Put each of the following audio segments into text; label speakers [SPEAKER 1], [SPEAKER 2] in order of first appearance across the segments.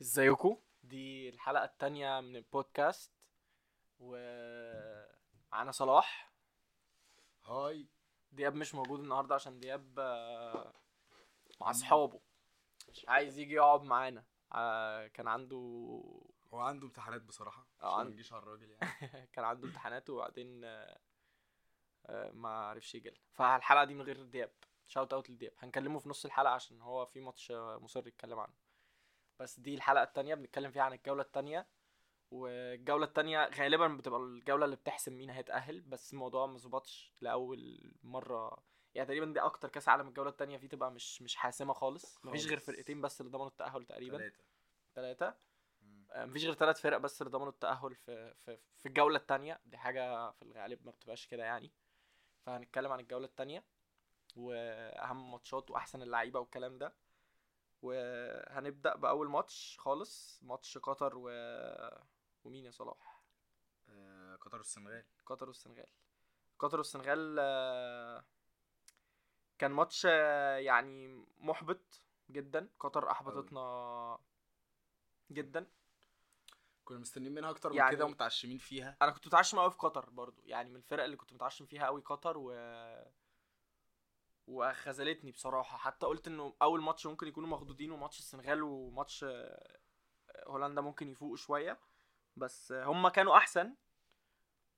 [SPEAKER 1] ازيكم دي الحلقة التانية من البودكاست ومعانا صلاح
[SPEAKER 2] هاي
[SPEAKER 1] دياب مش موجود النهاردة عشان دياب آه، مع أصحابه عايز يجي يقعد معانا آه، كان عنده
[SPEAKER 2] هو عنده امتحانات بصراحة
[SPEAKER 1] آه،
[SPEAKER 2] عشان ما
[SPEAKER 1] عنده.
[SPEAKER 2] نجيش على الراجل يعني
[SPEAKER 1] كان عنده امتحانات وبعدين آه، آه، ما عرفش يجي لنا فالحلقة دي من غير دياب شاوت اوت لدياب هنكلمه في نص الحلقة عشان هو في ماتش آه، مصر يتكلم عنه بس دي الحلقة التانية بنتكلم فيها عن الجولة التانية والجولة التانية غالبا بتبقى الجولة اللي بتحسم مين هيتأهل بس الموضوع ما ظبطش لأول مرة يعني تقريبا دي أكتر كأس عالم الجولة التانية فيه تبقى مش مش حاسمة خالص مفيش غير
[SPEAKER 2] خالص.
[SPEAKER 1] فرقتين بس اللي ضمنوا التأهل تقريبا
[SPEAKER 2] ثلاثة
[SPEAKER 1] ثلاثة آه، مفيش غير ثلاث فرق بس اللي ضمنوا التأهل في في, في الجولة التانية دي حاجة في الغالب ما بتبقاش كده يعني فهنتكلم عن الجولة التانية وأهم ماتشات وأحسن اللعيبة والكلام ده وهنبدأ بأول ماتش خالص ماتش قطر و... ومين يا صلاح؟
[SPEAKER 2] آه، قطر والسنغال
[SPEAKER 1] قطر والسنغال قطر والسنغال آه، كان ماتش آه، يعني محبط جدا قطر أحبطتنا جدا
[SPEAKER 2] كنا مستنيين منها أكتر
[SPEAKER 1] يعني-
[SPEAKER 2] من كده ومتعشمين فيها
[SPEAKER 1] انا كنت متعشم قوي في قطر برضو يعني من الفرق اللي كنت متعشم فيها قوي قطر و وخذلتني بصراحه حتى قلت انه اول ماتش ممكن يكونوا مخضوضين وماتش السنغال وماتش آه، هولندا ممكن يفوقوا شويه بس آه، هم كانوا احسن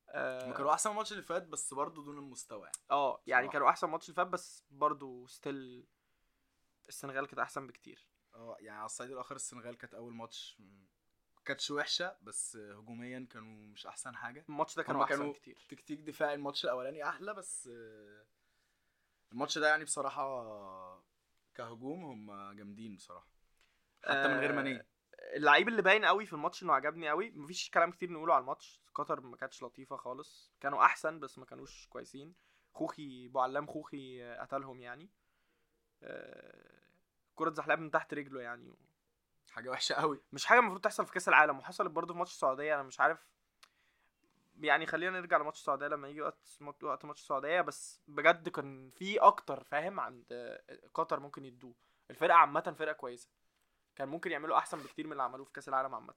[SPEAKER 1] آه،
[SPEAKER 2] هم كانوا أحسن الماتش اللي فات بس برضه دون المستوى يعني
[SPEAKER 1] اه يعني
[SPEAKER 2] بصراحة.
[SPEAKER 1] كانوا احسن ماتش اللي فات بس برضو ستيل السنغال كانت احسن بكتير
[SPEAKER 2] اه يعني على الصعيد الآخر السنغال كانت أول ماتش م- كانتش وحشة بس آه، هجوميا كانوا مش أحسن حاجة
[SPEAKER 1] الماتش ده كانوا
[SPEAKER 2] هم
[SPEAKER 1] احسن
[SPEAKER 2] كانوا-
[SPEAKER 1] كتير
[SPEAKER 2] تكتيك دفاعي الماتش الأولاني أحلى بس آه، الماتش ده يعني بصراحة كهجوم هم جامدين بصراحة حتى من غير
[SPEAKER 1] آه،
[SPEAKER 2] ماني
[SPEAKER 1] اللعيب اللي باين قوي في الماتش انه عجبني قوي مفيش كلام كتير نقوله على الماتش قطر ما كانتش لطيفه خالص كانوا احسن بس ما كانوش كويسين خوخي بوعلام خوخي آه، قتلهم يعني آه، كرة زحلاب من تحت رجله يعني
[SPEAKER 2] حاجة وحشة قوي
[SPEAKER 1] مش حاجه المفروض تحصل في كاس العالم وحصلت برضه في ماتش السعوديه انا مش عارف يعني خلينا نرجع لماتش السعوديه لما يجي وقت وقت ماتش السعوديه بس بجد كان في اكتر فاهم عند آه، قطر ممكن يدوه الفرقه عامه فرقه كويسه كان ممكن يعملوا احسن بكتير من اللي عملوه في كاس العالم عامه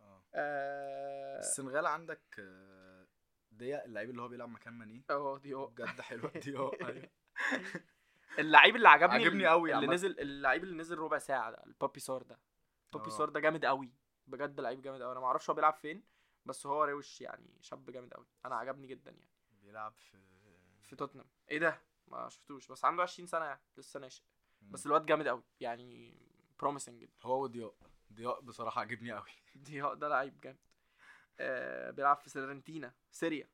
[SPEAKER 2] اه
[SPEAKER 1] آه،
[SPEAKER 2] السنغال عندك آه، ديا اللعيب اللي هو بيلعب مكان ماني
[SPEAKER 1] اه ديو
[SPEAKER 2] بجد حلوه ديا أيوة.
[SPEAKER 1] اللعيب اللي عجبني
[SPEAKER 2] عجبني
[SPEAKER 1] قوي
[SPEAKER 2] قوي
[SPEAKER 1] اللي
[SPEAKER 2] عامة.
[SPEAKER 1] نزل اللعيب اللي نزل ربع ساعه ده البابي سار ده بابي
[SPEAKER 2] اه.
[SPEAKER 1] سار ده جامد قوي بجد لعيب جامد قوي انا ما اعرفش هو بيلعب فين بس هو روش يعني شاب جامد قوي انا عجبني جدا يعني
[SPEAKER 2] بيلعب في
[SPEAKER 1] في توتنهام ايه ده ما شفتوش بس عنده 20 سنه يعني لسه ناشئ بس الواد جامد قوي يعني بروميسنج جدا
[SPEAKER 2] هو وديا ديا بصراحه عجبني قوي
[SPEAKER 1] ديو ده لعيب جامد آه بيلعب في سيرنتينا سيريا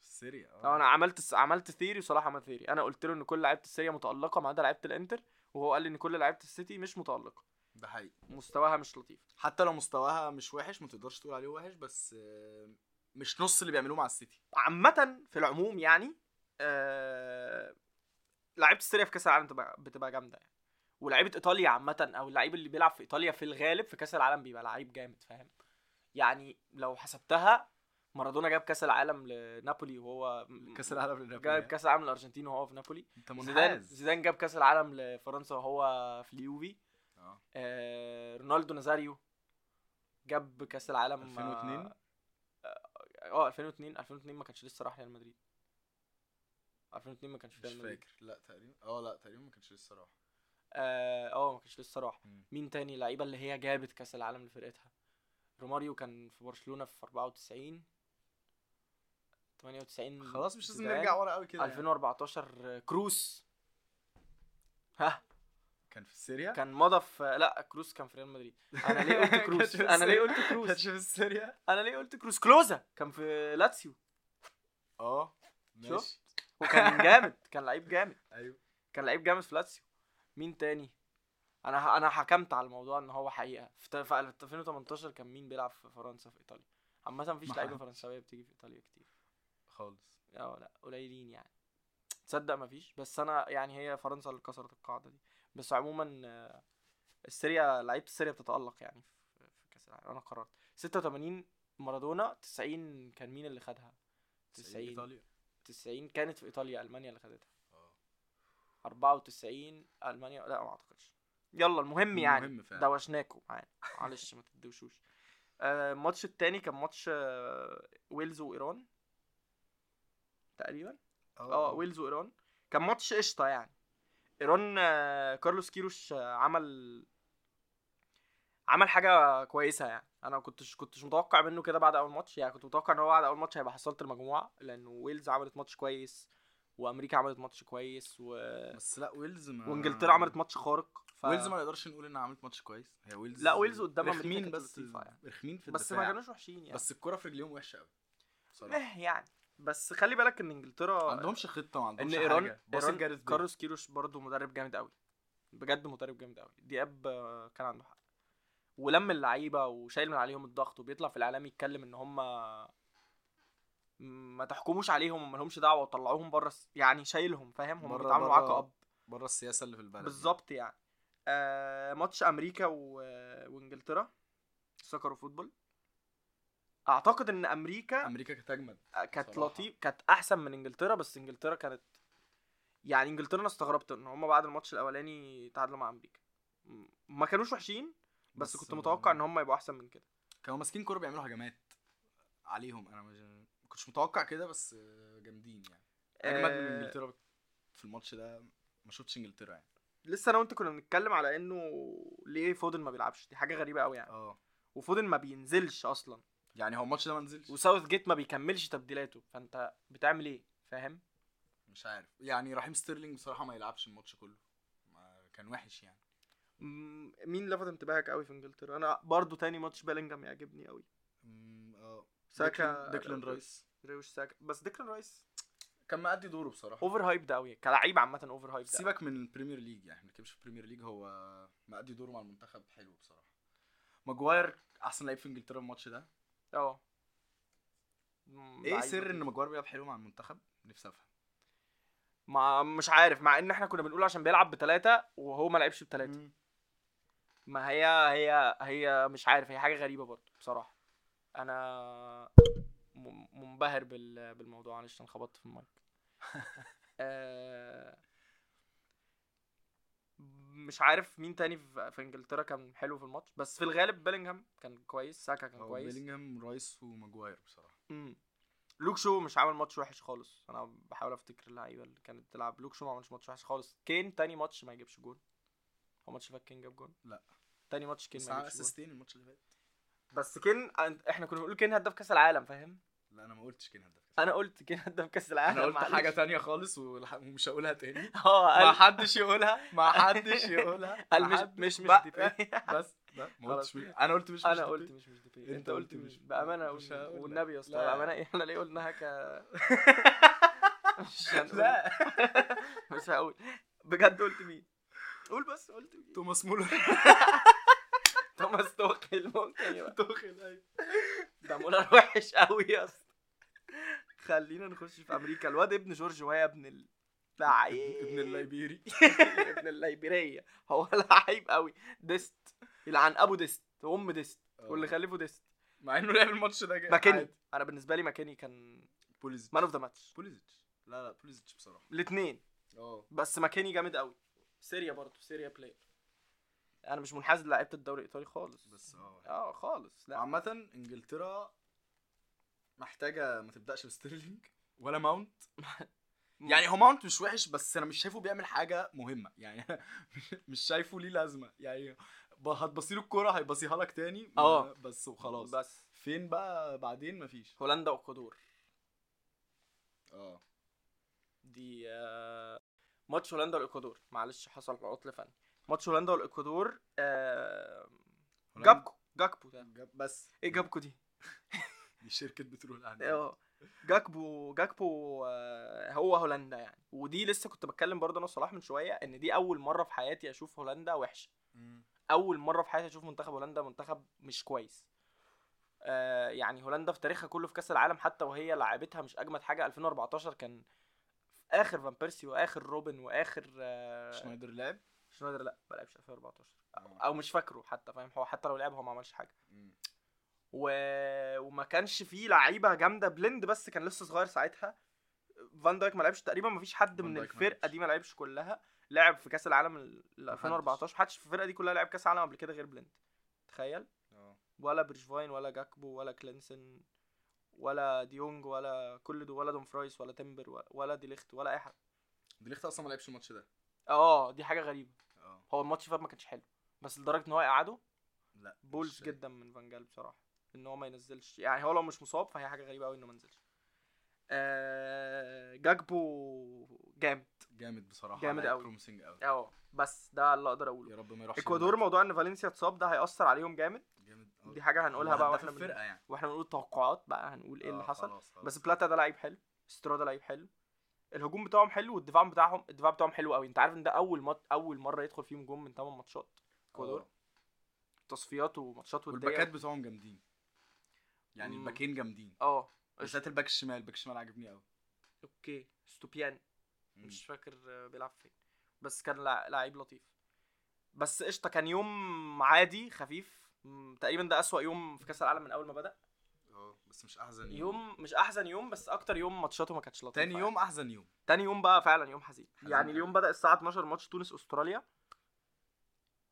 [SPEAKER 2] سيريا
[SPEAKER 1] اه انا عملت عملت ثيري وصلاح عمل ثيري انا قلت له ان كل لعيبه السيريا متالقه ما عدا لعيبه الانتر وهو قال لي ان كل لعيبه السيتي مش متالقه
[SPEAKER 2] ده حقيقي
[SPEAKER 1] مستواها مش لطيف
[SPEAKER 2] حتى لو مستواها مش وحش ما تقدرش تقول عليه وحش بس آه، مش نص اللي بيعملوه مع السيتي
[SPEAKER 1] عامه في العموم يعني آه... لعيبه السيريا في كاس العالم بتبقى, بتبقى جامده يعني ولعيبه ايطاليا عامه او اللعيب اللي بيلعب في ايطاليا في الغالب في كاس العالم بيبقى لعيب جامد فاهم يعني لو حسبتها مارادونا جاب كاس العالم لنابولي وهو
[SPEAKER 2] كاس العالم
[SPEAKER 1] جاب
[SPEAKER 2] لنابولي
[SPEAKER 1] كاس العالم للارجنتين وهو في نابولي
[SPEAKER 2] انت
[SPEAKER 1] زيدان
[SPEAKER 2] منحاز
[SPEAKER 1] زيدان جاب كاس العالم لفرنسا وهو في اليوفي
[SPEAKER 2] اه
[SPEAKER 1] آه، رونالدو نازاريو جاب كاس العالم آه،
[SPEAKER 2] 2002
[SPEAKER 1] اه 2002 2002 ما كانش لسه راح ريال مدريد 2002 ما كانش في
[SPEAKER 2] مش
[SPEAKER 1] ريال مدريد
[SPEAKER 2] فاكر لا تقريبا اه لا تقريبا ما كانش لسه راح
[SPEAKER 1] اه آه، ما كانش لسه راح
[SPEAKER 2] مم.
[SPEAKER 1] مين تاني اللعيبه اللي هي جابت كاس العالم لفرقتها روماريو كان في برشلونه في 94 98
[SPEAKER 2] خلاص مش لازم
[SPEAKER 1] زيدان،
[SPEAKER 2] نرجع ورا قوي كده يعني.
[SPEAKER 1] 2014 كروس ها
[SPEAKER 2] كان في سيريا
[SPEAKER 1] كان مضى في لا كروس كان في ريال مدريد انا ليه قلت كروس انا ليه قلت كروس
[SPEAKER 2] كانش في سيريا
[SPEAKER 1] انا ليه قلت كروس كلوزا كان في لاتسيو
[SPEAKER 2] اه
[SPEAKER 1] شوف.
[SPEAKER 2] ماشي
[SPEAKER 1] وكان جامد كان لعيب جامد
[SPEAKER 2] ايوه
[SPEAKER 1] كان لعيب جامد في لاتسيو مين تاني انا ه- انا حكمت على الموضوع ان هو حقيقه في ت- في 2018 كان مين بيلعب في فرنسا في ايطاليا عامه مفيش
[SPEAKER 2] ما
[SPEAKER 1] لعيبه
[SPEAKER 2] حدش.
[SPEAKER 1] فرنساويه بتيجي في ايطاليا كتير
[SPEAKER 2] خالص
[SPEAKER 1] اه لا قليلين يعني تصدق مفيش بس انا يعني هي فرنسا اللي كسرت القاعده دي بس عموما آه، السيريا لعيبه السيريا بتتالق يعني في في كاس العالم انا قررت 86 مارادونا 90 كان مين اللي خدها
[SPEAKER 2] 90
[SPEAKER 1] 90
[SPEAKER 2] ايطاليا
[SPEAKER 1] 90 كانت آه. في ايطاليا المانيا اللي خدتها
[SPEAKER 2] اه
[SPEAKER 1] 94 المانيا لا ما اعتقدش يلا المهم يعني
[SPEAKER 2] مهم فعلا
[SPEAKER 1] دوشناكم يعني معلش ما تدوشوش آه، الماتش التاني كان ماتش آه، ويلز وايران تقريبا
[SPEAKER 2] آه،
[SPEAKER 1] اه ويلز وايران كان ماتش قشطه يعني ايران آه، كارلوس كيروش آه، عمل عمل حاجه كويسه يعني انا ما كنتش كنتش متوقع منه كده بعد اول ماتش يعني كنت متوقع ان هو بعد اول ماتش هيبقى حصلت المجموعه لانه ويلز عملت ماتش كويس وامريكا عملت ماتش كويس و...
[SPEAKER 2] بس لا ويلز ما
[SPEAKER 1] وانجلترا عملت ماتش خارق ف...
[SPEAKER 2] ف... ويلز ما نقدرش نقول انها عملت ماتش كويس هي ويلز
[SPEAKER 1] لا، ويلز قدام أمريكا
[SPEAKER 2] رخمين
[SPEAKER 1] كانت
[SPEAKER 2] بس
[SPEAKER 1] لطيفة يعني.
[SPEAKER 2] رخمين في
[SPEAKER 1] بس
[SPEAKER 2] الدفاع
[SPEAKER 1] ما كانوش وحشين يعني
[SPEAKER 2] بس الكرة في رجليهم وحشة قوي بصراحة
[SPEAKER 1] إيه يعني بس خلي بالك ان
[SPEAKER 2] ما
[SPEAKER 1] انجلترا
[SPEAKER 2] عندهمش خطة ما عندهمش
[SPEAKER 1] ان
[SPEAKER 2] حاجة
[SPEAKER 1] ايران
[SPEAKER 2] باص
[SPEAKER 1] ايران
[SPEAKER 2] لجاريث بيل
[SPEAKER 1] كارلوس كيروش برضه مدرب جامد قوي بجد مدرب جامد قوي دياب آه، كان عنده حق ولم اللعيبه وشايل من عليهم الضغط وبيطلع في الاعلام يتكلم ان هم ما تحكموش عليهم وما لهمش دعوه وطلعوهم بره يعني شايلهم فاهم هم
[SPEAKER 2] برا-
[SPEAKER 1] بيتعاملوا
[SPEAKER 2] برا
[SPEAKER 1] معاك كأب
[SPEAKER 2] بره السياسة اللي في البلد
[SPEAKER 1] بالظبط يعني آه ماتش امريكا و... وانجلترا سكر وفوتبول اعتقد ان امريكا
[SPEAKER 2] يعني. امريكا كانت اجمد
[SPEAKER 1] كانت
[SPEAKER 2] بصراحة.
[SPEAKER 1] لطيف كانت احسن من انجلترا بس انجلترا كانت يعني انجلترا انا استغربت ان هم بعد الماتش الاولاني تعادلوا مع امريكا م- ما كانوش وحشين بس, كنت متوقع ان هم يبقوا احسن من كده
[SPEAKER 2] كانوا ماسكين كورة بيعملوا هجمات عليهم انا مش ما كنتش متوقع كده بس جامدين يعني اجمد من
[SPEAKER 1] آه،
[SPEAKER 2] انجلترا في الماتش ده ما شفتش انجلترا يعني
[SPEAKER 1] لسه انا وانت كنا بنتكلم على انه ليه فودن ما بيلعبش دي حاجه غريبه قوي يعني
[SPEAKER 2] اه
[SPEAKER 1] وفودن ما بينزلش اصلا
[SPEAKER 2] يعني هو الماتش ده ما نزلش
[SPEAKER 1] وساوث جيت ما بيكملش تبديلاته فانت بتعمل ايه فاهم
[SPEAKER 2] مش عارف يعني رحيم ستيرلينج بصراحة ما يلعبش الماتش كله ما كان وحش يعني
[SPEAKER 1] م- مين لفت انتباهك قوي في انجلترا انا برضو تاني ماتش بيلينجهام يعجبني قوي
[SPEAKER 2] أمم، اه
[SPEAKER 1] ساكا
[SPEAKER 2] ديكلان- ديكلان رايس
[SPEAKER 1] ريوش ساكا بس ديكلان رايس
[SPEAKER 2] كان مأدي دوره بصراحة
[SPEAKER 1] اوفر هايب ده قوي كلعيب عامه اوفر هايب ده
[SPEAKER 2] سيبك من البريمير ليج يعني ما نتكلمش في البريمير ليج هو مأدي دوره مع المنتخب حلو بصراحة ماجواير احسن لعيب في انجلترا الماتش ده
[SPEAKER 1] اه
[SPEAKER 2] ايه سر ان ماجواير بيلعب حلو مع المنتخب نفسي افهم
[SPEAKER 1] ما مش عارف مع ان احنا كنا بنقول عشان بيلعب بثلاثه وهو ما لعبش بثلاثه
[SPEAKER 2] مم.
[SPEAKER 1] ما هي هي هي مش عارف هي حاجه غريبه برضه بصراحه انا م- منبهر بال- بالموضوع معلش انا خبطت في المايك آه، مش عارف مين تاني في في انجلترا كان حلو في الماتش بس في الغالب بيلينغهام كان كويس ساكا كان
[SPEAKER 2] هو
[SPEAKER 1] كويس
[SPEAKER 2] بيلينجهام رايس وماجواير بصراحة
[SPEAKER 1] مم. لوك شو مش عامل ماتش وحش خالص انا بحاول افتكر اللعيبه اللي كانت بتلعب لوك شو ما عملش ماتش وحش خالص كين تاني ماتش ما يجيبش جون هو ماتش فات كين جاب جون
[SPEAKER 2] لا.
[SPEAKER 1] تاني ماتش كين
[SPEAKER 2] بس
[SPEAKER 1] ما
[SPEAKER 2] عمل
[SPEAKER 1] يجيبش جون
[SPEAKER 2] اسيستين الماتش اللي فات
[SPEAKER 1] بس كين أنت- احنا كنا بنقول كين هداف كاس العالم فاهم
[SPEAKER 2] لا انا ما قلتش كده هدف
[SPEAKER 1] انا قلت كين هداف كاس العالم
[SPEAKER 2] انا قلت
[SPEAKER 1] معلش.
[SPEAKER 2] حاجة تانية خالص والح- ومش هقولها تاني
[SPEAKER 1] اه
[SPEAKER 2] ما
[SPEAKER 1] قال
[SPEAKER 2] حدش يقولها ما حدش يقولها
[SPEAKER 1] قال
[SPEAKER 2] ما
[SPEAKER 1] مش
[SPEAKER 2] حد-
[SPEAKER 1] مش مش
[SPEAKER 2] بقى-
[SPEAKER 1] ديبي
[SPEAKER 2] بس بقى ما
[SPEAKER 1] خلاص.
[SPEAKER 2] قلتش مين. انا قلت مش
[SPEAKER 1] انا
[SPEAKER 2] مش
[SPEAKER 1] قلت
[SPEAKER 2] ديبي.
[SPEAKER 1] مش مش ديبي انت قلت مش بامانه
[SPEAKER 2] مش
[SPEAKER 1] قول-
[SPEAKER 2] هقول لك.
[SPEAKER 1] والنبي يا اسطى
[SPEAKER 2] لا.
[SPEAKER 1] بامانه احنا ليه قلناها ك مش هنقول.
[SPEAKER 2] لا
[SPEAKER 1] مش هقول بجد قلت مين قول بس قلت مين
[SPEAKER 2] توماس مولر
[SPEAKER 1] توماس توخيل ممكن يبقى
[SPEAKER 2] توخيل ايوه
[SPEAKER 1] ده مولر وحش قوي يا اسطى خلينا نخش في امريكا الواد ابن جورج وهي ابن ال... لعيب
[SPEAKER 2] ابن الليبيري
[SPEAKER 1] ابن الليبيريه هو لعيب قوي ديست يلعن ابو ديست وام ديست واللي خلفه ديست
[SPEAKER 2] آه. مع انه لعب الماتش ده جامد
[SPEAKER 1] ماكيني انا بالنسبه لي ماكيني كان
[SPEAKER 2] بوليزيتش
[SPEAKER 1] مان اوف ذا ماتش
[SPEAKER 2] بوليزيتش لا لا بوليزيتش بصراحه
[SPEAKER 1] الاثنين
[SPEAKER 2] اه
[SPEAKER 1] بس ماكيني جامد قوي سيريا برضه سيريا بلاير انا مش منحاز للعيبه الدوري الايطالي خالص
[SPEAKER 2] بس اه
[SPEAKER 1] اه خالص لا
[SPEAKER 2] عامة انجلترا محتاجة ما تبدأش بستيرلينج ولا ماونت يعني هو ماونت مش وحش بس انا مش شايفه بيعمل حاجة مهمة يعني مش شايفه ليه لازمة يعني ب- هتبصيله الكورة هيبصيها لك تاني
[SPEAKER 1] آه.
[SPEAKER 2] بس وخلاص
[SPEAKER 1] بس
[SPEAKER 2] فين بقى بعدين مفيش
[SPEAKER 1] هولندا والقدور
[SPEAKER 2] اه
[SPEAKER 1] دي آه، ماتش هولندا والاكوادور معلش حصل عطل فني ماتش هولندا والاكوادور آه، جابكو جاكبو ده
[SPEAKER 2] جاب بس
[SPEAKER 1] ايه جابكو دي؟
[SPEAKER 2] دي شركة بترول عنها
[SPEAKER 1] اه جاكبو جاكبو آه، هو هولندا يعني ودي لسه كنت بتكلم برضه انا وصلاح من شويه ان دي اول مره في حياتي اشوف هولندا وحشه اول مره في حياتي اشوف منتخب هولندا منتخب مش كويس آه يعني هولندا في تاريخها كله في كاس العالم حتى وهي لعبتها مش اجمد حاجه 2014 كان اخر فان بيرسي واخر روبن واخر آه
[SPEAKER 2] شنايدر لعب
[SPEAKER 1] شنايدر لا ما لعبش 2014
[SPEAKER 2] آه.
[SPEAKER 1] او مش فاكره حتى فاهم هو حتى لو لعب هو ما عملش حاجه
[SPEAKER 2] مم.
[SPEAKER 1] و... وما كانش فيه لعيبه جامده بلند بس كان لسه صغير ساعتها فان دايك ما لعبش تقريبا ما فيش حد
[SPEAKER 2] فان
[SPEAKER 1] من
[SPEAKER 2] دايك ما
[SPEAKER 1] الفرقه
[SPEAKER 2] لعبش.
[SPEAKER 1] دي ما لعبش كلها لعب في كاس العالم ال 2014 محدش في الفرقه دي كلها لعب كاس عالم قبل كده غير بلينت تخيل
[SPEAKER 2] اه
[SPEAKER 1] ولا برجفاين ولا جاكبو ولا كلينسن ولا ديونج ولا كل دول ولا دومفرايس ولا تمبر ولا- ولا دي ليخت ولا اي حد
[SPEAKER 2] دي ليخت اصلا ما لعبش الماتش ده
[SPEAKER 1] اه دي حاجه غريبه
[SPEAKER 2] اه
[SPEAKER 1] هو الماتش اللي فات ما كانش حلو بس لدرجه ان هو يقعده
[SPEAKER 2] لا
[SPEAKER 1] بولز
[SPEAKER 2] مش-
[SPEAKER 1] جدا من فان جال بصراحه ان هو ما ينزلش يعني هو لو مش مصاب فهي حاجه غريبه قوي انه ما ينزلش آه جاكبو جامد
[SPEAKER 2] جامد بصراحه
[SPEAKER 1] جامد
[SPEAKER 2] لاعب
[SPEAKER 1] أوي.
[SPEAKER 2] بروميسنج قوي
[SPEAKER 1] اه بس ده اللي اقدر اقوله
[SPEAKER 2] يا رب ما يروحش
[SPEAKER 1] اكوادور
[SPEAKER 2] اليونايتد.
[SPEAKER 1] موضوع ان فالنسيا اتصاب ده هيأثر عليهم جامد
[SPEAKER 2] جامد أوي.
[SPEAKER 1] دي حاجه هنقولها
[SPEAKER 2] هو
[SPEAKER 1] بقى
[SPEAKER 2] هداف
[SPEAKER 1] واحنا بن...
[SPEAKER 2] الفرقه يعني
[SPEAKER 1] واحنا بنقول توقعات بقى هنقول ايه اللي
[SPEAKER 2] آه،
[SPEAKER 1] حصل
[SPEAKER 2] خلاص، خلاص.
[SPEAKER 1] بس بلاتا ده لعيب حلو سترادا لعيب حلو الهجوم بتاعهم حلو والدفاع بتاعهم الدفاع بتاعهم حلو قوي انت عارف ان ده اول مات... اول مره يدخل فيهم جون من 8 ماتشات اكوادور
[SPEAKER 2] آه.
[SPEAKER 1] تصفيات وماتشات وديه
[SPEAKER 2] والباكات بتوعهم جامدين يعني
[SPEAKER 1] مم.
[SPEAKER 2] الباكين جامدين
[SPEAKER 1] اه
[SPEAKER 2] بالذات الباك الشمال الباك الشمال عاجبني قوي
[SPEAKER 1] اوكي ستوبيان مش فاكر آه، بيلعب فين بس كان لع- لعيب لطيف بس قشطه كان يوم عادي خفيف مم، تقريبا ده اسوأ يوم في كاس العالم من اول ما بدأ
[SPEAKER 2] اه بس مش احزن
[SPEAKER 1] يوم مش احزن يوم بس اكتر يوم ماتشاته ما كانتش لطيفه
[SPEAKER 2] تاني يوم احزن يوم
[SPEAKER 1] تاني يوم بقى فعلا يوم حزين
[SPEAKER 2] حزين
[SPEAKER 1] يعني
[SPEAKER 2] أوي.
[SPEAKER 1] اليوم بدأ الساعة 12 ماتش تونس استراليا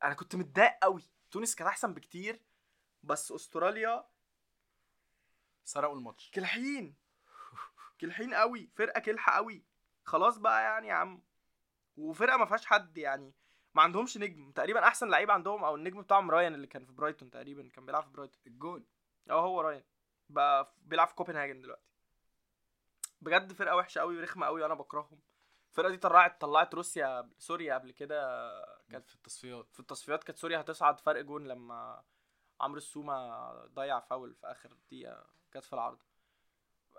[SPEAKER 1] انا كنت متضايق قوي تونس كانت احسن بكتير بس استراليا
[SPEAKER 2] سرقوا الماتش
[SPEAKER 1] كلحين كلحين قوي فرقة كلحة قوي خلاص بقى يعني يا عم وفرقة ما فيهاش حد يعني ما عندهمش نجم تقريبا احسن لعيب عندهم او النجم بتاعهم رايان اللي كان في برايتون تقريبا كان بيلعب في برايتون
[SPEAKER 2] الجون
[SPEAKER 1] اه هو رايان بقى في- بيلعب في كوبنهاجن دلوقتي بجد فرقه وحشه قوي ورخمه قوي وانا بكرههم الفرقه دي طلعت طلعت روسيا قبل- سوريا قبل كده
[SPEAKER 2] كان
[SPEAKER 1] كان
[SPEAKER 2] في التصفيات
[SPEAKER 1] في التصفيات كانت سوريا هتصعد فرق جون لما عمرو السومه ضيع فاول في اخر دقيقه جت في العرض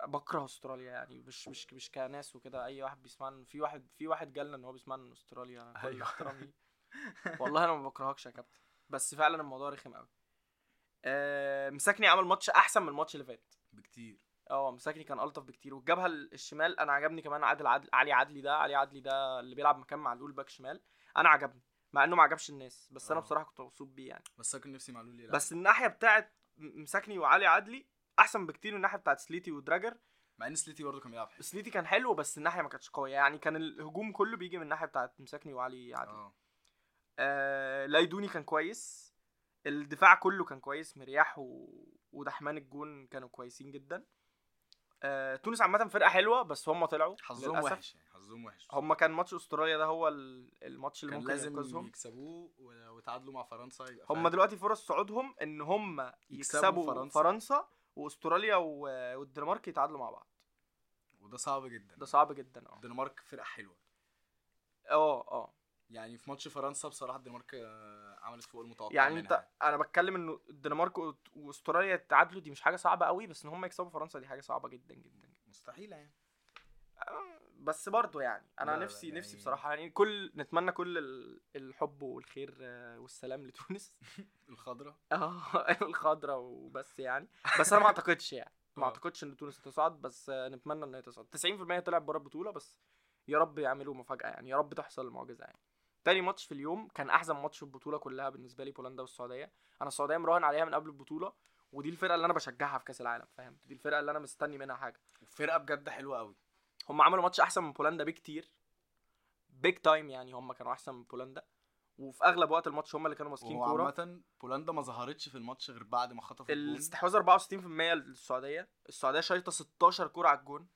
[SPEAKER 1] بكره استراليا يعني مش مش مش كناس وكده اي واحد بيسمعنا في واحد في واحد جالنا ان هو بيسمعنا من استراليا انا كل
[SPEAKER 2] أيوة.
[SPEAKER 1] احترامي ليه. والله انا ما بكرهكش يا كابتن بس فعلا الموضوع رخم قوي آه مساكني عمل ماتش احسن من الماتش اللي فات
[SPEAKER 2] بكتير
[SPEAKER 1] اه مساكني كان الطف بكتير والجبهه الشمال انا عجبني كمان عادل عدل علي عدلي ده علي عدلي ده اللي بيلعب مكان معلول باك شمال انا عجبني مع انه ما عجبش الناس بس انا
[SPEAKER 2] آه.
[SPEAKER 1] بصراحه كنت مبسوط بيه يعني
[SPEAKER 2] بس انا كان نفسي معلول يلعب
[SPEAKER 1] بس الناحيه بتاعت م- مساكني وعلي عدلي احسن بكتير من الناحيه بتاعت سليتي ودراجر
[SPEAKER 2] مع ان سليتي برضه كان بيلعب حلو
[SPEAKER 1] سليتي كان حلو بس الناحيه ما كانتش قويه يعني كان الهجوم كله بيجي من الناحيه بتاعت مساكني وعلي عدلي
[SPEAKER 2] اه
[SPEAKER 1] آه لايدوني كان كويس الدفاع كله كان كويس مرياح و... ودحمان الجون كانوا كويسين جدا آه تونس عامة فرقة حلوة بس هم طلعوا
[SPEAKER 2] حظهم
[SPEAKER 1] للأسف.
[SPEAKER 2] وحش يعني حظهم وحش
[SPEAKER 1] هم كان ماتش استراليا ده هو ال- الماتش اللي
[SPEAKER 2] كان
[SPEAKER 1] ممكن
[SPEAKER 2] لازم
[SPEAKER 1] ينقذهم
[SPEAKER 2] يكسبوه و- وتعادلوا مع فرنسا يبقى
[SPEAKER 1] هم
[SPEAKER 2] فعلا
[SPEAKER 1] دلوقتي فرص صعودهم ان هم
[SPEAKER 2] يكسبوا
[SPEAKER 1] يكسبوا فرنسا,
[SPEAKER 2] فرنسا.
[SPEAKER 1] فرنسا واستراليا و... والدنمارك يتعادلوا مع بعض
[SPEAKER 2] وده صعب جدا
[SPEAKER 1] ده صعب جدا اه
[SPEAKER 2] الدنمارك فرقه حلوه
[SPEAKER 1] اه اه
[SPEAKER 2] يعني في ماتش فرنسا بصراحه الدنمارك آه، عملت فوق المتوقع
[SPEAKER 1] يعني
[SPEAKER 2] منها.
[SPEAKER 1] انت انا بتكلم انه الدنمارك وأست- واستراليا يتعادلوا دي مش حاجة صعبة قوي بس ان هم يكسبوا فرنسا دي حاجة صعبة جدا جدا
[SPEAKER 2] مستحيله يعني
[SPEAKER 1] بس برضه يعني انا
[SPEAKER 2] لا لا
[SPEAKER 1] نفسي
[SPEAKER 2] لا
[SPEAKER 1] نفسي
[SPEAKER 2] يعني-
[SPEAKER 1] بصراحه يعني كل نتمنى كل ال- الحب والخير آه، والسلام لتونس
[SPEAKER 2] الخضراء
[SPEAKER 1] اه الخضرة وبس يعني بس انا ما اعتقدش يعني ما
[SPEAKER 2] آه.
[SPEAKER 1] اعتقدش ان تونس تصعد بس آه، نتمنى ان هي تصعد 90% طلع بره البطوله بس يا رب يعملوا مفاجاه يعني يا رب تحصل المعجزه يعني تاني ماتش في اليوم كان احسن ماتش في البطوله كلها بالنسبه لي بولندا والسعوديه انا السعوديه مراهن عليها من قبل البطوله ودي الفرقه اللي انا بشجعها في كاس العالم فاهم دي الفرقه اللي انا مستني منها حاجه
[SPEAKER 2] فرقه بجد حلوه قوي
[SPEAKER 1] هم عملوا ماتش احسن من بولندا بكتير بيج تايم يعني هم كانوا احسن من بولندا وفي اغلب وقت الماتش هم اللي كانوا ماسكين
[SPEAKER 2] وهو
[SPEAKER 1] كوره
[SPEAKER 2] عامه بولندا ما ظهرتش في الماتش غير بعد ما خطفت الجون
[SPEAKER 1] الاستحواذ 64% للسعوديه السعوديه شايطه 16 كوره على الجون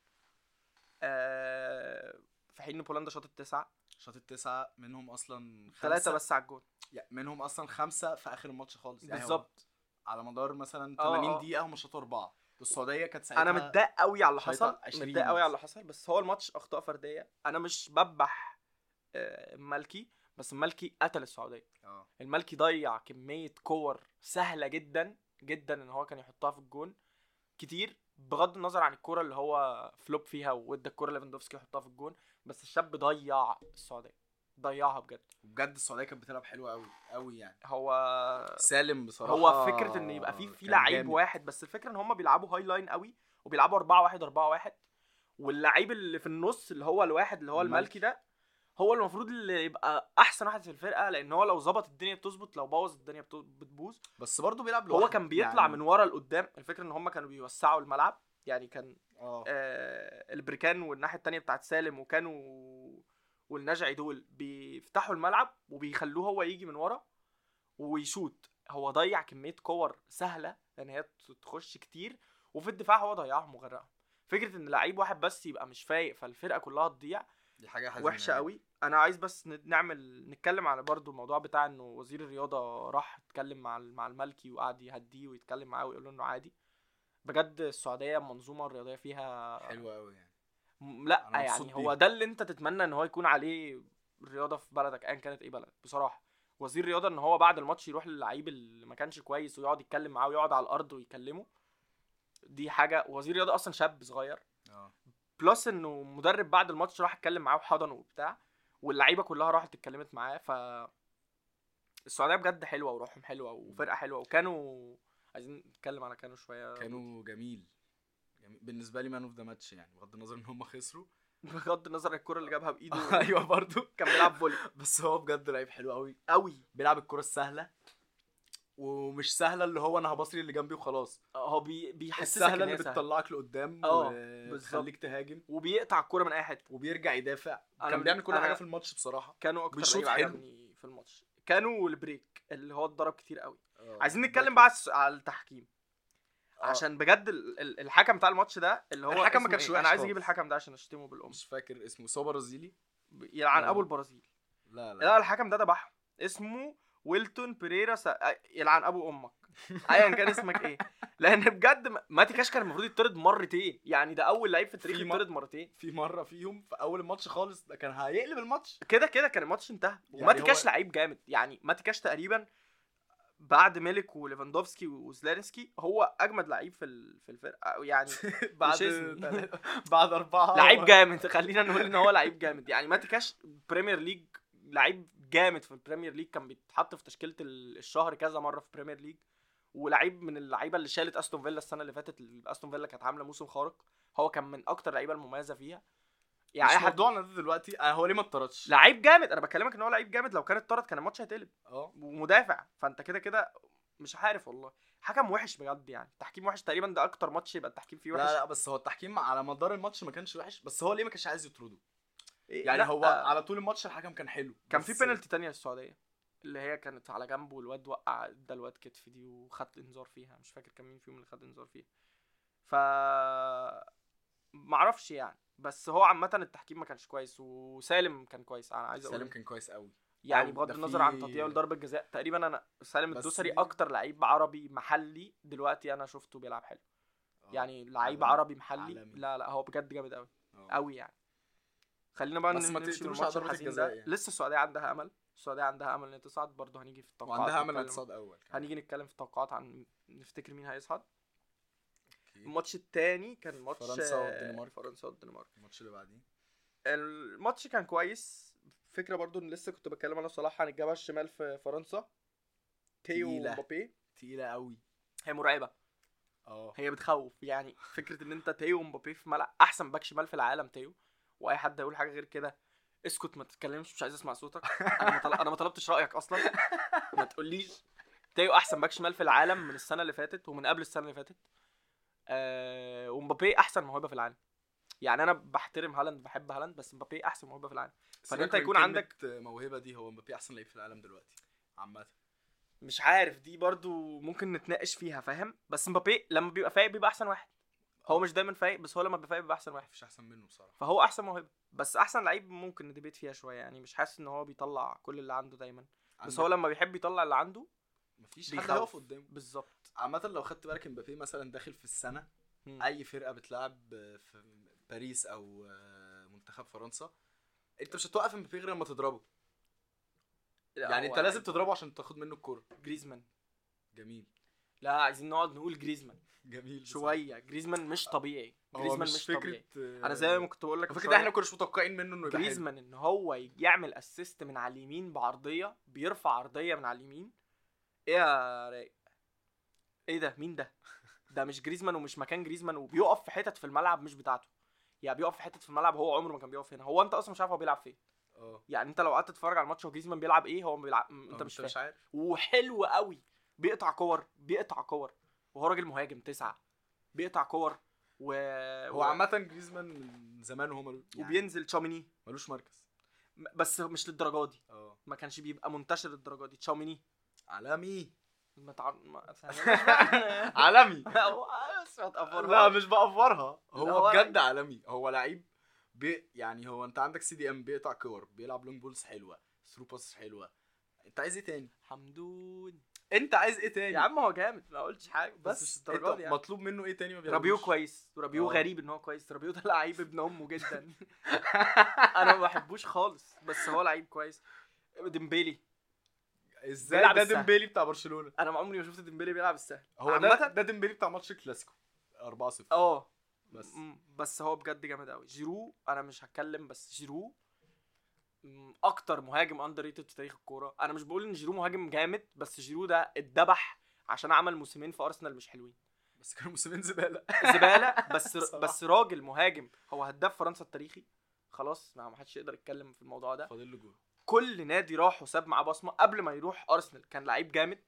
[SPEAKER 1] آه في حين ان بولندا شاطت تسعه
[SPEAKER 2] شاط التسعه منهم اصلا
[SPEAKER 1] ثلاثه
[SPEAKER 2] خمسة-
[SPEAKER 1] بس على الجون
[SPEAKER 2] يعني منهم اصلا خمسه في اخر الماتش خالص يعني هو
[SPEAKER 1] بالظبط
[SPEAKER 2] على مدار مثلا
[SPEAKER 1] آه،
[SPEAKER 2] 80
[SPEAKER 1] آه.
[SPEAKER 2] دقيقه هم شاطوا اربعه والسعوديه كانت ساعتها
[SPEAKER 1] انا متضايق قوي على اللي
[SPEAKER 2] شايطة
[SPEAKER 1] حصل
[SPEAKER 2] 20
[SPEAKER 1] متضايق قوي على
[SPEAKER 2] بس.
[SPEAKER 1] اللي حصل بس هو الماتش اخطاء فرديه انا مش ببح آه، المالكي بس المالكي قتل السعوديه
[SPEAKER 2] اه
[SPEAKER 1] المالكي ضيع كمية كور سهلة جدا جدا ان هو كان يحطها في الجون كتير بغض النظر عن الكرة اللي هو فلوب فيها وادى الكرة ليفاندوفسكي يحطها في الجون بس الشاب ضيع السعودية ضيعها بجد
[SPEAKER 2] وبجد السعوديه كانت بتلعب حلوه قوي قوي يعني
[SPEAKER 1] هو
[SPEAKER 2] سالم بصراحه
[SPEAKER 1] هو فكرة ان يبقى في في
[SPEAKER 2] كان
[SPEAKER 1] لعيب
[SPEAKER 2] جامد.
[SPEAKER 1] واحد بس الفكرة ان هم بيلعبوا هاي لاين قوي وبيلعبوا 4 1 4 1 واللعيب اللي في النص اللي هو الواحد اللي هو المالكي
[SPEAKER 2] المالكي.
[SPEAKER 1] ده هو اللي المفروض اللي يبقى احسن واحد في الفرقه لان هو لو ظبط الدنيا بتظبط لو بوظ الدنيا بتو- بتبوظ
[SPEAKER 2] بس برضه بيلعب لوحده
[SPEAKER 1] هو كان بيطلع
[SPEAKER 2] يعني-
[SPEAKER 1] من ورا لقدام الفكره ان هم كانوا بيوسعوا الملعب يعني كان
[SPEAKER 2] اه
[SPEAKER 1] آه البركان والناحيه التانية بتاعت سالم وكانوا والنجعي دول بيفتحوا الملعب وبيخلوه هو يجي من ورا ويشوط هو ضيع كميه كور سهله لان هي تخش كتير وفي الدفاع هو ضيعهم وغرقهم فكره ان لعيب واحد بس يبقى مش فايق فالفرقه كلها تضيع
[SPEAKER 2] دي حاجه حزينه
[SPEAKER 1] وحشه
[SPEAKER 2] يعني.
[SPEAKER 1] قوي انا عايز بس ن- نعمل نتكلم على برضو الموضوع بتاع انه وزير الرياضه راح اتكلم مع ال- مع المالكي وقعد يهديه ويتكلم معاه ويقول له انه عادي بجد السعوديه المنظومه الرياضيه فيها
[SPEAKER 2] حلوه قوي يعني
[SPEAKER 1] م- لا
[SPEAKER 2] أنا مبسوط
[SPEAKER 1] يعني هو
[SPEAKER 2] بيها.
[SPEAKER 1] ده اللي انت تتمنى ان هو يكون عليه الرياضه في بلدك ايا كانت ايه بلدك بصراحه وزير الرياضه ان هو بعد الماتش يروح للعيب اللي ما كانش كويس ويقعد يتكلم معاه ويقعد على الارض ويكلمه دي حاجه وزير الرياضه اصلا شاب صغير
[SPEAKER 2] اه
[SPEAKER 1] بلس انه مدرب بعد الماتش راح اتكلم معاه وحضنه وبتاع واللعيبه كلها راحت اتكلمت معاه ف السعوديه بجد حلوه وروحهم حلوه وفرقه حلوه وكانوا عايزين نتكلم على كانوا شويه
[SPEAKER 2] كانوا جميل جميل. بالنسبه لي مان اوف ذا ماتش يعني بغض النظر ان هم خسروا
[SPEAKER 1] بغض النظر عن الكره اللي جابها بايده
[SPEAKER 2] ايوه برضو
[SPEAKER 1] أيوة كان بيلعب فولي
[SPEAKER 2] بس هو بجد لعيب حلو قوي
[SPEAKER 1] قوي
[SPEAKER 2] بيلعب الكره السهله ومش سهله اللي هو انا هبصري اللي جنبي وخلاص
[SPEAKER 1] آه، هو بي... بيحسسك
[SPEAKER 2] السهله
[SPEAKER 1] إن
[SPEAKER 2] اللي
[SPEAKER 1] هي سهلة.
[SPEAKER 2] بتطلعك لقدام
[SPEAKER 1] آه،
[SPEAKER 2] وتخليك تهاجم
[SPEAKER 1] وبيقطع الكوره من اي حته
[SPEAKER 2] وبيرجع يدافع
[SPEAKER 1] أنا
[SPEAKER 2] كان بيعمل كل
[SPEAKER 1] أنا-
[SPEAKER 2] حاجه في الماتش بصراحه
[SPEAKER 1] كانوا اكتر
[SPEAKER 2] بيشوط
[SPEAKER 1] لعيبه
[SPEAKER 2] حلو.
[SPEAKER 1] عجبني في الماتش كانوا البريك اللي هو اتضرب كتير قوي
[SPEAKER 2] آه،
[SPEAKER 1] عايزين نتكلم
[SPEAKER 2] باك
[SPEAKER 1] بقى على الس- على التحكيم
[SPEAKER 2] آه.
[SPEAKER 1] عشان بجد ال- ال- الحكم بتاع الماتش ده اللي هو
[SPEAKER 2] الحكم ما
[SPEAKER 1] اسمه
[SPEAKER 2] كانش
[SPEAKER 1] إيه؟
[SPEAKER 2] وحش
[SPEAKER 1] انا عايز
[SPEAKER 2] خالص.
[SPEAKER 1] اجيب الحكم ده عشان اشتمه بالام
[SPEAKER 2] مش فاكر اسمه سو برازيلي
[SPEAKER 1] يلعن
[SPEAKER 2] لا.
[SPEAKER 1] ابو البرازيل
[SPEAKER 2] لا
[SPEAKER 1] لا الحكم ده ذبحهم اسمه ويلتون بيريرا سا... يلعن ابو امك ايا كان اسمك ايه لان بجد م- ماتي كاش كان المفروض يطرد مرتين يعني ده اول لعيب في التاريخ
[SPEAKER 2] في م-
[SPEAKER 1] يطرد مرتين
[SPEAKER 2] في مره فيهم في اول الماتش خالص ده كان هيقلب الماتش
[SPEAKER 1] كده كده كان الماتش انتهى
[SPEAKER 2] يعني
[SPEAKER 1] وماتي
[SPEAKER 2] هو-
[SPEAKER 1] كاش لعيب جامد يعني ماتي كاش تقريبا بعد ميلك وليفاندوفسكي وزلانسكي هو اجمد لعيب في ال- في الفرقه يعني
[SPEAKER 2] بعد
[SPEAKER 1] اسمي.
[SPEAKER 2] تلاتة- بعد اربعه
[SPEAKER 1] لعيب جامد خلينا نقول ان هو لعيب جامد يعني ماتي كاش بريمير ليج لعيب جامد في البريمير ليج كان بيتحط في تشكيله ال- الشهر كذا مره في البريمير ليج ولعيب من اللعيبه اللي شالت استون فيلا السنه اللي فاتت استون فيلا كانت عامله موسم خارق هو كان من اكتر اللعيبه المميزه فيها يعني
[SPEAKER 2] يعني
[SPEAKER 1] أي حد
[SPEAKER 2] موضوعنا ده دلوقتي أنا هو ليه ما اتطردش؟
[SPEAKER 1] لعيب جامد انا بكلمك ان هو لعيب جامد لو كان اتطرد كان الماتش هيتقلب
[SPEAKER 2] اه
[SPEAKER 1] ومدافع فانت كده كده مش عارف والله حكم وحش بجد يعني تحكيم وحش تقريبا ده اكتر ماتش يبقى التحكيم فيه وحش
[SPEAKER 2] لا لا بس هو التحكيم على مدار الماتش ما كانش وحش بس هو ليه ما كانش عايز يطرده؟
[SPEAKER 1] إيه،
[SPEAKER 2] يعني
[SPEAKER 1] لا.
[SPEAKER 2] هو على طول الماتش الحكم كان حلو
[SPEAKER 1] كان
[SPEAKER 2] بس
[SPEAKER 1] في بينالتي تانية للسعودية اللي هي كانت على جنب والواد وقع ادى الواد كتف دي وخد انذار فيها مش فاكر كان مين فيهم اللي خد انذار فيها ف معرفش يعني بس هو عامة التحكيم ما كانش كويس وسالم كان كويس انا عايز اقول
[SPEAKER 2] سالم
[SPEAKER 1] سالم
[SPEAKER 2] كان كويس قوي
[SPEAKER 1] يعني
[SPEAKER 2] أوي.
[SPEAKER 1] بغض
[SPEAKER 2] ده
[SPEAKER 1] النظر
[SPEAKER 2] في-
[SPEAKER 1] عن تضييع ضربة جزاء تقريبا انا سالم
[SPEAKER 2] بس
[SPEAKER 1] الدوسري
[SPEAKER 2] دي-
[SPEAKER 1] اكتر لعيب عربي محلي دلوقتي انا شفته بيلعب حلو
[SPEAKER 2] آه.
[SPEAKER 1] يعني لعيب
[SPEAKER 2] عالمي.
[SPEAKER 1] عربي محلي
[SPEAKER 2] عالمي.
[SPEAKER 1] لا لا هو بجد جامد قوي
[SPEAKER 2] آه.
[SPEAKER 1] قوي يعني خلينا بقى
[SPEAKER 2] بس ما
[SPEAKER 1] نمشي
[SPEAKER 2] تقتلوش
[SPEAKER 1] بالماتش
[SPEAKER 2] على ضربة
[SPEAKER 1] الحزين
[SPEAKER 2] الجزاء
[SPEAKER 1] ده.
[SPEAKER 2] يعني.
[SPEAKER 1] لسه السعوديه عندها امل السعوديه عندها امل ان هي تصعد برضه هنيجي في التوقعات
[SPEAKER 2] وعندها امل
[SPEAKER 1] نتكلم-
[SPEAKER 2] اتصاد اول كمان.
[SPEAKER 1] هنيجي نتكلم في التوقعات عن نفتكر مين هيصعد
[SPEAKER 2] أوكي.
[SPEAKER 1] الماتش الثاني كان ماتش
[SPEAKER 2] إيه؟ فرنسا والدنمارك.
[SPEAKER 1] فرنسا والدنمارك
[SPEAKER 2] الماتش اللي بعديه
[SPEAKER 1] الماتش كان كويس فكره برضه ان لسه كنت بتكلم انا وصلاح عن الجبهه الشمال في فرنسا تيو
[SPEAKER 2] تقيلة.
[SPEAKER 1] ومبابي
[SPEAKER 2] تقيله قوي
[SPEAKER 1] هي مرعبه
[SPEAKER 2] اه
[SPEAKER 1] هي بتخوف يعني فكره ان انت تيو ومبابي في ملعب احسن باك شمال في العالم تيو واي حد هيقول حاجه غير كده اسكت ما تتكلمش مش عايز اسمع صوتك انا ما, طل... أنا ما طلبتش رايك اصلا ما تقوليش تيو احسن باك شمال في العالم من السنه اللي فاتت ومن قبل السنه اللي فاتت آه... ومبابي احسن موهبه في العالم يعني انا بحترم هالاند بحب هالاند بس مبابي احسن موهبه في العالم فإن
[SPEAKER 2] سيبك
[SPEAKER 1] أنت
[SPEAKER 2] من
[SPEAKER 1] يكون
[SPEAKER 2] كلمة
[SPEAKER 1] عندك-
[SPEAKER 2] موهبه دي هو مبابي احسن لعيب في العالم دلوقتي عامه
[SPEAKER 1] مش عارف دي برضو ممكن نتناقش فيها فاهم بس مبابي لما بيبقى فايق بيبقى احسن واحد هو مش دايما فايق بس هو لما بيبقى فايق بيبقى احسن واحد
[SPEAKER 2] مفيش احسن منه بصراحه
[SPEAKER 1] فهو احسن موهبه بس احسن لعيب ممكن نديبيت فيها شويه يعني مش حاسس ان هو بيطلع كل اللي عنده دايما بس
[SPEAKER 2] عندك-
[SPEAKER 1] هو لما بيحب يطلع اللي عنده
[SPEAKER 2] مفيش حد
[SPEAKER 1] بيخوف
[SPEAKER 2] هيقف قدامه
[SPEAKER 1] بالظبط
[SPEAKER 2] عامه لو خدت بالك مبابي مثلا داخل في السنه
[SPEAKER 1] مم.
[SPEAKER 2] اي فرقه بتلعب في باريس او آه، منتخب فرنسا انت مش هتوقف مبابي غير لما تضربه
[SPEAKER 1] لا،
[SPEAKER 2] يعني
[SPEAKER 1] هو
[SPEAKER 2] انت لازم
[SPEAKER 1] لعيب.
[SPEAKER 2] تضربه عشان تاخد منه الكوره
[SPEAKER 1] جريزمان
[SPEAKER 2] جميل
[SPEAKER 1] لا عايزين نقعد نقول جريزمان
[SPEAKER 2] جميل
[SPEAKER 1] شويه جريزمان مش طبيعي جريزمان آه، مش, مش طبيعي
[SPEAKER 2] فكره
[SPEAKER 1] انا زي ما كنت بقول لك
[SPEAKER 2] فكرة ده احنا ما كناش متوقعين منه انه يبقى حلو.
[SPEAKER 1] جريزمان ان هو يعمل اسيست من على اليمين بعرضيه بيرفع عرضيه من على اليمين ايه يا رايق ايه ده مين ده ده مش جريزمان ومش مكان جريزمان وبيقف في حتت في الملعب مش بتاعته يعني بيقف في حتت في الملعب هو عمره ما كان بيقف هنا هو انت اصلا مش عارف هو بيلعب فين
[SPEAKER 2] اه
[SPEAKER 1] يعني انت لو قعدت تتفرج على الماتش هو جريزمان بيلعب ايه هو بيلعب م- انت
[SPEAKER 2] انت
[SPEAKER 1] مش فاهم
[SPEAKER 2] آه، مش عارف
[SPEAKER 1] وحلو قوي بيقطع كور بيقطع كور وهو راجل مهاجم تسعة بيقطع كور و...
[SPEAKER 2] هو عامة جريزمان من زمان وهو ملو- يعني
[SPEAKER 1] وبينزل تشاميني
[SPEAKER 2] ملوش مركز
[SPEAKER 1] م- بس مش للدرجه دي
[SPEAKER 2] اه
[SPEAKER 1] ما كانش بيبقى منتشر للدرجه دي تشاوميني
[SPEAKER 2] عالمي
[SPEAKER 1] ما تعر... ما ثانية.
[SPEAKER 2] عالمي
[SPEAKER 1] هو بس ما
[SPEAKER 2] لا
[SPEAKER 1] تقفرهاش.
[SPEAKER 2] مش بأفورها
[SPEAKER 1] لا،
[SPEAKER 2] هو
[SPEAKER 1] هو
[SPEAKER 2] بجد عالمي هو لعيب بي يعني هو انت عندك سي دي ام بيقطع كور بيلعب لونج بولز حلوه ثرو باس حلوه انت عايز ايه تاني؟
[SPEAKER 1] حمدون
[SPEAKER 2] انت عايز ايه تاني؟
[SPEAKER 1] يا عم هو جامد ما قلتش حاجه بس, مش
[SPEAKER 2] بس
[SPEAKER 1] الدرجه
[SPEAKER 2] انت
[SPEAKER 1] دي يعني. اه.
[SPEAKER 2] مطلوب منه ايه تاني ما بيعملوش؟
[SPEAKER 1] رابيو كويس ورابيو
[SPEAKER 2] آه.
[SPEAKER 1] غريب ان هو كويس رابيو ده لعيب ابن امه جدا انا ما بحبوش خالص بس هو لعيب كويس ديمبيلي
[SPEAKER 2] ازاي
[SPEAKER 1] بيلعب
[SPEAKER 2] ده
[SPEAKER 1] السهل.
[SPEAKER 2] ديمبلي بتاع برشلونه
[SPEAKER 1] انا عمري ما شفت ديمبيلي بيلعب السهل
[SPEAKER 2] هو ده ده ديمبلي بتاع ماتش الكلاسيكو 4 0
[SPEAKER 1] اه
[SPEAKER 2] بس
[SPEAKER 1] م- بس هو بجد جامد قوي جيرو انا مش هتكلم بس جيرو م، اكتر مهاجم اندر ريتد في تاريخ الكوره انا مش بقول ان جيرو مهاجم جامد بس جيرو ده اتذبح عشان عمل موسمين في ارسنال مش حلوين
[SPEAKER 2] بس كانوا موسمين زباله
[SPEAKER 1] زباله بس
[SPEAKER 2] صراحة.
[SPEAKER 1] بس راجل مهاجم هو هداف فرنسا التاريخي خلاص ما ما حدش يقدر يتكلم في الموضوع ده
[SPEAKER 2] فاضل له جول
[SPEAKER 1] كل نادي راح وساب معاه بصمه قبل ما يروح ارسنال كان لعيب جامد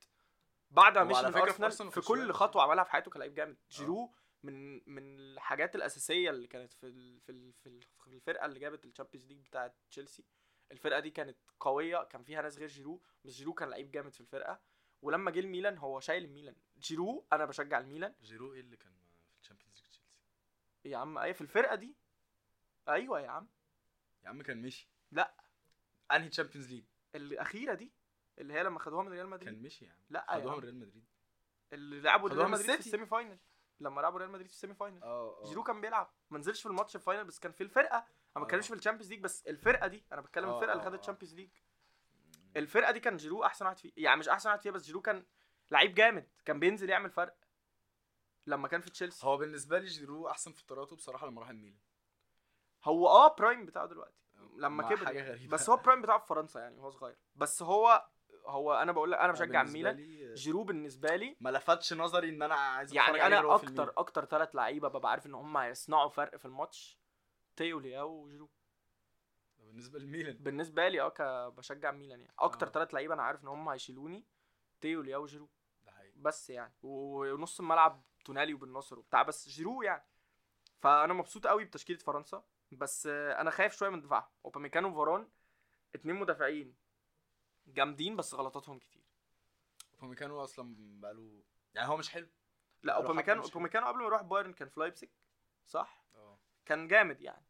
[SPEAKER 1] بعد ما
[SPEAKER 2] هو
[SPEAKER 1] مشي
[SPEAKER 2] على
[SPEAKER 1] من
[SPEAKER 2] فكرة في
[SPEAKER 1] ارسنال
[SPEAKER 2] أرسنال آه.
[SPEAKER 1] في
[SPEAKER 2] مكانش وحش.
[SPEAKER 1] كل خطوه عملها في حياته كان لعيب جامد جيرو من من الحاجات الاساسيه اللي كانت في ال- في ال- في ال- في الفرقه اللي جابت الشامبيونز ليج بتاعه تشيلسي الفرقه دي كانت قويه كان فيها ناس غير جيرو بس جيرو كان لعيب جامد في الفرقه ولما جه الميلان هو شايل الميلان جيرو انا بشجع الميلان
[SPEAKER 2] جيرو ايه اللي كان في الشامبيونز ليج تشيلسي
[SPEAKER 1] يا عم ايه في الفرقه دي ايوه يا عم
[SPEAKER 2] يا عم كان مشي
[SPEAKER 1] لا.
[SPEAKER 2] انهي تشامبيونز ليج
[SPEAKER 1] الاخيره دي اللي هي لما خدوها من ريال مدريد
[SPEAKER 2] كان مشي يا عم
[SPEAKER 1] لا يا
[SPEAKER 2] خدوها
[SPEAKER 1] عم.
[SPEAKER 2] من ريال مدريد
[SPEAKER 1] اللي لعبوا
[SPEAKER 2] خدوها
[SPEAKER 1] ريال
[SPEAKER 2] من
[SPEAKER 1] مدريد في
[SPEAKER 2] السيتي.
[SPEAKER 1] السيمي فاينل لما لعبوا ريال مدريد في السيمي فاينل
[SPEAKER 2] اه
[SPEAKER 1] جيرو كان بيلعب ما نزلش في الماتش الفاينل بس كان في الفرقه انا ما
[SPEAKER 2] آه.
[SPEAKER 1] بتكلمش في الشامبيونز ليج بس الفرقه دي انا بتكلم
[SPEAKER 2] آه،
[SPEAKER 1] الفرقه اللي
[SPEAKER 2] آه،
[SPEAKER 1] خدت
[SPEAKER 2] آه.
[SPEAKER 1] الشامبيونز ليج الفرقه دي كان جيرو احسن واحد فيها يعني مش احسن واحد فيها بس جيرو كان لعيب جامد كان بينزل يعمل فرق لما كان في تشيلسي
[SPEAKER 2] هو بالنسبه لي جيرو احسن فتراته بصراحه لما راح الميلان
[SPEAKER 1] هو اه برايم بتاعه دلوقتي لما
[SPEAKER 2] مع
[SPEAKER 1] كبر
[SPEAKER 2] حاجه غريبه
[SPEAKER 1] بس هو برايم بتاعه في فرنسا يعني وهو صغير بس هو هو انا بقول لك انا بشجع
[SPEAKER 2] بالنسبة
[SPEAKER 1] الميلان
[SPEAKER 2] لي،
[SPEAKER 1] جيرو بالنسبه لي
[SPEAKER 2] ما لفتش نظري ان انا عايز أتفرج
[SPEAKER 1] يعني
[SPEAKER 2] عليه
[SPEAKER 1] انا
[SPEAKER 2] وهو في
[SPEAKER 1] اكتر
[SPEAKER 2] الميلان.
[SPEAKER 1] اكتر ثلاث لعيبه ببقى عارف ان هم هيصنعوا فرق في الماتش تيو لياو وجيرو
[SPEAKER 2] ده بالنسبه للميلان
[SPEAKER 1] بالنسبه لي اه ك- بشجع ميلان يعني اكتر
[SPEAKER 2] آه.
[SPEAKER 1] ثلاث لعيبه انا عارف ان هم هيشيلوني تيو لياو وجيرو
[SPEAKER 2] ده حقيقي
[SPEAKER 1] بس يعني و- ونص الملعب تونالي وبن نصر وبتاع بس جيرو يعني فانا مبسوط قوي بتشكيله فرنسا بس آه، انا خايف شويه من دفاعهم اوباميكانو وفاران اتنين مدافعين جامدين بس غلطاتهم كتير
[SPEAKER 2] اوباميكانو اصلا بقاله يعني هو مش حلو
[SPEAKER 1] لا
[SPEAKER 2] أروح
[SPEAKER 1] اوباميكانو
[SPEAKER 2] أمشي.
[SPEAKER 1] اوباميكانو قبل ما يروح بايرن كان في لايبسك صح
[SPEAKER 2] اه
[SPEAKER 1] كان جامد يعني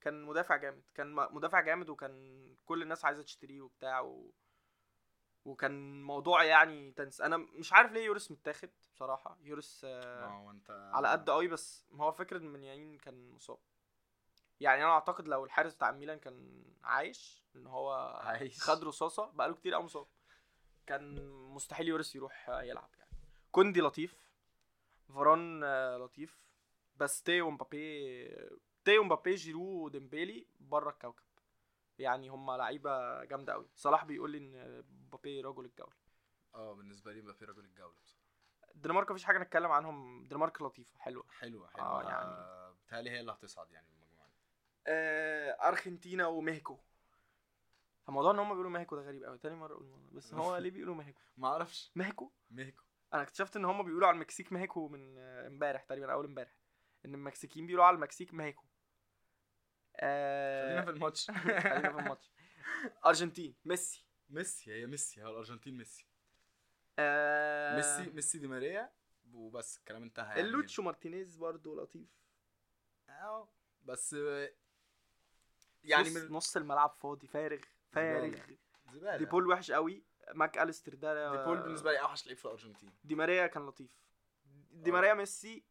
[SPEAKER 1] كان مدافع جامد كان م- مدافع جامد وكان كل الناس عايزه تشتريه وبتاع و... وكان موضوع يعني تنس انا مش عارف ليه يوريس متاخد بصراحه يوريس آه،
[SPEAKER 2] ما هو انت
[SPEAKER 1] على قد قوي بس ما هو فكره ان منيعين كان مصاب يعني انا اعتقد لو الحارس بتاع ميلان كان عايش ان هو
[SPEAKER 2] عايش.
[SPEAKER 1] خد رصاصه بقاله كتير قوي مصاب كان مستحيل يوريس يروح آه، يلعب يعني كوندي لطيف فران آه، لطيف بس تيو مبابي تيو مبابي جيرو وديمبيلي بره الكوكب يعني هم لعيبه جامده قوي صلاح بيقول لي ان مبابي رجل الجوله
[SPEAKER 2] اه بالنسبه لي مبابي رجل الجوله بصراحه
[SPEAKER 1] الدنمارك مفيش حاجه نتكلم عنهم الدنمارك لطيفه حلوه
[SPEAKER 2] حلوه حلوه
[SPEAKER 1] آه،
[SPEAKER 2] آه يعني
[SPEAKER 1] يعني.
[SPEAKER 2] بتهيألي هي اللي هتصعد يعني من المجموعه دي
[SPEAKER 1] آه، ارجنتينا ومهكو الموضوع ان هم بيقولوا مهكو ده غريب قوي تاني مره اقول الموضوع ده. بس هو ليه بيقولوا مهكو
[SPEAKER 2] ما اعرفش
[SPEAKER 1] مهكو
[SPEAKER 2] ميكو
[SPEAKER 1] انا اكتشفت ان هم بيقولوا على المكسيك مهكو من آه، امبارح تقريبا اول امبارح ان المكسيكيين بيقولوا على المكسيك مهكو
[SPEAKER 2] خلينا
[SPEAKER 1] آه
[SPEAKER 2] في الماتش
[SPEAKER 1] خلينا في الماتش ارجنتين ميسي
[SPEAKER 2] ميسي هي ميسي هو الارجنتين ميسي
[SPEAKER 1] آه
[SPEAKER 2] ميسي ميسي دي ماريا وبس الكلام انتهى يعني
[SPEAKER 1] اللوتشو مارتينيز برضو لطيف
[SPEAKER 2] اه بس آه،
[SPEAKER 1] يعني
[SPEAKER 2] يعني
[SPEAKER 1] نص,
[SPEAKER 2] من
[SPEAKER 1] نص الملعب فاضي فارغ فارغ
[SPEAKER 2] زباله
[SPEAKER 1] دي بول وحش قوي ماك اليستر ده
[SPEAKER 2] دي بول بالنسبه لي اوحش لعيب في الارجنتين
[SPEAKER 1] دي ماريا كان لطيف دي
[SPEAKER 2] آه.
[SPEAKER 1] ماريا ميسي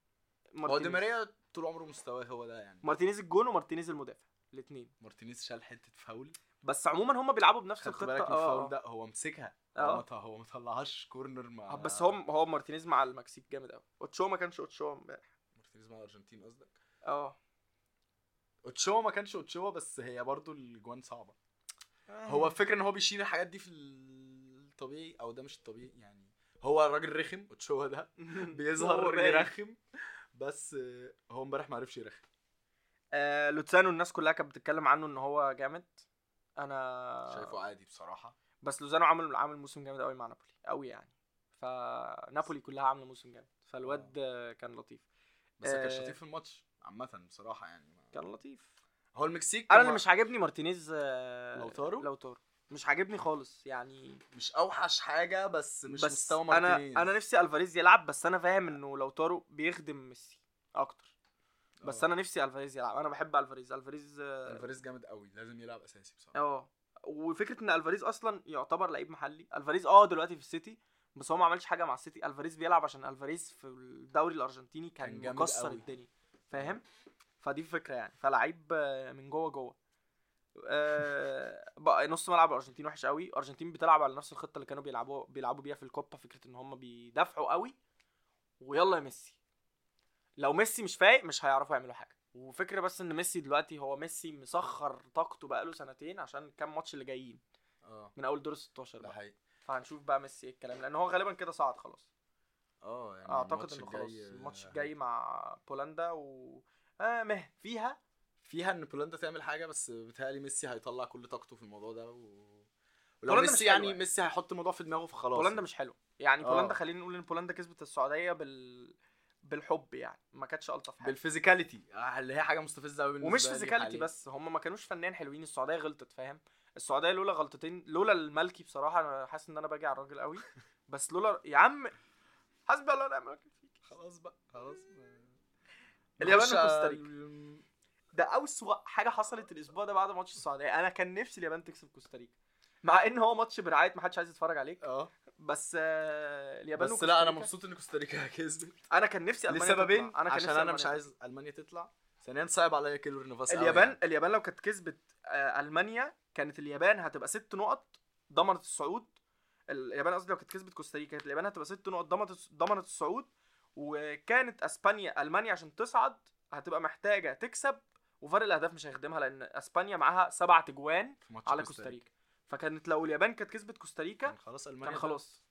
[SPEAKER 2] هو دي
[SPEAKER 1] مارتينيز
[SPEAKER 2] ماريا طول عمره مستواه هو ده يعني
[SPEAKER 1] مارتينيز الجون ومارتينيز المدافع الاثنين
[SPEAKER 2] مارتينيز شال حته فاول
[SPEAKER 1] بس عموما هم بيلعبوا بنفس
[SPEAKER 2] خدت
[SPEAKER 1] الخطه
[SPEAKER 2] بالك من
[SPEAKER 1] آه،
[SPEAKER 2] الفاول
[SPEAKER 1] آه.
[SPEAKER 2] ده هو مسكها
[SPEAKER 1] آه.
[SPEAKER 2] هو ما ط- هو ما طلعهاش كورنر مع
[SPEAKER 1] آه، بس هو هو مارتينيز مع المكسيك جامد قوي اوتشو ما كانش اوتشو امبارح
[SPEAKER 2] مارتينيز مع الارجنتين قصدك آه.
[SPEAKER 1] اه
[SPEAKER 2] اوتشوا ما كانش اوتشوا بس هي برضو الجوان صعبه هو الفكره ان هو بيشيل الحاجات دي في الطبيعي او ده مش الطبيعي يعني هو راجل رخم اوتشوا ده
[SPEAKER 1] هو
[SPEAKER 2] بيظهر
[SPEAKER 1] باين.
[SPEAKER 2] يرخم بس آه، هو امبارح ما عرفش يرخم
[SPEAKER 1] آه لوتسانو الناس كلها كانت بتتكلم عنه ان هو جامد انا
[SPEAKER 2] شايفه عادي بصراحه
[SPEAKER 1] بس لوزانو عامل عامل موسم جامد قوي مع نابولي قوي يعني فنابولي كلها عامله موسم جامد فالواد آه، كان لطيف
[SPEAKER 2] بس ما كانش
[SPEAKER 1] آه.
[SPEAKER 2] لطيف في الماتش عامه بصراحه يعني ما-
[SPEAKER 1] كان لطيف
[SPEAKER 2] هو المكسيك
[SPEAKER 1] انا
[SPEAKER 2] هما
[SPEAKER 1] اللي مش عاجبني مارتينيز آه،
[SPEAKER 2] لوتارو؟
[SPEAKER 1] لوتارو مش عاجبني خالص يعني
[SPEAKER 2] مش اوحش حاجه بس مش
[SPEAKER 1] بس
[SPEAKER 2] مستوى
[SPEAKER 1] انا
[SPEAKER 2] مارتينيز
[SPEAKER 1] انا نفسي الفاريز يلعب بس انا فاهم انه لوتارو بيخدم ميسي اكتر بس
[SPEAKER 2] آه.
[SPEAKER 1] انا نفسي الفاريز يلعب انا بحب الفاريز الفاريز آه،
[SPEAKER 2] الفاريز جامد قوي لازم يلعب اساسي بصراحه
[SPEAKER 1] اه وفكره ان الفاريز اصلا يعتبر لعيب محلي الفاريز اه دلوقتي في السيتي بس هو ما عملش حاجه مع السيتي الفاريز بيلعب عشان الفاريز في الدوري الارجنتيني
[SPEAKER 2] كان
[SPEAKER 1] كان,
[SPEAKER 2] جامد
[SPEAKER 1] مكسر
[SPEAKER 2] قوي.
[SPEAKER 1] الدنيا فاهم فدي الفكره يعني فلعيب آه، من جوه جوه آه، بقى نص ملعب الارجنتين وحش قوي الارجنتين بتلعب على نفس الخطه اللي كانوا بيلعبوا بيلعبوا بيها في الكوبا فكره ان هم بيدافعوا قوي ويلا يا ميسي لو ميسي مش فايق مش هيعرفوا يعملوا حاجه وفكره بس ان ميسي دلوقتي هو ميسي مسخر طاقته بقاله سنتين عشان كام ماتش اللي جايين
[SPEAKER 2] اه
[SPEAKER 1] من اول دور ال 16
[SPEAKER 2] ده
[SPEAKER 1] بقى
[SPEAKER 2] حقيقي
[SPEAKER 1] فهنشوف بقى ميسي إيه الكلام لان هو غالبا كده صعد خلاص
[SPEAKER 2] اه يعني
[SPEAKER 1] اعتقد
[SPEAKER 2] الماتش
[SPEAKER 1] انه
[SPEAKER 2] الجاي-
[SPEAKER 1] خلاص الماتش الجاي مع بولندا و آه مه فيها
[SPEAKER 2] فيها ان بولندا تعمل حاجه بس بيتهيألي ميسي هيطلع كل طاقته في الموضوع ده و... ولو
[SPEAKER 1] بولندا مش
[SPEAKER 2] ميسي
[SPEAKER 1] حلوة
[SPEAKER 2] يعني
[SPEAKER 1] يعني.
[SPEAKER 2] ميسي هيحط الموضوع في دماغه فخلاص
[SPEAKER 1] بولندا
[SPEAKER 2] يعني.
[SPEAKER 1] مش حلوه يعني
[SPEAKER 2] آه.
[SPEAKER 1] بولندا خلينا نقول ان بولندا كسبت السعوديه بال بالحب يعني ما كانتش الطف حاجه
[SPEAKER 2] بالفيزيكاليتي آه، اللي هي حاجه مستفزه قوي
[SPEAKER 1] ومش فيزيكاليتي بس هم ما كانوش فنان حلوين السعوديه غلطت فاهم السعوديه لولا غلطتين لولا المالكي بصراحه انا حاسس ان انا باجي على الراجل قوي بس لولا يا عم حسبي الله ونعم الوكيل فيك
[SPEAKER 2] خلاص بقى خلاص ما-
[SPEAKER 1] اليابان
[SPEAKER 2] نخش
[SPEAKER 1] وكوستاريكا.
[SPEAKER 2] على-
[SPEAKER 1] ده اسوأ حاجه حصلت الاسبوع ده بعد ماتش السعوديه انا كان نفسي اليابان تكسب كوستاريكا مع ان هو ماتش برعايه ما حدش عايز يتفرج عليك
[SPEAKER 2] اه
[SPEAKER 1] بس آه، اليابان
[SPEAKER 2] بس لا انا
[SPEAKER 1] وكوستاريكا-
[SPEAKER 2] مبسوط ان كوستاريكا كسبت
[SPEAKER 1] انا كان نفسي ألمانيا
[SPEAKER 2] لسببين
[SPEAKER 1] تطلع. انا كان
[SPEAKER 2] عشان
[SPEAKER 1] نفسي
[SPEAKER 2] انا مش
[SPEAKER 1] ألمانيا
[SPEAKER 2] عايز المانيا تطلع ثانيا صعب عليا كيلور نفاس قوي
[SPEAKER 1] اليابان
[SPEAKER 2] يعني.
[SPEAKER 1] اليابان لو كانت كسبت آه، المانيا كانت اليابان هتبقى ست نقط ضمنت الصعود ال- اليابان قصدي لو كانت كسبت كوستاريكا كانت اليابان هتبقى ست نقط ضمنت ضمنت الصعود وكانت اسبانيا المانيا عشان تصعد هتبقى محتاجه تكسب وفرق الاهداف مش هيخدمها لان اسبانيا معاها سبعة تجوان
[SPEAKER 2] في ماتش
[SPEAKER 1] على كوستاريكا فكانت لو اليابان كانت كسبت
[SPEAKER 2] كان
[SPEAKER 1] كوستاريكا
[SPEAKER 2] خلاص
[SPEAKER 1] كان
[SPEAKER 2] المانيا
[SPEAKER 1] خلاص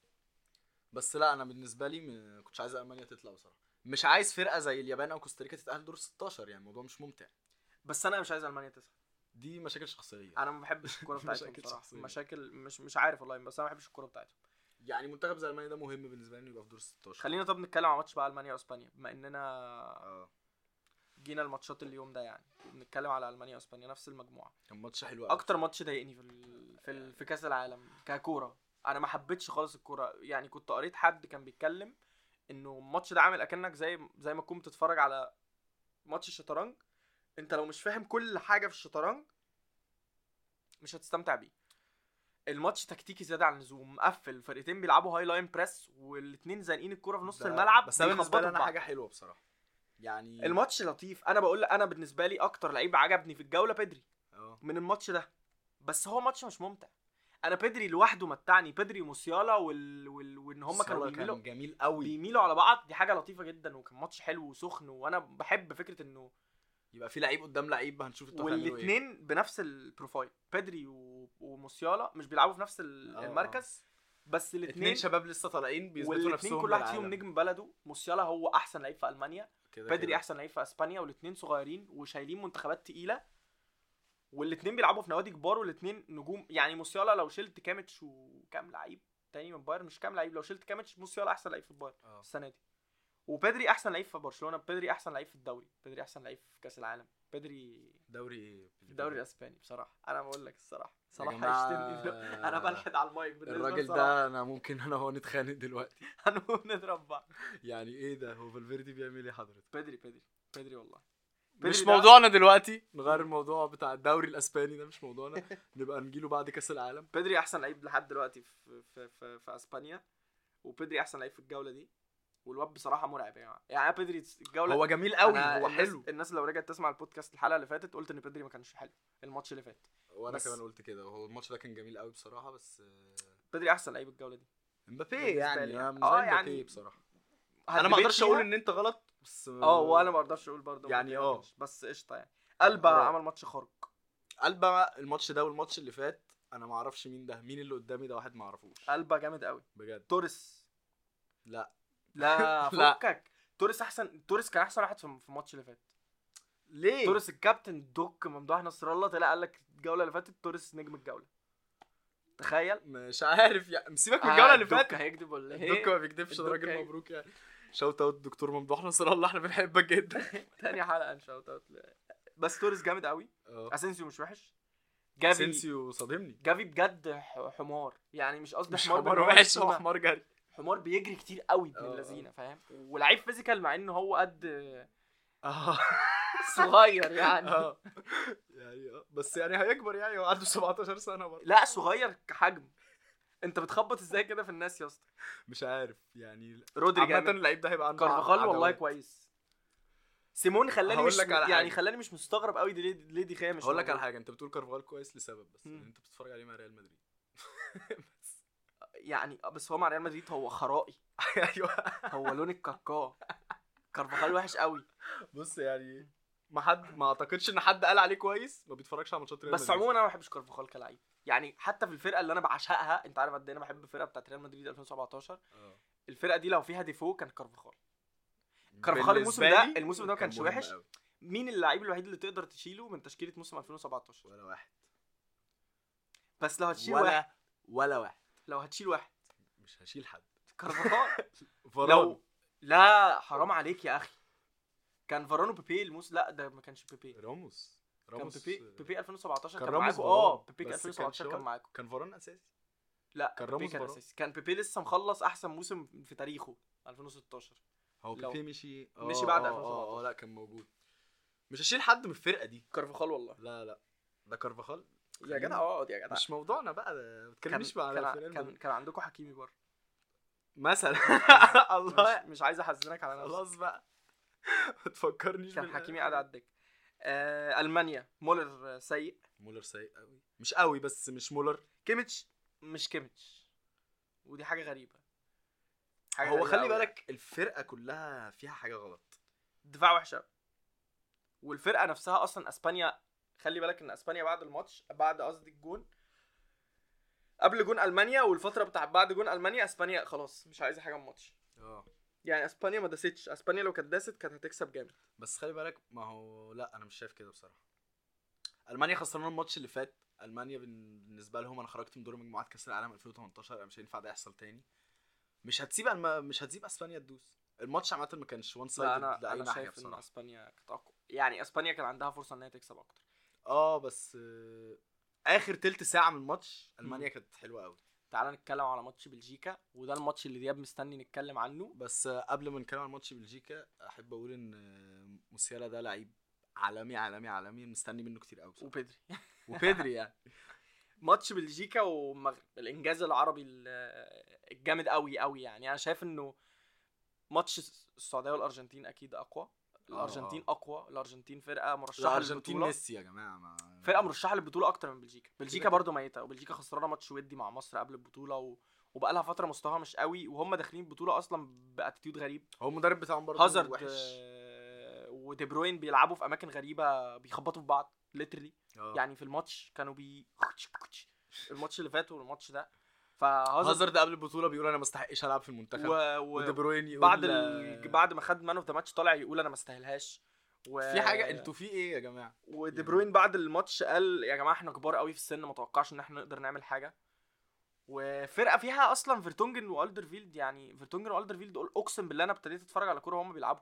[SPEAKER 2] بس لا انا بالنسبه لي ما كنتش عايز المانيا تطلع بصراحه مش عايز فرقه زي اليابان او كوستاريكا تتاهل دور 16 يعني الموضوع مش ممتع
[SPEAKER 1] بس انا مش عايز المانيا تصعد
[SPEAKER 2] دي مشاكل شخصيه
[SPEAKER 1] انا ما بحبش الكوره بتاعتهم
[SPEAKER 2] مشاكل
[SPEAKER 1] بصراحه
[SPEAKER 2] شخصية.
[SPEAKER 1] مشاكل مش مش عارف والله بس انا ما بحبش الكوره بتاعتهم
[SPEAKER 2] يعني منتخب زي المانيا ده مهم بالنسبه لي انه يبقى في دور 16
[SPEAKER 1] خلينا طب نتكلم عن ماتش بقى المانيا واسبانيا بما اننا
[SPEAKER 2] اه
[SPEAKER 1] جينا الماتشات اليوم ده يعني بنتكلم على المانيا واسبانيا نفس المجموعه
[SPEAKER 2] كان ماتش حلو قوي
[SPEAKER 1] اكتر ماتش ضايقني في ال... في, ال... في كاس العالم ككوره انا ما حبيتش خالص الكوره يعني كنت قريت حد كان بيتكلم انه الماتش ده عامل اكنك زي زي ما تكون بتتفرج على ماتش الشطرنج انت لو مش فاهم كل حاجه في الشطرنج مش هتستمتع بيه الماتش تكتيكي زياده عن اللزوم مقفل الفرقتين بيلعبوا هاي لاين بريس والاثنين زانقين الكوره في نص
[SPEAKER 2] ده-
[SPEAKER 1] الملعب
[SPEAKER 2] بس انا
[SPEAKER 1] بيخبطوا
[SPEAKER 2] بالنسبه لي
[SPEAKER 1] في
[SPEAKER 2] انا
[SPEAKER 1] بعض.
[SPEAKER 2] حاجه حلوه بصراحه يعني
[SPEAKER 1] الماتش لطيف انا بقول انا بالنسبه لي اكتر لعيب عجبني في الجوله بيدري
[SPEAKER 2] اه
[SPEAKER 1] من الماتش ده بس هو ماتش مش ممتع انا بيدري لوحده متعني بيدري وموسيالا وال... وال... وان هم كانوا
[SPEAKER 2] سلا
[SPEAKER 1] بيميلوا
[SPEAKER 2] كان جميل قوي
[SPEAKER 1] بيميلوا على بعض دي حاجه لطيفه جدا وكان ماتش حلو وسخن وانا بحب فكره انه
[SPEAKER 2] يبقى في لعيب قدام لعيب هنشوف انتوا هتعملوا ايه
[SPEAKER 1] والاثنين بنفس البروفايل بيدري و... وموسيالا مش بيلعبوا في نفس ال-
[SPEAKER 2] آه، آه.
[SPEAKER 1] المركز بس الاثنين
[SPEAKER 2] اتنين شباب لسه طالعين بيثبتوا نفسهم
[SPEAKER 1] والاثنين كل واحد
[SPEAKER 2] للعالم.
[SPEAKER 1] فيهم نجم بلده موسيالا هو احسن لعيب في المانيا
[SPEAKER 2] كده
[SPEAKER 1] بدري
[SPEAKER 2] كده.
[SPEAKER 1] احسن لعيب في اسبانيا والاثنين صغيرين وشايلين منتخبات تقيله والاثنين بيلعبوا في نوادي كبار والاثنين نجوم يعني موسيالا لو شلت كامتش وكام لعيب تاني من بايرن مش كام لعيب لو شلت كامتش موسيالا احسن لعيب في بايرن
[SPEAKER 2] اه
[SPEAKER 1] السنه دي وبدري احسن لعيب في برشلونه بدري احسن لعيب في الدوري بدري احسن لعيب في كاس العالم بدري
[SPEAKER 2] دوري ايه
[SPEAKER 1] في الدوري الاسباني بصراحه انا بقول لك الصراحه صلاح
[SPEAKER 2] جماعة، آه،
[SPEAKER 1] هيشتمني دلوقتي. انا بلحد على المايك بالنسبه
[SPEAKER 2] الراجل
[SPEAKER 1] لصلاح.
[SPEAKER 2] ده انا ممكن انا هو نتخانق دلوقتي
[SPEAKER 1] هنقوم نضرب بعض
[SPEAKER 2] يعني ايه ده هو فالفيردي بيعمل ايه حضرتك
[SPEAKER 1] بدري بدري بدري والله بدري
[SPEAKER 2] مش
[SPEAKER 1] ده-
[SPEAKER 2] موضوعنا دلوقتي نغير الموضوع بتاع الدوري الاسباني ده مش موضوعنا نبقى نجيله بعد كاس العالم
[SPEAKER 1] بدري احسن لعيب لحد دلوقتي في في في, في اسبانيا وبدري احسن لعيب في الجوله دي والواد بصراحه مرعب يا جماعه يعني أنا بدري الجوله
[SPEAKER 2] هو جميل قوي
[SPEAKER 1] أنا
[SPEAKER 2] هو
[SPEAKER 1] الناس-
[SPEAKER 2] حلو
[SPEAKER 1] الناس لو رجعت تسمع البودكاست الحلقه اللي فاتت قلت ان بدري ما كانش حلو الماتش اللي فات
[SPEAKER 2] وانا
[SPEAKER 1] بس-
[SPEAKER 2] كمان قلت كده هو الماتش ده كان جميل قوي بصراحه بس آه،
[SPEAKER 1] بدري احسن لعيب الجوله دي
[SPEAKER 2] امبابي
[SPEAKER 1] بالنسبة
[SPEAKER 2] يعني
[SPEAKER 1] لي
[SPEAKER 2] انا
[SPEAKER 1] يعني.
[SPEAKER 2] بالنسبه لي
[SPEAKER 1] آه، يعني
[SPEAKER 2] امبابي بصراحه انا
[SPEAKER 1] هتدبيت
[SPEAKER 2] ما اقدرش
[SPEAKER 1] فيها؟
[SPEAKER 2] اقول ان انت غلط بس آه،
[SPEAKER 1] اه وانا ما اقدرش اقول برضه
[SPEAKER 2] يعني
[SPEAKER 1] بدري ما
[SPEAKER 2] آه.
[SPEAKER 1] كانش- بس قشطه يعني قلبه
[SPEAKER 2] آه.
[SPEAKER 1] عمل ماتش خارق
[SPEAKER 2] قلبه الماتش ده والماتش اللي فات انا ما اعرفش مين ده مين اللي قدامي ده واحد ما اعرفوش
[SPEAKER 1] قلبه جامد قوي
[SPEAKER 2] بجد
[SPEAKER 1] توريس
[SPEAKER 2] لا
[SPEAKER 1] لا
[SPEAKER 2] لا.
[SPEAKER 1] فكك توريس احسن توريس كان احسن واحد في في الماتش اللي فات
[SPEAKER 2] ليه
[SPEAKER 1] توريس الكابتن دوك ممدوح نصر الله طلع قال لك الجوله اللي فاتت توريس نجم الجوله تخيل آه،
[SPEAKER 2] مش عارف يعني سيبك من الجوله اللي فاتت
[SPEAKER 1] هيكذب ولا
[SPEAKER 2] الدك
[SPEAKER 1] ايه
[SPEAKER 2] ما بيكدبش ده
[SPEAKER 1] الدك
[SPEAKER 2] راجل
[SPEAKER 1] هيك-
[SPEAKER 2] مبروك يعني شوت اوت دكتور ممدوح نصر الله احنا بنحبك جدا
[SPEAKER 1] تاني حلقه ان شاء الله بس توريس جامد قوي
[SPEAKER 2] اه
[SPEAKER 1] اسينسيو مش وحش جافي
[SPEAKER 2] اسينسيو صادمني
[SPEAKER 1] جافي بجد ح- حمار يعني مش قصدي
[SPEAKER 2] مش
[SPEAKER 1] حمار
[SPEAKER 2] حمار
[SPEAKER 1] باللي هو
[SPEAKER 2] وحش هو
[SPEAKER 1] سيما.
[SPEAKER 2] حمار جري
[SPEAKER 1] حمار بيجري كتير قوي ابن
[SPEAKER 2] اه.
[SPEAKER 1] اللذينه فاهم ولعيب فيزيكال مع ان هو قد
[SPEAKER 2] اه
[SPEAKER 1] صغير يعني
[SPEAKER 2] اه يعني اه بس يعني هيكبر يعني هو عنده 17 سنه برضه
[SPEAKER 1] لا صغير كحجم انت بتخبط ازاي كده في الناس يا اسطى
[SPEAKER 2] مش عارف يعني
[SPEAKER 1] رودري
[SPEAKER 2] عامة
[SPEAKER 1] جامد
[SPEAKER 2] اللعيب ده هيبقى عنده
[SPEAKER 1] كارفاخال والله
[SPEAKER 2] عدوات.
[SPEAKER 1] كويس سيمون خلاني
[SPEAKER 2] هقول
[SPEAKER 1] مش
[SPEAKER 2] لك على
[SPEAKER 1] يعني
[SPEAKER 2] حاجة.
[SPEAKER 1] خلاني مش مستغرب قوي دي ليه ليه دي خيا مش
[SPEAKER 2] هقول لك
[SPEAKER 1] موجودة.
[SPEAKER 2] على حاجه انت بتقول كارفاخال كويس لسبب بس
[SPEAKER 1] مم.
[SPEAKER 2] ان انت بتتفرج عليه مع ريال مدريد بس
[SPEAKER 1] يعني آه، بس هو مع ريال مدريد هو خرائي
[SPEAKER 2] ايوه
[SPEAKER 1] هو لون الكاكاه كارفاخال وحش قوي
[SPEAKER 2] بص يعني ما حد ما اعتقدش ان حد قال عليه كويس ما بيتفرجش على ماتشات ريال
[SPEAKER 1] بس
[SPEAKER 2] مدريد
[SPEAKER 1] عموما انا ما بحبش كارفاخال كلاعب يعني حتى في الفرقه اللي انا بعشقها انت عارف قد ايه انا بحب الفرقه بتاعت ريال مدريد 2017
[SPEAKER 2] اه.
[SPEAKER 1] الفرقه دي لو فيها ديفو كان كارفاخال كارفاخال الموسم ده-
[SPEAKER 2] بالنسبة لي
[SPEAKER 1] الموسم ده ما
[SPEAKER 2] كان
[SPEAKER 1] كانش
[SPEAKER 2] مهم
[SPEAKER 1] وحش.
[SPEAKER 2] قوي.
[SPEAKER 1] مين اللاعب الوحيد اللي تقدر تشيله من تشكيله موسم 2017
[SPEAKER 2] ولا واحد
[SPEAKER 1] بس لو هتشيل
[SPEAKER 2] ولا-
[SPEAKER 1] واحد
[SPEAKER 2] ولا واحد
[SPEAKER 1] لو هتشيل واحد
[SPEAKER 2] مش هشيل حد
[SPEAKER 1] كارفاخال
[SPEAKER 2] فران
[SPEAKER 1] لو لا حرام عليك يا اخي كان فارانو بيبي الموس لا ده ما كانش بيبي
[SPEAKER 2] راموس
[SPEAKER 1] كان
[SPEAKER 2] راموس
[SPEAKER 1] بيبي بيبي 2017
[SPEAKER 2] كان
[SPEAKER 1] كان,
[SPEAKER 2] راموس
[SPEAKER 1] معاكم
[SPEAKER 2] فاران،
[SPEAKER 1] اه بيبي
[SPEAKER 2] بس كان
[SPEAKER 1] 2017 كان
[SPEAKER 2] شوال.
[SPEAKER 1] معاكم
[SPEAKER 2] كان فران اساسي
[SPEAKER 1] لا
[SPEAKER 2] كان
[SPEAKER 1] كان بيبي
[SPEAKER 2] راموس
[SPEAKER 1] كان
[SPEAKER 2] برا.
[SPEAKER 1] اساسي كان بيبي لسه مخلص احسن موسم في تاريخه 2016
[SPEAKER 2] هو
[SPEAKER 1] لو-
[SPEAKER 2] بيبي مشي اه،
[SPEAKER 1] مشي بعد
[SPEAKER 2] اه،
[SPEAKER 1] 2017.
[SPEAKER 2] اه اه، لا كان موجود مش هشيل حد من الفرقه دي
[SPEAKER 1] كارفاخال والله
[SPEAKER 2] لا لا ده كارفاخال
[SPEAKER 1] يا جدع اقعد يا جدع
[SPEAKER 2] مش موضوعنا بقى ده ما تكلمنيش بقى على
[SPEAKER 1] كان,
[SPEAKER 2] الفرقة
[SPEAKER 1] كان, كان, كان عندكم حكيمي بره
[SPEAKER 2] مثلا الله
[SPEAKER 1] مش, مش عايز احزنك على نفسك
[SPEAKER 2] خلاص بقى ما تفكرنيش
[SPEAKER 1] كان
[SPEAKER 2] بالأهلي.
[SPEAKER 1] حكيمي قاعد على الدكه آه المانيا مولر آه، سيء
[SPEAKER 2] مولر سيء قوي مش قوي بس مش مولر
[SPEAKER 1] كيميتش مش كيميتش ودي حاجه غريبه
[SPEAKER 2] هو
[SPEAKER 1] غريبة
[SPEAKER 2] خلي
[SPEAKER 1] أوي يعني.
[SPEAKER 2] بالك الفرقه كلها فيها حاجه غلط
[SPEAKER 1] الدفاع وحش أوي. والفرقه نفسها اصلا اسبانيا خلي بالك ان اسبانيا بعد الماتش بعد قصدي الجون قبل جون المانيا والفتره بتاع بعد جون المانيا اسبانيا خلاص مش عايزه حاجه من الماتش
[SPEAKER 2] اه
[SPEAKER 1] يعني اسبانيا ما داستش اسبانيا لو كانت داست كانت هتكسب جامد
[SPEAKER 2] بس خلي بالك ما هو لا انا مش شايف كده بصراحه المانيا خسرانه الماتش اللي فات المانيا بن- بالنسبه لهم انا خرجت من دور مجموعات كاس العالم 2018 انا مش هينفع ده يحصل تاني مش هتسيب الم... مش هتسيب اسبانيا تدوس الماتش عامه ما كانش وان
[SPEAKER 1] لا
[SPEAKER 2] سايد
[SPEAKER 1] انا
[SPEAKER 2] لاي
[SPEAKER 1] انا
[SPEAKER 2] ناحيه
[SPEAKER 1] شايف ان
[SPEAKER 2] بصراحه
[SPEAKER 1] اسبانيا كانت اقوى يعني اسبانيا كان عندها فرصه ان هي تكسب اكتر
[SPEAKER 2] اه بس آه، اخر تلت ساعه من الماتش المانيا كانت حلوه قوي
[SPEAKER 1] تعال نتكلم على ماتش بلجيكا وده الماتش اللي دياب مستني نتكلم عنه
[SPEAKER 2] بس آه، قبل ما نتكلم عن ماتش بلجيكا احب اقول ان آه، موسيالا ده لعيب عالمي عالمي عالمي مستني منه كتير قوي
[SPEAKER 1] وبدري
[SPEAKER 2] وبيدري يعني
[SPEAKER 1] ماتش بلجيكا والمغرب الانجاز العربي ال- الجامد قوي قوي يعني انا شايف انه ماتش السعوديه والارجنتين اكيد اقوى الارجنتين اقوى الارجنتين فرقه مرشحه
[SPEAKER 2] الارجنتين
[SPEAKER 1] للبطوله
[SPEAKER 2] آه. ميسي يا جماعه ما-
[SPEAKER 1] فرقه مرشحه للبطوله اكتر من بلجيكا بلجيكا
[SPEAKER 2] كده.
[SPEAKER 1] برضو ميته وبلجيكا خسرانه ماتش ودي مع مصر قبل البطوله و... وبقى لها فتره مستواها مش قوي وهم داخلين البطوله اصلا باتيتيود غريب
[SPEAKER 2] هو المدرب بتاعهم برضه
[SPEAKER 1] هازارد
[SPEAKER 2] وحش
[SPEAKER 1] آه، ودي بروين بيلعبوا في اماكن غريبه بيخبطوا في بعض ليترلي
[SPEAKER 2] آه.
[SPEAKER 1] يعني في الماتش كانوا بي الماتش اللي فات والماتش ده فهازارد
[SPEAKER 2] هازارد قبل البطوله بيقول انا ما استحقش العب في المنتخب و...
[SPEAKER 1] و...
[SPEAKER 2] ودي
[SPEAKER 1] و...
[SPEAKER 2] بروين يقول
[SPEAKER 1] بعد
[SPEAKER 2] آه،
[SPEAKER 1] ال... بعد ما خد مان اوف ذا ماتش طالع يقول انا ما استاهلهاش و...
[SPEAKER 2] في
[SPEAKER 1] آه.
[SPEAKER 2] حاجه انتوا في ايه يا جماعه
[SPEAKER 1] ودي
[SPEAKER 2] يعني-
[SPEAKER 1] بروين بعد الماتش قال يا جماعه احنا كبار قوي في السن ما توقعش ان احنا نقدر نعمل حاجه وفرقه فيها اصلا فيرتونجن والدرفيلد يعني فيرتونجن والدرفيلد دول اقسم بالله انا ابتديت اتفرج على كوره وهم بيلعبوا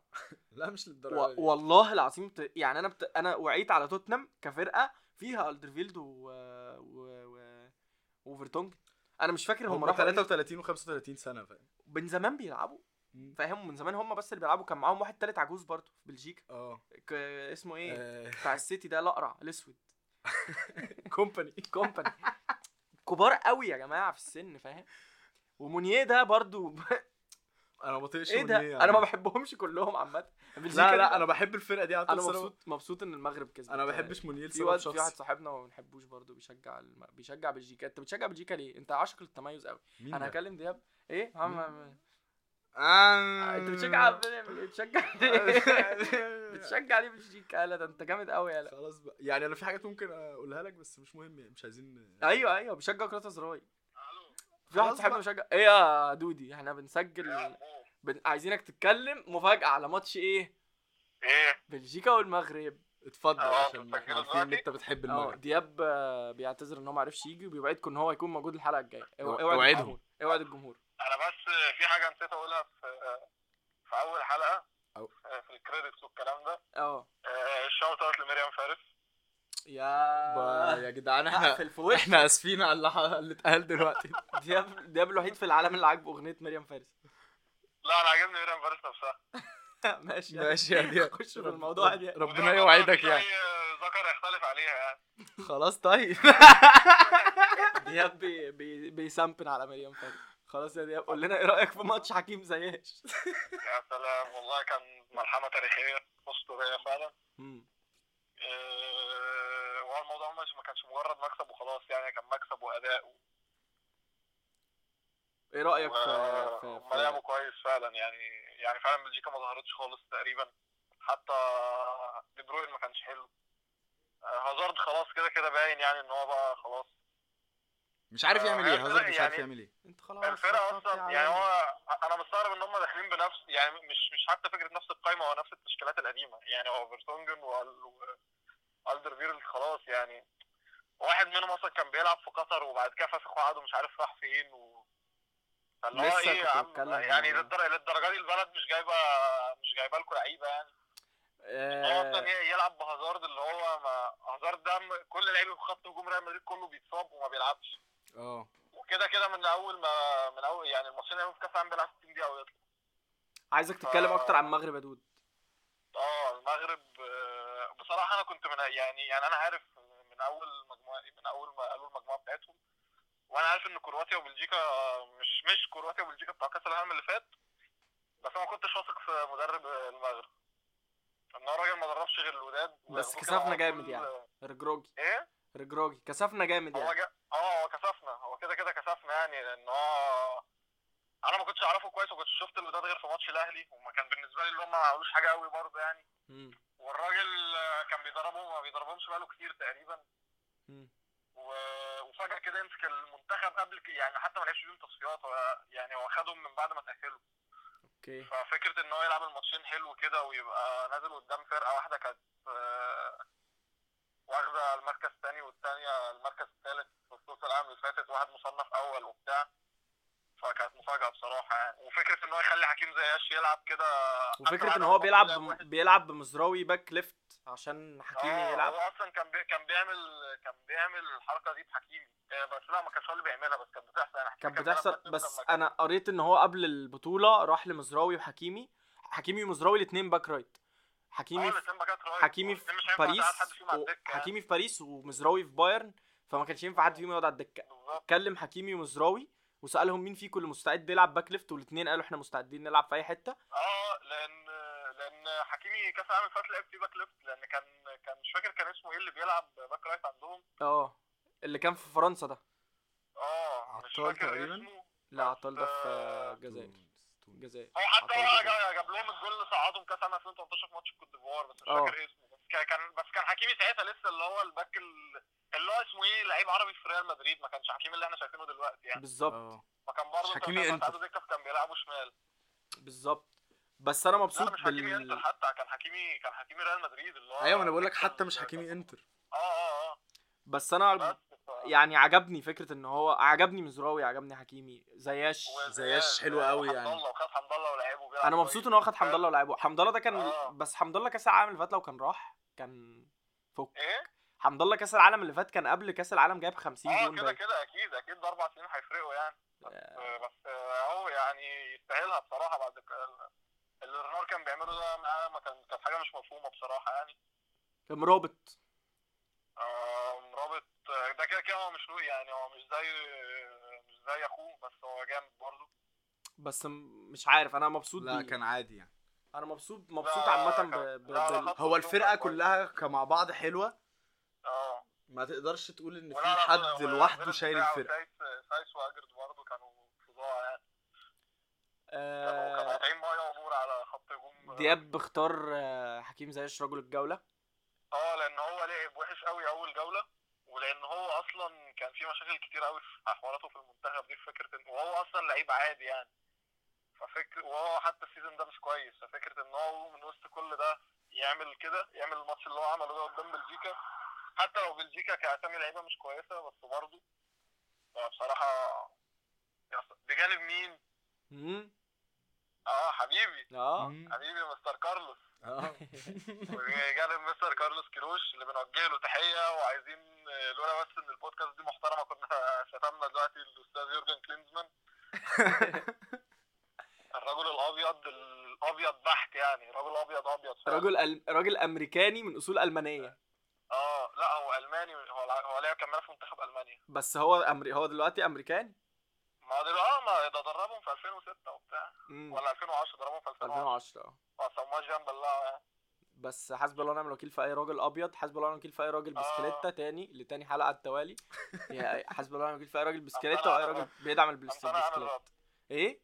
[SPEAKER 2] لا مش
[SPEAKER 1] و...
[SPEAKER 2] للدرجه دي.
[SPEAKER 1] والله العظيم بت... يعني انا بت... انا وعيت على توتنهام كفرقه فيها الدرفيلد و, و... و... وفرتونج انا مش فاكر هم
[SPEAKER 2] هم
[SPEAKER 1] راحوا
[SPEAKER 2] 33 و35 سنه فاهم
[SPEAKER 1] من زمان بيلعبوا
[SPEAKER 2] مم.
[SPEAKER 1] فاهم من زمان هم بس اللي بيلعبوا كان معاهم واحد تالت عجوز برضه في بلجيكا
[SPEAKER 2] اه
[SPEAKER 1] ك... اسمه ايه
[SPEAKER 2] آه،
[SPEAKER 1] بتاع السيتي ده الاقرع الاسود
[SPEAKER 2] كومباني
[SPEAKER 1] كومباني كبار قوي يا جماعه في السن فاهم ومونيه ده برضو
[SPEAKER 2] انا ما بطيقش
[SPEAKER 1] ايه
[SPEAKER 2] مونيه
[SPEAKER 1] ده
[SPEAKER 2] يعني.
[SPEAKER 1] انا ما بحبهمش كلهم عامه
[SPEAKER 2] لا لا انا بحب الفرقه دي على طول
[SPEAKER 1] انا
[SPEAKER 2] بس
[SPEAKER 1] مبسوط مبسوط ان المغرب كسب
[SPEAKER 2] انا ما بحبش مونيه
[SPEAKER 1] في واحد
[SPEAKER 2] لسبب
[SPEAKER 1] في واحد
[SPEAKER 2] شخصي
[SPEAKER 1] صاحبنا ما بنحبوش برضه بيشجع الم... بيشجع بلجيكا انت بتشجع بلجيكا ليه انت عاشق للتميز قوي
[SPEAKER 2] مين
[SPEAKER 1] انا
[SPEAKER 2] ده؟
[SPEAKER 1] هكلم دياب ايه هم هم
[SPEAKER 2] آه.
[SPEAKER 1] انت بتشجع بتشجع ليه؟ بتشجع ليه بلجيكا لا ده انت جامد قوي يا لا
[SPEAKER 2] خلاص بقى يعني انا في حاجات ممكن اقولها لك بس مش مهم يعني مش عايزين
[SPEAKER 1] ايوه ايوه بشجع كرة الزراعي في واحد
[SPEAKER 2] خلاص
[SPEAKER 1] صاحبنا
[SPEAKER 2] بقى.
[SPEAKER 1] بيشجع ايه يا دودي احنا بنسجل بن... عايزينك تتكلم مفاجأة على ماتش ايه
[SPEAKER 3] ايه
[SPEAKER 1] بلجيكا والمغرب
[SPEAKER 2] اتفضل
[SPEAKER 3] اه،
[SPEAKER 2] عشان
[SPEAKER 3] بتسجل
[SPEAKER 2] احنا عارفين ان
[SPEAKER 3] دلوقتي؟
[SPEAKER 2] انت بتحب
[SPEAKER 1] اه
[SPEAKER 2] المغرب
[SPEAKER 1] دياب آه، بيعتذر ان هو ما عرفش يجي وبيوعدكم ان هو هيكون موجود الحلقة الجاية اوعد
[SPEAKER 2] اوعدهم.
[SPEAKER 1] الجمهور. اوعد الجمهور
[SPEAKER 3] انا بس في حاجه نسيت اقولها في في اول حلقه
[SPEAKER 2] أو.
[SPEAKER 3] في الكريدتس والكلام ده آه،
[SPEAKER 1] اه
[SPEAKER 3] الشوت اوت لمريم فارس
[SPEAKER 2] يا
[SPEAKER 1] با-
[SPEAKER 2] يا جدعان احنا
[SPEAKER 1] هقفل في وش
[SPEAKER 2] احنا اسفين على اللي ح- اللي اتقال دلوقتي
[SPEAKER 1] دياب دياب الوحيد في العالم اللي عاجبه اغنيه مريم فارس
[SPEAKER 3] لا انا عجبني ميريم فارس نفسها
[SPEAKER 1] ماشي يعني.
[SPEAKER 2] ماشي يا دياب
[SPEAKER 1] خش في الموضوع يا
[SPEAKER 2] دي
[SPEAKER 1] دياب
[SPEAKER 2] ربنا يوعدك
[SPEAKER 3] مفيش
[SPEAKER 2] يعني
[SPEAKER 3] أي ذكر يختلف عليها يعني
[SPEAKER 2] خلاص طيب
[SPEAKER 1] دياب بي بي بيسامبن على مريم فارس خلاص يا دياب قول لنا ايه رايك في ماتش حكيم زياش
[SPEAKER 3] يا سلام والله كان ملحمه تاريخيه اسطوريه فعلا
[SPEAKER 1] مم.
[SPEAKER 3] آه، وهو الموضوع مش ما كانش مجرد مكسب وخلاص يعني كان مكسب واداء و-
[SPEAKER 1] ايه رايك في في,
[SPEAKER 3] هم
[SPEAKER 1] في
[SPEAKER 3] لعبوا كويس فعلا يعني يعني فعلا بلجيكا ما ظهرتش خالص تقريبا حتى دي بروين ما كانش حلو آه، هازارد خلاص كده كده باين يعني ان هو بقى خلاص
[SPEAKER 2] مش عارف يعمل ايه
[SPEAKER 3] آه،
[SPEAKER 2] هازارد مش عارف
[SPEAKER 3] يعني-
[SPEAKER 2] يعمل ايه
[SPEAKER 1] انت خلاص
[SPEAKER 3] الفرقه
[SPEAKER 1] خلاص يا
[SPEAKER 3] اصلا يعني
[SPEAKER 1] عم.
[SPEAKER 3] هو انا مستغرب ان هم داخلين بنفس يعني مش مش حتى فكره نفس القايمه هو نفس التشكيلات القديمه يعني هو فيرتونجن والدر فيرل خلاص يعني واحد منهم اصلا كان بيلعب في قطر وبعد كده فسخ وقعد ومش عارف راح فين و... فاللي هو
[SPEAKER 1] لسه
[SPEAKER 3] ايه يا
[SPEAKER 1] كنت
[SPEAKER 3] عم
[SPEAKER 1] بتكلم
[SPEAKER 3] يعني
[SPEAKER 1] عن-
[SPEAKER 3] للدر- للدرجه دي البلد مش جايبه مش جايبه لكم لعيبه يعني هو
[SPEAKER 1] آه،
[SPEAKER 3] اصلا ي- يلعب بهازارد اللي هو ما هازارد ده م- كل لعيبه في خط هجوم ريال مدريد كله بيتصاب وما بيلعبش
[SPEAKER 2] اه
[SPEAKER 3] وكده كده من اول ما من اول يعني الماتشين اللي هيبقوا في كاس العالم بيلعب 60 دقيقه ويطلع
[SPEAKER 1] عايزك تتكلم
[SPEAKER 3] آه.
[SPEAKER 1] اكتر عن المغرب يا دود
[SPEAKER 3] اه المغرب آه، بصراحه انا كنت من يعني يعني انا عارف من اول مجموعه من اول ما قالوا المجموعه بتاعتهم وانا عارف ان كرواتيا وبلجيكا آه، مش مش كرواتيا وبلجيكا بتاع كاس العالم اللي فات بس انا ما كنتش واثق في مدرب المغرب ان هو الراجل ما دربش غير الوداد
[SPEAKER 1] بس
[SPEAKER 3] وكان
[SPEAKER 1] كسفنا
[SPEAKER 3] على
[SPEAKER 1] جامد
[SPEAKER 3] طول-
[SPEAKER 1] يعني. رجروجي
[SPEAKER 3] ايه
[SPEAKER 1] رجروجي كسفنا جامد
[SPEAKER 3] هو
[SPEAKER 1] يعني
[SPEAKER 3] جا... اه هو كسفنا هو كده كده كسفنا يعني لان هو انا ما كنتش اعرفه كويس وما كنتش شفت اللي ده غير في ماتش الاهلي وما كان بالنسبه لي اللي هم ما عملوش حاجه قوي برضه يعني
[SPEAKER 1] مم.
[SPEAKER 3] والراجل آه، كان بيضربهم ما بيضربهمش بقاله كتير تقريبا
[SPEAKER 1] مم.
[SPEAKER 3] و... وفجاه كده يمسك المنتخب قبل ك... يعني حتى ما لعبش بيهم تصفيات هو يعني هو خدهم من بعد ما تاهلوا
[SPEAKER 1] اوكي
[SPEAKER 3] ففكره ان هو يلعب الماتشين حلو كده ويبقى نازل قدام فرقه واحده كانت آه، واخده المركز الثاني والثانيه المركز الثالث في بطوله العالم اللي فاتت واحد مصنف اول وبتاع فكانت مفاجاه بصراحه يعني وفكره ان هو يخلي حكيم زياش يلعب كده
[SPEAKER 1] وفكره ان هو بيلعب بم... بيلعب بمزراوي باك ليفت عشان حكيمي
[SPEAKER 3] يلعب
[SPEAKER 1] يلعب
[SPEAKER 3] آه، هو اصلا كان بي... كان بيعمل كان بيعمل الحركه دي بحكيمي آه، بس لا ما كانش هو اللي بيعملها بس كانت بتحصل يعني
[SPEAKER 1] كانت
[SPEAKER 3] كان بيلعب
[SPEAKER 1] بتحصل
[SPEAKER 3] باتنين
[SPEAKER 1] بس
[SPEAKER 3] لما كان-
[SPEAKER 1] انا قريت ان هو قبل البطوله راح لمزراوي وحكيمي حكيمي ومزراوي الاثنين باك رايت
[SPEAKER 3] اه
[SPEAKER 1] حكيمي في
[SPEAKER 3] الاتنين باكات رايت.
[SPEAKER 1] حكيمي في
[SPEAKER 3] والاتنين مش هينفع
[SPEAKER 1] باريس
[SPEAKER 3] تقعد حد فيهم
[SPEAKER 1] و-
[SPEAKER 3] على الدكة يعني.
[SPEAKER 1] حكيمي في باريس ومزراوي في بايرن فما كانش ينفع حد فيهم يقعد على الدكه
[SPEAKER 3] بالظبط
[SPEAKER 1] اتكلم حكيمي ومزراوي وسالهم مين فيكم اللي مستعد يلعب باك ليفت والاثنين قالوا احنا مستعدين نلعب في اي حته
[SPEAKER 3] اه لان لان حكيمي كاس العالم اللي فات لعب فيه باك ليفت لان كان كان مش فاكر كان اسمه ايه اللي بيلعب باك رايت عندهم
[SPEAKER 1] اه اللي كان في فرنسا ده
[SPEAKER 3] اه مش
[SPEAKER 2] عطال
[SPEAKER 3] فاكر
[SPEAKER 2] تقريباً؟
[SPEAKER 3] اسمه
[SPEAKER 1] لا عطال ده في الجزائر
[SPEAKER 2] تونس.
[SPEAKER 1] الجزائر
[SPEAKER 3] هو حتى
[SPEAKER 1] عطال
[SPEAKER 3] هو
[SPEAKER 1] جدا.
[SPEAKER 3] جا- جاب لهم الجول اللي صعدهم كاس العالم 2013 في ماتش الكوت ديفوار بس مش
[SPEAKER 2] آه.
[SPEAKER 1] اه.
[SPEAKER 3] فاكر اسمه بس كا- كان بس كان حكيمي ساعتها لسه اللي هو الباك ال- اللي هو اسمه ايه لعيب عربي في ريال مدريد ما كانش حكيمي اللي احنا شايفينه دلوقتي يعني
[SPEAKER 1] بالظبط
[SPEAKER 2] اه
[SPEAKER 3] فكان برضه
[SPEAKER 2] حكيمي انتر.
[SPEAKER 3] انت كان بيلعبه شمال
[SPEAKER 1] بالظبط بس انا
[SPEAKER 3] لا
[SPEAKER 1] مبسوط
[SPEAKER 3] مش حكيمي انتر
[SPEAKER 1] بال
[SPEAKER 3] حتى كان حكيمي كان حكيمي ريال مدريد اللي هو
[SPEAKER 2] ايوه ما انا بقول لك
[SPEAKER 3] الباك
[SPEAKER 2] حتى مش
[SPEAKER 3] ال-
[SPEAKER 2] حكيمي انتر
[SPEAKER 3] اه اه اه
[SPEAKER 1] بس انا
[SPEAKER 3] بس ف-
[SPEAKER 1] يعني عجبني فكره ان هو عجبني مزراوي عجبني حكيمي زياش
[SPEAKER 2] زياش حلو قوي يعني.
[SPEAKER 3] حمد الله وخد حمد الله ولعبه وبيلعب
[SPEAKER 1] انا مبسوط ان هو خد حمد الله ولعبه حمد الله ده كان
[SPEAKER 3] يعني آه.
[SPEAKER 1] بس حمد الله كاس العالم اللي فات لو كان راح كان فوق
[SPEAKER 3] ايه؟
[SPEAKER 1] حمد الله كاس العالم اللي فات كان قبل كاس العالم جايب 50
[SPEAKER 3] اه
[SPEAKER 1] جون
[SPEAKER 3] كده
[SPEAKER 1] باين.
[SPEAKER 3] كده اكيد اكيد ده اربع سنين هيفرقوا يعني بس بس هو يعني يستاهلها بصراحه بعد ك- اللي رينار كان بيعمله ده معاه ما كان كانت حاجه مش مفهومه بصراحه يعني
[SPEAKER 1] كان رابط
[SPEAKER 3] آم، رابط آه، ده كده كده هو مش لوي يعني هو مش زي مش زي اخوه بس هو جامد برضه
[SPEAKER 1] بس م- مش عارف انا مبسوط
[SPEAKER 2] لا
[SPEAKER 1] بيه
[SPEAKER 2] كان عادي يعني
[SPEAKER 1] انا مبسوط مبسوط
[SPEAKER 3] لا،
[SPEAKER 1] عامه
[SPEAKER 3] كان-
[SPEAKER 1] ب... ب...
[SPEAKER 3] لا، لا،
[SPEAKER 1] بال-
[SPEAKER 3] خط
[SPEAKER 2] هو
[SPEAKER 3] هجوم كان
[SPEAKER 2] الفرقه
[SPEAKER 3] كويس.
[SPEAKER 2] كلها كمع بعض حلوه
[SPEAKER 3] اه
[SPEAKER 2] ما تقدرش تقول ان في
[SPEAKER 3] ولا لا،
[SPEAKER 2] حد
[SPEAKER 3] ولا-
[SPEAKER 2] لوحده
[SPEAKER 3] ولا
[SPEAKER 2] شايل
[SPEAKER 3] دفاع،
[SPEAKER 2] الفرقه
[SPEAKER 3] وسايس سايس واجرد برضه كانوا فظاع يعني كانوا كانوا
[SPEAKER 1] آه...
[SPEAKER 3] قاطعين ميه ونور على خط هجوم
[SPEAKER 1] دياب اختار آه، حكيم زياش رجل الجوله
[SPEAKER 3] اه لان هو لعب وحش قوي اول جوله ولان هو اصلا كان في مشاكل كتير قوي في حواراته في المنتخب دي في فكره ان وهو اصلا لعيب عادي يعني ففكر وهو حتى السيزون ده مش كويس ففكره ان هو من وسط كل ده يعمل كده يعمل الماتش اللي هو عمله ده قدام بلجيكا حتى لو بلجيكا كاسامي لعيبه مش كويسه بس برضه بصراحه يس- بجانب مين؟
[SPEAKER 1] مم؟
[SPEAKER 3] اه حبيبي
[SPEAKER 1] اه
[SPEAKER 2] مم.
[SPEAKER 3] حبيبي مستر كارلوس
[SPEAKER 2] اه
[SPEAKER 3] وجالهم مستر كارلوس كيروش اللي بنوجه له تحيه وعايزين آه، لولا بس ان البودكاست دي محترمه كنا شتمنا دلوقتي الاستاذ يورجن كلينزمان الرجل الابيض الابيض بحت يعني رجل ابيض ابيض فعلا.
[SPEAKER 1] راجل أل... راجل امريكاني من اصول
[SPEAKER 3] آه.
[SPEAKER 1] المانيه
[SPEAKER 3] اه لا هو الماني هو الع- هو لعب كمان في منتخب المانيا
[SPEAKER 1] بس هو أمري... هو دلوقتي امريكاني
[SPEAKER 3] ما هو دلوقتي اه ما ده دربهم في 2006 وبتاع
[SPEAKER 1] امم
[SPEAKER 3] ولا 2010 دربهم في 2010
[SPEAKER 1] 2010 اه
[SPEAKER 3] ما سموهاش جنب الله يعني
[SPEAKER 1] بس حسب الله ونعم الوكيل في اي راجل ابيض حسب الله ونعم الوكيل في اي راجل
[SPEAKER 2] آه.
[SPEAKER 1] بسكليته تاني لتاني حلقه على التوالي يا- حسب الله ونعم الوكيل في اي راجل بسكليته واي راجل بيدعم البلاس-
[SPEAKER 3] امتنع عن
[SPEAKER 1] البسكليت
[SPEAKER 3] الرد
[SPEAKER 1] ايه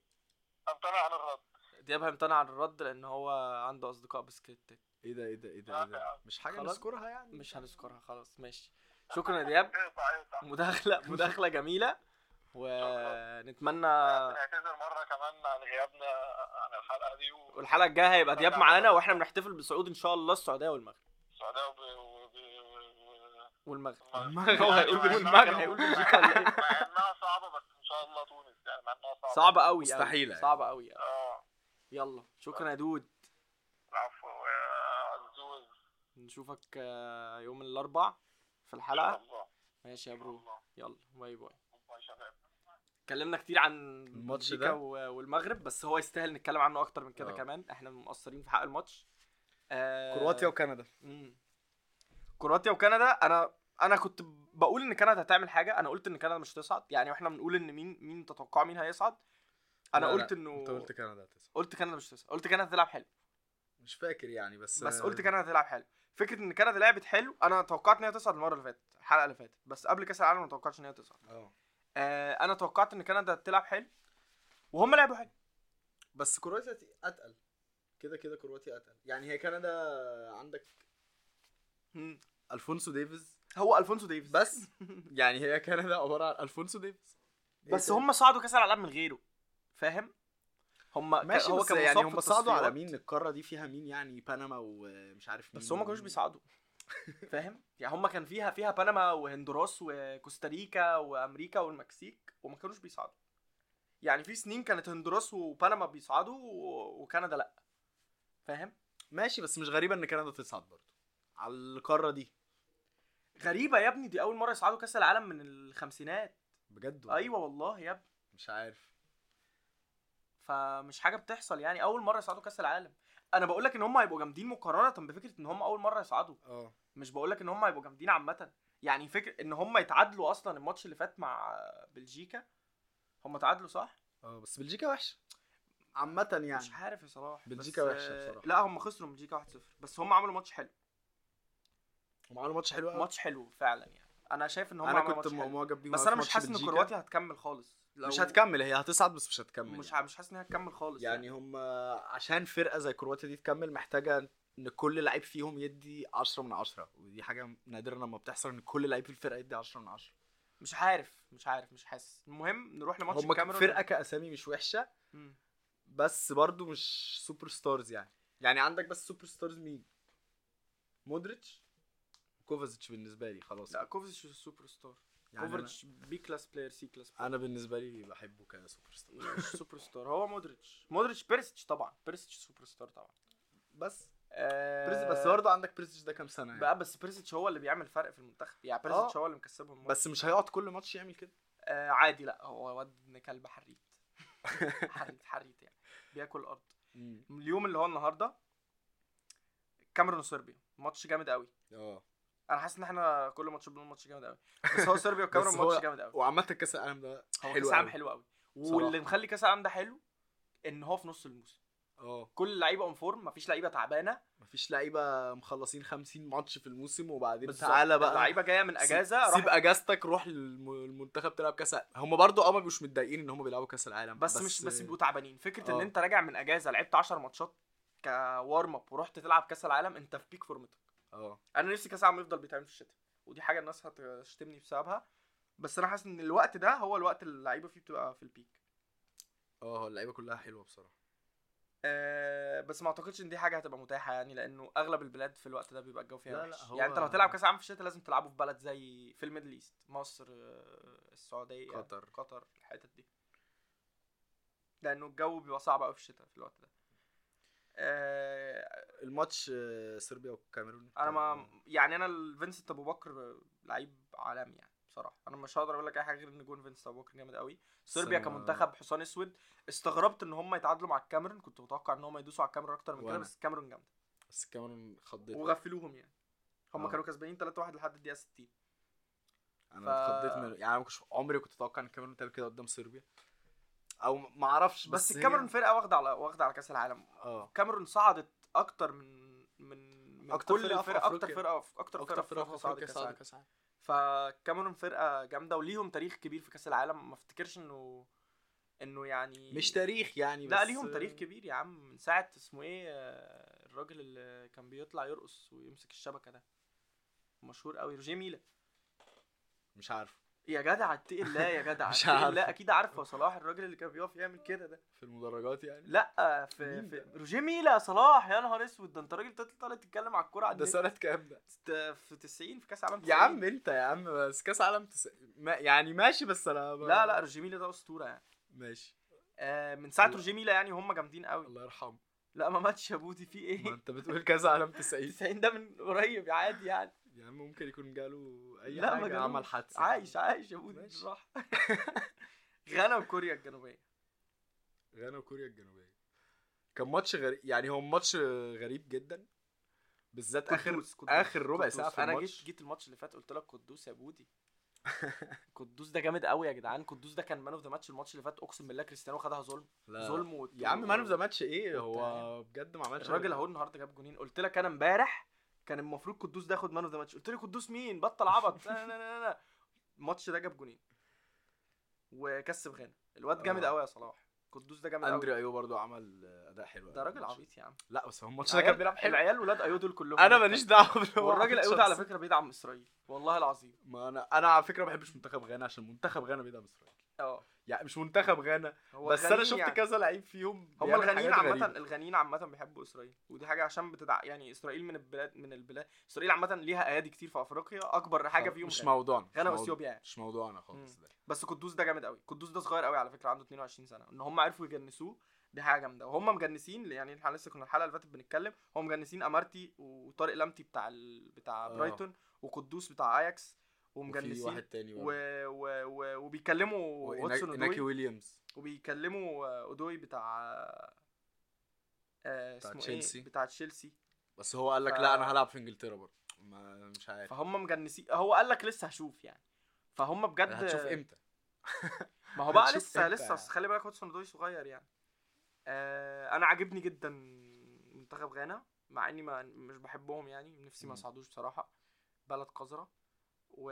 [SPEAKER 3] امتنع عن الرد
[SPEAKER 1] دياب طيب هيمتنع عن الرد لان هو عنده اصدقاء بسكليت
[SPEAKER 2] ايه ده ايه ده ايه ده, إيه ده؟ مش حاجه
[SPEAKER 1] خلاص.
[SPEAKER 2] نذكرها يعني
[SPEAKER 1] مش هنذكرها خلاص ماشي شكرا يا دياب
[SPEAKER 3] اقطع اقطع
[SPEAKER 1] مداخله مداخله جميله ونتمنى
[SPEAKER 3] نعتذر مره كمان عن غيابنا عن الحلقه دي
[SPEAKER 1] والحلقه الجايه هيبقى دياب معانا واحنا بنحتفل بصعود ان شاء الله السعوديه والمغرب
[SPEAKER 3] والسعوديه وب... وب... وب...
[SPEAKER 1] والمغرب
[SPEAKER 2] المغرب.
[SPEAKER 1] هو هيقول
[SPEAKER 3] مع إنها-
[SPEAKER 1] بالمغرب، هيقول بالمغرب ولا إيه؟
[SPEAKER 3] مع انها صعبه بس ان شاء الله تونس يعني مع انها صعبه
[SPEAKER 1] صعبه قوي
[SPEAKER 2] مستحيلة يعني.
[SPEAKER 1] صعبه قوي
[SPEAKER 3] اه
[SPEAKER 1] يلا شكرا يا دود
[SPEAKER 3] العفو يا عزوز
[SPEAKER 1] نشوفك آه، يوم الاربع في الحلقه ماشي يا برو يلا باي باي اتكلمنا كتير عن
[SPEAKER 2] الماتش
[SPEAKER 1] بلجيكا
[SPEAKER 2] ده؟
[SPEAKER 1] و- والمغرب بس هو يستاهل نتكلم عنه اكتر من كده
[SPEAKER 2] آه.
[SPEAKER 1] كمان احنا مقصرين في حق الماتش آه،
[SPEAKER 2] كرواتيا وكندا
[SPEAKER 1] مم. كرواتيا وكندا انا انا كنت بقول ان كندا هتعمل حاجه انا قلت ان كندا مش هتصعد يعني واحنا بنقول ان مين مين تتوقع مين هيصعد انا
[SPEAKER 2] لا،
[SPEAKER 1] قلت
[SPEAKER 2] لا،
[SPEAKER 1] انه
[SPEAKER 2] انت قلت كندا هتصعد
[SPEAKER 1] قلت كندا مش هتصعد قلت كندا هتلعب حلو
[SPEAKER 2] مش فاكر يعني بس
[SPEAKER 1] بس قلت كندا هتلعب حلو فكره ان كندا لعبت حلو انا توقعت ان هي تصعد المره اللي فاتت الحلقه اللي فاتت بس قبل كاس العالم ما توقعتش ان هي تصعد
[SPEAKER 2] اه
[SPEAKER 1] آه انا توقعت ان كندا هتلعب حلو وهم لعبوا حلو
[SPEAKER 2] بس كرواتيا تق- اتقل كده كده كرواتيا اتقل يعني هي كندا عندك
[SPEAKER 1] مم.
[SPEAKER 2] الفونسو ديفيز
[SPEAKER 1] هو الفونسو ديفيز
[SPEAKER 2] بس يعني هي كندا عباره عن الفونسو ديفيز إيه
[SPEAKER 1] بس
[SPEAKER 2] تاني؟
[SPEAKER 1] هم صعدوا كاس العالم من غيره فاهم هم
[SPEAKER 2] ماشي
[SPEAKER 1] هو
[SPEAKER 2] بس
[SPEAKER 1] كان
[SPEAKER 2] يعني
[SPEAKER 1] مصاب في
[SPEAKER 2] هم صعدوا على
[SPEAKER 1] التصفيات.
[SPEAKER 2] مين القاره دي فيها مين يعني بنما ومش عارف مين
[SPEAKER 1] بس هم ما كانوش بيصعدوا فاهم يعني هم كان فيها فيها بنما وهندوراس وكوستاريكا وامريكا والمكسيك وما كانوش بيصعدوا يعني في سنين كانت هندوراس وبنما بيصعدوا و- وكندا لا فاهم
[SPEAKER 2] ماشي بس مش غريبه ان كندا تصعد برضه على القاره دي
[SPEAKER 1] غريبه يا ابني دي اول مره يصعدوا كاس العالم من الخمسينات
[SPEAKER 2] بجد والله.
[SPEAKER 1] ايوه والله يا ابني
[SPEAKER 2] مش عارف
[SPEAKER 1] فمش حاجه بتحصل يعني اول مره يصعدوا كاس العالم انا بقول لك ان هم هيبقوا جامدين مقارنه بفكره ان هم اول مره يصعدوا
[SPEAKER 2] اه
[SPEAKER 1] مش بقول لك ان هم هيبقوا جامدين عامه يعني فكر ان هم يتعادلوا اصلا الماتش اللي فات مع بلجيكا هم تعادلوا صح
[SPEAKER 2] اه بس بلجيكا وحشه عامه يعني
[SPEAKER 1] مش عارف يا صلاح
[SPEAKER 2] بلجيكا
[SPEAKER 1] بس-
[SPEAKER 2] وحشة بصراحة.
[SPEAKER 1] لا هم خسروا من بلجيكا 1-0 بس هم عملوا ماتش حلو
[SPEAKER 2] هم عملوا ماتش حلو قوي
[SPEAKER 1] ماتش حلو فعلا يعني انا شايف ان هم
[SPEAKER 2] انا
[SPEAKER 1] عملوا
[SPEAKER 2] كنت
[SPEAKER 1] ماتش
[SPEAKER 2] م-
[SPEAKER 1] حلو
[SPEAKER 2] معجب بيهم
[SPEAKER 1] بس
[SPEAKER 2] أوي
[SPEAKER 1] انا
[SPEAKER 2] في
[SPEAKER 1] مش
[SPEAKER 2] ماتش
[SPEAKER 1] حاسس ان
[SPEAKER 2] بلجيكا.
[SPEAKER 1] كرواتيا هتكمل خالص لو-
[SPEAKER 2] مش هتكمل هي هتصعد بس مش هتكمل
[SPEAKER 1] مش
[SPEAKER 2] يعني,
[SPEAKER 1] ع- مش حاسس ان هي هتكمل خالص
[SPEAKER 2] يعني هم عشان فرقه زي كرواتيا دي تكمل محتاجه ان كل لعيب فيهم يدي 10 من 10 ودي حاجه نادره لما بتحصل ان كل لعيب في الفرقه يدي 10 من 10
[SPEAKER 1] مش عارف مش عارف مش حاسس المهم نروح لماتش
[SPEAKER 2] هم
[SPEAKER 1] الكاميرون
[SPEAKER 2] فرقه كاسامي مش وحشه
[SPEAKER 1] مم.
[SPEAKER 2] بس برضو مش سوبر ستارز يعني يعني عندك بس سوبر ستارز مين مودريتش كوفازيتش بالنسبه لي خلاص
[SPEAKER 1] لا كوفيتش سوبر ستار
[SPEAKER 2] يعني أنا-
[SPEAKER 1] كوفيتش بي كلاس بلاير سي كلاس بلاير
[SPEAKER 2] انا بالنسبه لي بحبه كسوبر ستار
[SPEAKER 1] مش سوبر ستار هو مودريتش مودريتش بيرسيتش طبعا بيرسيتش سوبر ستار طبعا
[SPEAKER 2] بس
[SPEAKER 1] آه
[SPEAKER 2] بريز- بس برضه عندك بريزيتش ده كام سنه يعني.
[SPEAKER 1] بقى بس بيرسيتش هو اللي بيعمل فرق في المنتخب يعني بيرسيتش
[SPEAKER 2] آه.
[SPEAKER 1] هو اللي مكسبهم الماتش.
[SPEAKER 2] بس مش هيقعد كل ماتش يعمل كده
[SPEAKER 1] آه عادي لا هو واد ابن كلب حريت حريت حريت يعني بياكل الارض اليوم اللي هو النهارده الكاميرون وصربيا ماتش جامد قوي
[SPEAKER 2] اه
[SPEAKER 1] انا حاسس ان احنا كل ماتش بنقول ماتش جامد قوي بس هو صربيا والكاميرون
[SPEAKER 2] بس هو-
[SPEAKER 1] ماتش جامد قوي
[SPEAKER 2] وعامة كاس العالم ده
[SPEAKER 1] هو
[SPEAKER 2] حلو
[SPEAKER 1] كاس العالم
[SPEAKER 2] أوي.
[SPEAKER 1] حلو قوي
[SPEAKER 2] بصراحة.
[SPEAKER 1] واللي مخلي كاس العالم ده حلو ان هو في نص الموسم
[SPEAKER 2] اه
[SPEAKER 1] كل اللعيبه اون فورم مفيش لعيبه تعبانه
[SPEAKER 2] مفيش لعيبه مخلصين 50 ماتش في الموسم وبعدين
[SPEAKER 1] بالظبط.
[SPEAKER 2] تعالى بقى
[SPEAKER 1] اللعيبه جايه من اجازه
[SPEAKER 2] سيب, سيب
[SPEAKER 1] راحت-
[SPEAKER 2] اجازتك روح للم- المنتخب تلعب كاس العالم. هم برضه اه ما بيبقوش متضايقين ان هم بيلعبوا كاس العالم
[SPEAKER 1] بس, مش بس بيبقوا تعبانين فكره ان
[SPEAKER 2] آه.
[SPEAKER 1] انت راجع من اجازه لعبت 10 ماتشات كوارم اب ورحت تلعب كاس العالم انت في بيك فورمتك
[SPEAKER 2] اه
[SPEAKER 1] انا نفسي كاس العالم يفضل بيتعمل في الشتاء ودي حاجه الناس هتشتمني بسببها بس انا حاسس ان الوقت ده هو الوقت اللي اللعيبه فيه بتبقى في البيك
[SPEAKER 2] اه هو اللعيبه كلها حلوه بصراحه
[SPEAKER 1] أه بس ما اعتقدش ان دي حاجه هتبقى متاحه يعني لانه اغلب البلاد في الوقت ده بيبقى الجو فيها
[SPEAKER 2] لا، لا،
[SPEAKER 1] وحش
[SPEAKER 2] هو-
[SPEAKER 1] يعني انت لو هتلعب كاس العالم في الشتاء لازم تلعبه في بلد زي في الميدل ايست مصر آه، السعوديه
[SPEAKER 2] قطر.
[SPEAKER 1] قطر الحتت دي لانه الجو بيبقى صعب قوي في الشتاء في الوقت ده آه،
[SPEAKER 2] الماتش آه، صربيا والكاميرون
[SPEAKER 1] انا ما يعني انا ال- فينسنت ابو بكر لعيب عالمي يعني بصراحه انا مش هقدر اقول لك اي حاجه غير ان جون فينسنت ابو بكر جامد قوي صربيا
[SPEAKER 2] أنا-
[SPEAKER 1] كمنتخب حصان اسود استغربت ان هم يتعادلوا مع الكاميرون كنت متوقع ان هم يدوسوا على الكاميرون اكتر من كده
[SPEAKER 2] وأنا.
[SPEAKER 1] بس الكاميرون جامده
[SPEAKER 2] بس الكاميرون خضيت
[SPEAKER 1] وغفلوهم يعني هم
[SPEAKER 2] آه.
[SPEAKER 1] كانوا كسبانين 3-1 لحد الدقيقه 60 ف-
[SPEAKER 2] انا اتخضيت من يعني انا ما كنتش عمري كنت اتوقع ان الكاميرون تعمل كده قدام صربيا او ما اعرفش
[SPEAKER 1] بس,
[SPEAKER 2] بس, هي-
[SPEAKER 1] الكاميرون فرقه واخده على واخده على كاس العالم
[SPEAKER 2] اه
[SPEAKER 1] الكاميرون صعدت اكتر من من من
[SPEAKER 2] أكتر
[SPEAKER 1] كل
[SPEAKER 2] فرقة في
[SPEAKER 1] الفرق اكتر
[SPEAKER 2] أفريقيا.
[SPEAKER 1] فرقه في اكتر
[SPEAKER 2] اكتر
[SPEAKER 1] فرقه في
[SPEAKER 2] فرقه في
[SPEAKER 1] أفريقيا صعدت
[SPEAKER 2] افريقيا
[SPEAKER 1] كاس العالم
[SPEAKER 2] صعدت كاس العالم
[SPEAKER 1] فكاميرون فرقه جامده وليهم تاريخ كبير في كاس العالم ما افتكرش انه انه يعني
[SPEAKER 2] مش تاريخ يعني بس
[SPEAKER 1] لا ليهم تاريخ كبير يا عم من ساعه اسمه ايه آه، الراجل اللي كان بيطلع يرقص ويمسك الشبكه ده مشهور قوي روجيه ميلا
[SPEAKER 2] مش عارف
[SPEAKER 1] يا جدع اتقي الله يا جدع
[SPEAKER 2] مش
[SPEAKER 1] اتقي
[SPEAKER 2] عارف.
[SPEAKER 1] الله اكيد عارفه صلاح الراجل اللي كان بيقف يعمل كده ده
[SPEAKER 2] في المدرجات يعني
[SPEAKER 1] لا في
[SPEAKER 2] مين
[SPEAKER 1] في روجيه ميلا يا صلاح يا نهار اسود ده انت راجل طالع تتكلم على الكوره على
[SPEAKER 2] ده
[SPEAKER 1] النت.
[SPEAKER 2] سنه كام ده
[SPEAKER 1] ست- في 90 في كاس عالم
[SPEAKER 2] يا
[SPEAKER 1] 90.
[SPEAKER 2] عم انت يا عم بس كاس عالم تس... ما يعني ماشي بس انا ب-
[SPEAKER 1] لا لا روجيه ميلا ده اسطوره يعني
[SPEAKER 2] ماشي
[SPEAKER 1] آه، من ساعه
[SPEAKER 2] لا.
[SPEAKER 1] روجيه ميلا يعني هم جامدين قوي
[SPEAKER 2] الله يرحمه
[SPEAKER 1] لا ما ماتش يا بودي في
[SPEAKER 2] ما
[SPEAKER 1] ايه
[SPEAKER 2] انت بتقول كاس عالم 90
[SPEAKER 1] 90 ده من قريب عادي يعني
[SPEAKER 2] يا عم ممكن يكون جاله اي
[SPEAKER 1] لا، ما
[SPEAKER 2] حاجه
[SPEAKER 1] جالوش.
[SPEAKER 2] عمل حادثه
[SPEAKER 1] عايش عايش يا بودي
[SPEAKER 2] ماشي.
[SPEAKER 1] بالراحه غانا وكوريا الجنوبيه
[SPEAKER 2] غانا وكوريا الجنوبيه كان ماتش غريب يعني هو ماتش غريب جدا بالذات اخر
[SPEAKER 1] قدوس- قدوس-
[SPEAKER 2] آخر ربع
[SPEAKER 1] قدوس.
[SPEAKER 2] ساعة في
[SPEAKER 1] انا
[SPEAKER 2] الماتش.
[SPEAKER 1] جيت جيت الماتش اللي فات قلت لك قدوس يا بودي قدوس ده جامد قوي يا جدعان قدوس ده كان مان اوف ذا ماتش الماتش اللي فات اقسم بالله كريستيانو خدها ظلم
[SPEAKER 2] لا.
[SPEAKER 1] ظلم وت-
[SPEAKER 2] آه. يا عم مان اوف ذا ماتش ايه هو
[SPEAKER 1] والتعليم.
[SPEAKER 2] بجد ما عملش
[SPEAKER 1] الراجل اهو النهارده جاب جونين قلت لك انا امبارح كان المفروض قدوس ده ياخد مان اوف ذا ماتش قلت لي قدوس مين بطل عبط لا لا لا لا لا الماتش ده جاب جونين وكسب غانا الواد جامد
[SPEAKER 2] آه.
[SPEAKER 1] قوي يا صلاح قدوس ده جامد قوي
[SPEAKER 2] اندري ايو برضو أيوه عمل اداء حلو
[SPEAKER 1] ده راجل
[SPEAKER 2] الماتش.
[SPEAKER 1] عبيط يا عم
[SPEAKER 2] لا بس هو الماتش ده كان بيلعب حلو
[SPEAKER 1] العيال ولاد ايو دول كلهم
[SPEAKER 2] انا ماليش دعوه باللي هو
[SPEAKER 1] والراجل
[SPEAKER 2] عمل
[SPEAKER 1] ايو ده على
[SPEAKER 2] شخص.
[SPEAKER 1] فكره بيدعم اسرائيل والله العظيم
[SPEAKER 2] ما انا انا على فكره ما بحبش منتخب غانا عشان منتخب غانا بيدعم اسرائيل
[SPEAKER 1] اه
[SPEAKER 2] يعني مش منتخب غانا
[SPEAKER 1] هو
[SPEAKER 2] بس انا
[SPEAKER 1] غني
[SPEAKER 2] شفت
[SPEAKER 1] يعني.
[SPEAKER 2] كذا لعيب فيهم
[SPEAKER 1] هم
[SPEAKER 2] بيعمل
[SPEAKER 1] الغنيين
[SPEAKER 2] حاجات
[SPEAKER 1] عامة
[SPEAKER 2] غريبة.
[SPEAKER 1] الغنيين عامة بيحبوا اسرائيل ودي حاجة عشان بتدع يعني اسرائيل من البلاد من البلاد اسرائيل عامة ليها ايادي كتير في افريقيا اكبر حاجة فيهم
[SPEAKER 2] آه،
[SPEAKER 1] يعني.
[SPEAKER 2] مش
[SPEAKER 1] غانا.
[SPEAKER 2] موضوعنا مش
[SPEAKER 1] غانا
[SPEAKER 2] موضوع-
[SPEAKER 1] واثيوبيا يعني
[SPEAKER 2] مش موضوعنا خالص
[SPEAKER 1] مم.
[SPEAKER 2] ده
[SPEAKER 1] بس قدوس ده جامد قوي قدوس ده صغير قوي على فكره عنده 22 سنه ان هم عرفوا يجنسوه دي حاجه جامده وهم مجنسين يعني احنا لسه كنا الحلقه اللي فاتت بنتكلم هم مجنسين امارتي وطارق لمتي بتاع ال... بتاع
[SPEAKER 2] آه.
[SPEAKER 1] برايتون وقدوس بتاع اياكس
[SPEAKER 2] وفي
[SPEAKER 1] ومجنسين
[SPEAKER 2] واحد تاني
[SPEAKER 1] و... و... و... وبيكلموا واتسون
[SPEAKER 2] ناكي
[SPEAKER 1] اودوي
[SPEAKER 2] ويليامز
[SPEAKER 1] وبيكلموا آه، اودوي بتاع آه اسمه
[SPEAKER 2] تشيلسي.
[SPEAKER 1] ايه بتاع تشيلسي
[SPEAKER 2] بس هو قال لك
[SPEAKER 1] ف-
[SPEAKER 2] لا انا هلعب في انجلترا برضه ما مش عارف
[SPEAKER 1] فهم مجنسين هو قال لك لسه هشوف يعني فهم بجد
[SPEAKER 2] هتشوف امتى
[SPEAKER 1] ما هو بقى
[SPEAKER 2] هنشوف
[SPEAKER 1] لسه
[SPEAKER 2] امتى
[SPEAKER 1] لسه
[SPEAKER 2] يعني.
[SPEAKER 1] أصل خلي بالك هودسون دوي صغير يعني آه انا عاجبني جدا منتخب غانا مع اني ما مش بحبهم يعني نفسي ما
[SPEAKER 2] مم.
[SPEAKER 1] صعدوش بصراحه بلد قذره و